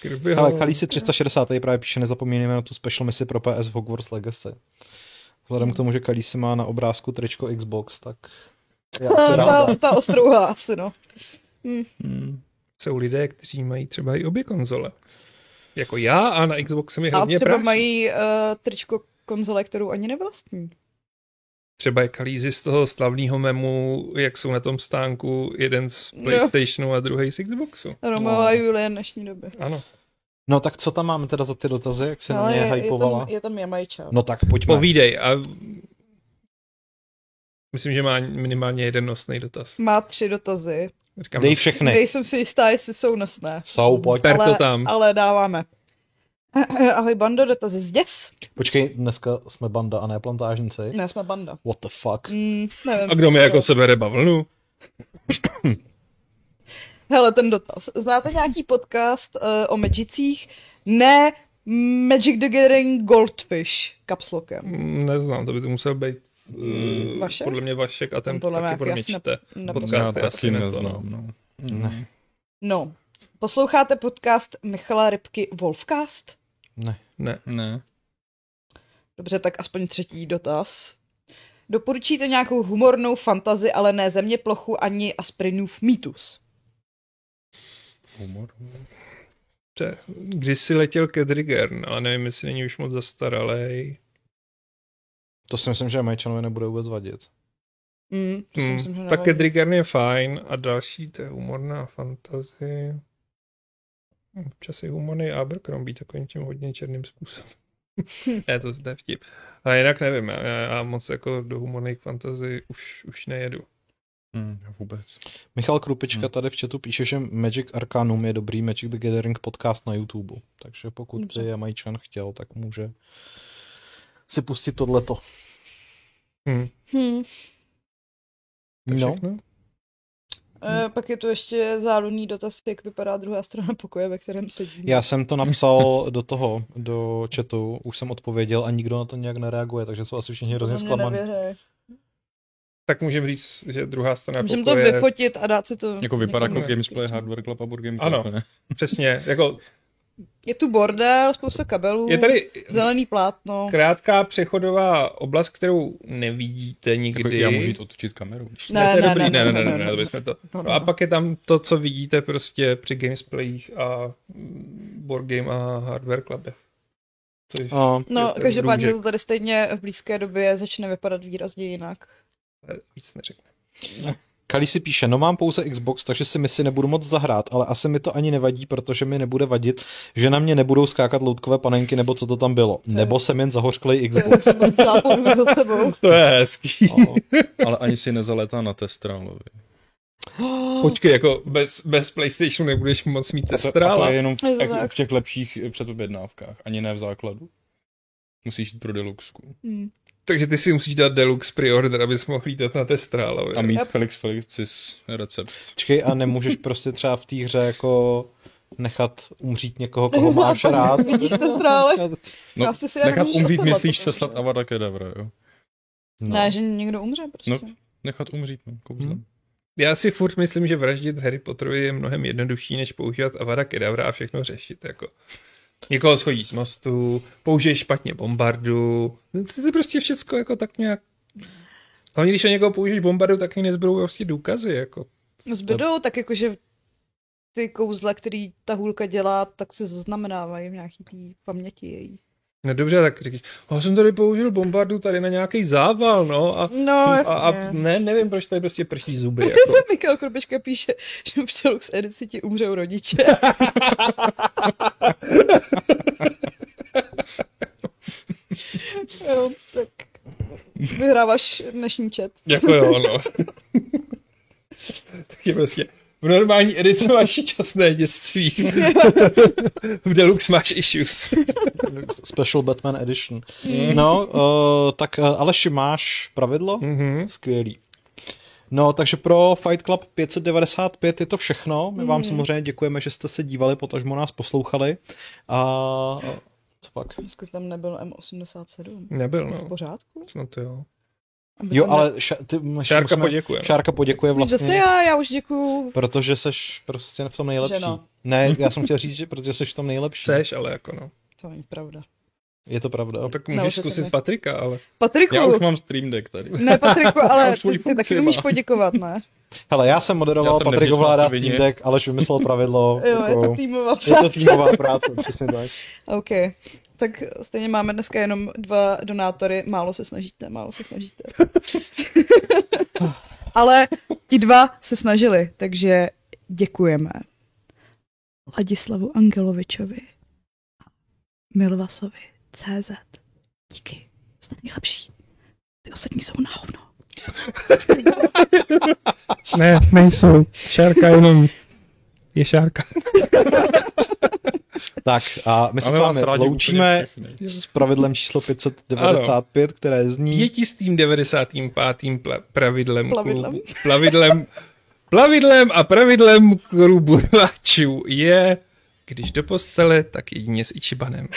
[SPEAKER 1] Kirbyho.
[SPEAKER 4] No.
[SPEAKER 1] Ale Kalisi 360 tady právě píše, nezapomínejme na tu special misi pro PS Hogwarts Legacy.
[SPEAKER 3] Hmm.
[SPEAKER 1] Vzhledem k tomu, že Kalisi má na obrázku tričko Xbox, tak...
[SPEAKER 3] (laughs) Já ta, ta, ta ostrouha asi, no.
[SPEAKER 4] Hmm. Hmm. Jsou lidé, kteří mají třeba i obě konzole. Jako já a na Xbox se mi hrozně
[SPEAKER 3] A třeba práci. mají uh, tričko konzole, kterou ani nevlastní.
[SPEAKER 4] Třeba je Kalízy z toho slavného memu, jak jsou na tom stánku jeden z PlayStationu no. a druhý z Xboxu.
[SPEAKER 3] Romeo no. a Julie dnešní doby.
[SPEAKER 4] Ano.
[SPEAKER 1] No tak co tam máme teda za ty dotazy, jak se na mě hypovala?
[SPEAKER 3] Je tam, je tam Jamajča.
[SPEAKER 1] No tak pojďme.
[SPEAKER 4] Povídej a Myslím, že má minimálně jeden nosný dotaz.
[SPEAKER 3] Má tři dotazy.
[SPEAKER 1] Říkám, Dej všechny.
[SPEAKER 3] Nejsem si jistá, jestli jsou nosné.
[SPEAKER 1] Jsou, pojď.
[SPEAKER 4] Ale, to tam.
[SPEAKER 3] ale dáváme. Eh, Ahoj bando, dotazy z děs.
[SPEAKER 1] Počkej, dneska jsme banda a ne plantážnici.
[SPEAKER 3] Ne, jsme banda.
[SPEAKER 1] What the fuck?
[SPEAKER 3] Mm, nevím,
[SPEAKER 4] a kdo mi jako sebere bavlnu?
[SPEAKER 3] Hele, ten dotaz. Znáte nějaký podcast uh, o magicích? Ne, Magic the Gathering Goldfish kapslokem.
[SPEAKER 4] no, Neznám, to by to musel být Mm, Vašek? Podle mě Vašek a ten podle taky podle mě čte.
[SPEAKER 2] Na, podcast já to asi neznám.
[SPEAKER 1] No. Ne.
[SPEAKER 3] no. Posloucháte podcast Michala Rybky Wolfcast?
[SPEAKER 1] Ne.
[SPEAKER 4] Ne.
[SPEAKER 2] Mm, ne.
[SPEAKER 3] Dobře, tak aspoň třetí dotaz. Doporučíte nějakou humornou fantazi, ale ne země plochu ani Asprinův mýtus?
[SPEAKER 2] Humor?
[SPEAKER 4] Když si letěl Kedrigern, ale nevím, jestli není už moc zastaralej.
[SPEAKER 1] To si myslím, že Američanovi nebude vůbec vadit.
[SPEAKER 3] Mm, to si myslím, že
[SPEAKER 4] Hmm, tak Kedrigern je fajn a další, to je humorná fantazie. Občas je humorný Abercrombie takovým tím hodně
[SPEAKER 3] (laughs)
[SPEAKER 4] černým způsobem. ne, to zde vtip. Ale jinak nevím, já, já moc jako do humorných fantazí už, už nejedu.
[SPEAKER 2] Mm, vůbec.
[SPEAKER 1] Michal Krupička
[SPEAKER 3] Hmm.
[SPEAKER 1] mm. tady v chatu píše, že Magic Arcanum je dobrý Magic the Gathering podcast na YouTube. Takže pokud by Jamajčan chtěl, tak může si pustit tohleto.
[SPEAKER 4] Hmm.
[SPEAKER 3] Hmm.
[SPEAKER 1] No.
[SPEAKER 3] E, pak je tu ještě záludný dotaz, jak vypadá druhá strana pokoje, ve kterém sedím.
[SPEAKER 1] Já jsem to napsal do toho, do chatu, už jsem odpověděl a nikdo na to nějak nereaguje, takže jsou asi všichni hrozně zklamaní.
[SPEAKER 4] Tak můžeme říct, že druhá strana
[SPEAKER 3] Můžeme
[SPEAKER 4] pokoje...
[SPEAKER 3] Jako to vypotit a dát si to...
[SPEAKER 2] Jako vypadá jako Gamesplay, Hardware Club a Board Game
[SPEAKER 4] Ano, ne? přesně, jako
[SPEAKER 3] je tu bordel, spousta kabelů,
[SPEAKER 4] je tady
[SPEAKER 3] zelený no. plátno.
[SPEAKER 4] Krátká přechodová oblast, kterou nevidíte nikdy. Jako
[SPEAKER 2] já můžu otočit (laughs) kameru.
[SPEAKER 3] Ne, ne, ne,
[SPEAKER 4] dobrý. ne, ne, ne, ne, ne, ne, ne, ne to. No, no. A pak je tam to, co vidíte prostě při gamesplayích a board game a hardware clubech.
[SPEAKER 1] Což a,
[SPEAKER 3] no, každopádně to tady stejně v blízké době začne vypadat výrazně jinak. (laughs)
[SPEAKER 4] Víc neřekne.
[SPEAKER 1] No. Kali si píše, no mám pouze Xbox, takže si misi nebudu moc zahrát, ale asi mi to ani nevadí, protože mi nebude vadit, že na mě nebudou skákat loutkové panenky, nebo co to tam bylo. Nebo jsem jen zahořklej Xbox.
[SPEAKER 4] to je hezký. No,
[SPEAKER 2] ale ani si nezalétá na testrálovi.
[SPEAKER 4] (laughs) Počkej, jako bez, bez PlayStationu nebudeš moc mít testrála.
[SPEAKER 2] A to, a to je jenom v, v těch lepších předobjednávkách, ani ne v základu. Musíš jít pro deluxku.
[SPEAKER 3] Hmm.
[SPEAKER 4] Takže ty si musíš dát deluxe pre-order, abys mohl lítat na testrála.
[SPEAKER 2] A mít Felix Felicis recept.
[SPEAKER 1] Čekej, a nemůžeš prostě třeba v té hře jako nechat umřít někoho, koho máš rád.
[SPEAKER 3] Vidíš testrále?
[SPEAKER 2] No, Asi si nechat umřít, myslíš se slad Avada Kedavra, jo?
[SPEAKER 3] No. Ne, že někdo umře prostě.
[SPEAKER 2] No, nechat umřít, no, kouzlem. Hmm.
[SPEAKER 4] Já si furt myslím, že vraždit Harry Potterovi je mnohem jednodušší, než používat Avada Kedavra a všechno řešit, jako. Někoho schodí z mostu, použiješ špatně bombardu. Ty si prostě všecko jako tak nějak... Hlavně když na někoho použiješ bombardu, tak mi nezbudou prostě důkazy. Jako.
[SPEAKER 3] Zbydou, No tak jakože ty kouzla, který ta hůlka dělá, tak se zaznamenávají v nějaký té paměti její.
[SPEAKER 4] No dobře, tak říkáš, já jsem tady použil bombardu tady na nějaký zával, no. A,
[SPEAKER 3] no, jasně.
[SPEAKER 4] A,
[SPEAKER 3] (laughs)
[SPEAKER 4] a ne, nevím, proč tady prostě prší zuby. Jako.
[SPEAKER 3] Mikal Krobečka píše, že v Deluxe edici ti umřou rodiče. jo, tak vyhráváš dnešní chat.
[SPEAKER 4] Jako jo, no. (laughs) taky prostě. V normální edici máš časné (laughs) dětství. v deluxe máš issues.
[SPEAKER 1] No, Special Batman Edition. Mm. No, uh, tak uh, Aleši, máš pravidlo? Mm-hmm.
[SPEAKER 4] Mhm.
[SPEAKER 1] Skvělý. No, takže pro Fight Club 595 je to všechno. My
[SPEAKER 3] Hmm.
[SPEAKER 1] vám mm. samozřejmě děkujeme, že jste se dívali, potažmo nás poslouchali. A co pak?
[SPEAKER 3] Dneska tam nebyl M87.
[SPEAKER 4] Nebyl, no.
[SPEAKER 3] V pořádku?
[SPEAKER 4] Snad jo.
[SPEAKER 1] Jo, ale ša, ty,
[SPEAKER 4] Šárka poděkuje.
[SPEAKER 1] Šárka poděkuje vlastně.
[SPEAKER 3] Zase já, já už děkuju.
[SPEAKER 1] Protože seš prostě v tom nejlepší. Že no.
[SPEAKER 4] (laughs)
[SPEAKER 1] Ne, já jsem chtěl říct, že protože seš v tom nejlepší.
[SPEAKER 4] Seš, ale jako no.
[SPEAKER 3] To není pravda.
[SPEAKER 1] Je to pravda.
[SPEAKER 4] No, tak můžeš Naučete zkusit mě. Patrika, ale...
[SPEAKER 3] Patriku!
[SPEAKER 4] Já už mám stream deck tady.
[SPEAKER 3] Ne, (laughs) Patriku, ale ty, ty taky umíš poděkovat, ne?
[SPEAKER 1] Hele, já jsem moderoval, já jsem Patrik ovládá Steam Deck, Aleš vymyslel pravidlo.
[SPEAKER 3] (laughs) jo, jako, je to týmová práce.
[SPEAKER 1] Je to týmová práce, přesně tak.
[SPEAKER 3] OK. Tak stejně máme dneska jenom dva donátory, málo se snažíte, málo se (laughs) snažíte. Ale ti dva se snažili, takže děkujeme. Ladislavu Angelovičovi Milvasovi CZ. Díky. Jste nejlepší. Ty ostatní jsou na hovno.
[SPEAKER 4] ne, nejsou. Šárka jenom je šárka.
[SPEAKER 1] tak a my se s vámi loučíme s pravidlem číslo 595, ano. které zní...
[SPEAKER 4] Pětistým 95. Pla- pravidlem plavidlem. Klubu, (laughs) plavidlem, plavidlem a pravidlem (laughs) klubu rváčů je, když do postele, tak jedině s Ichibanem.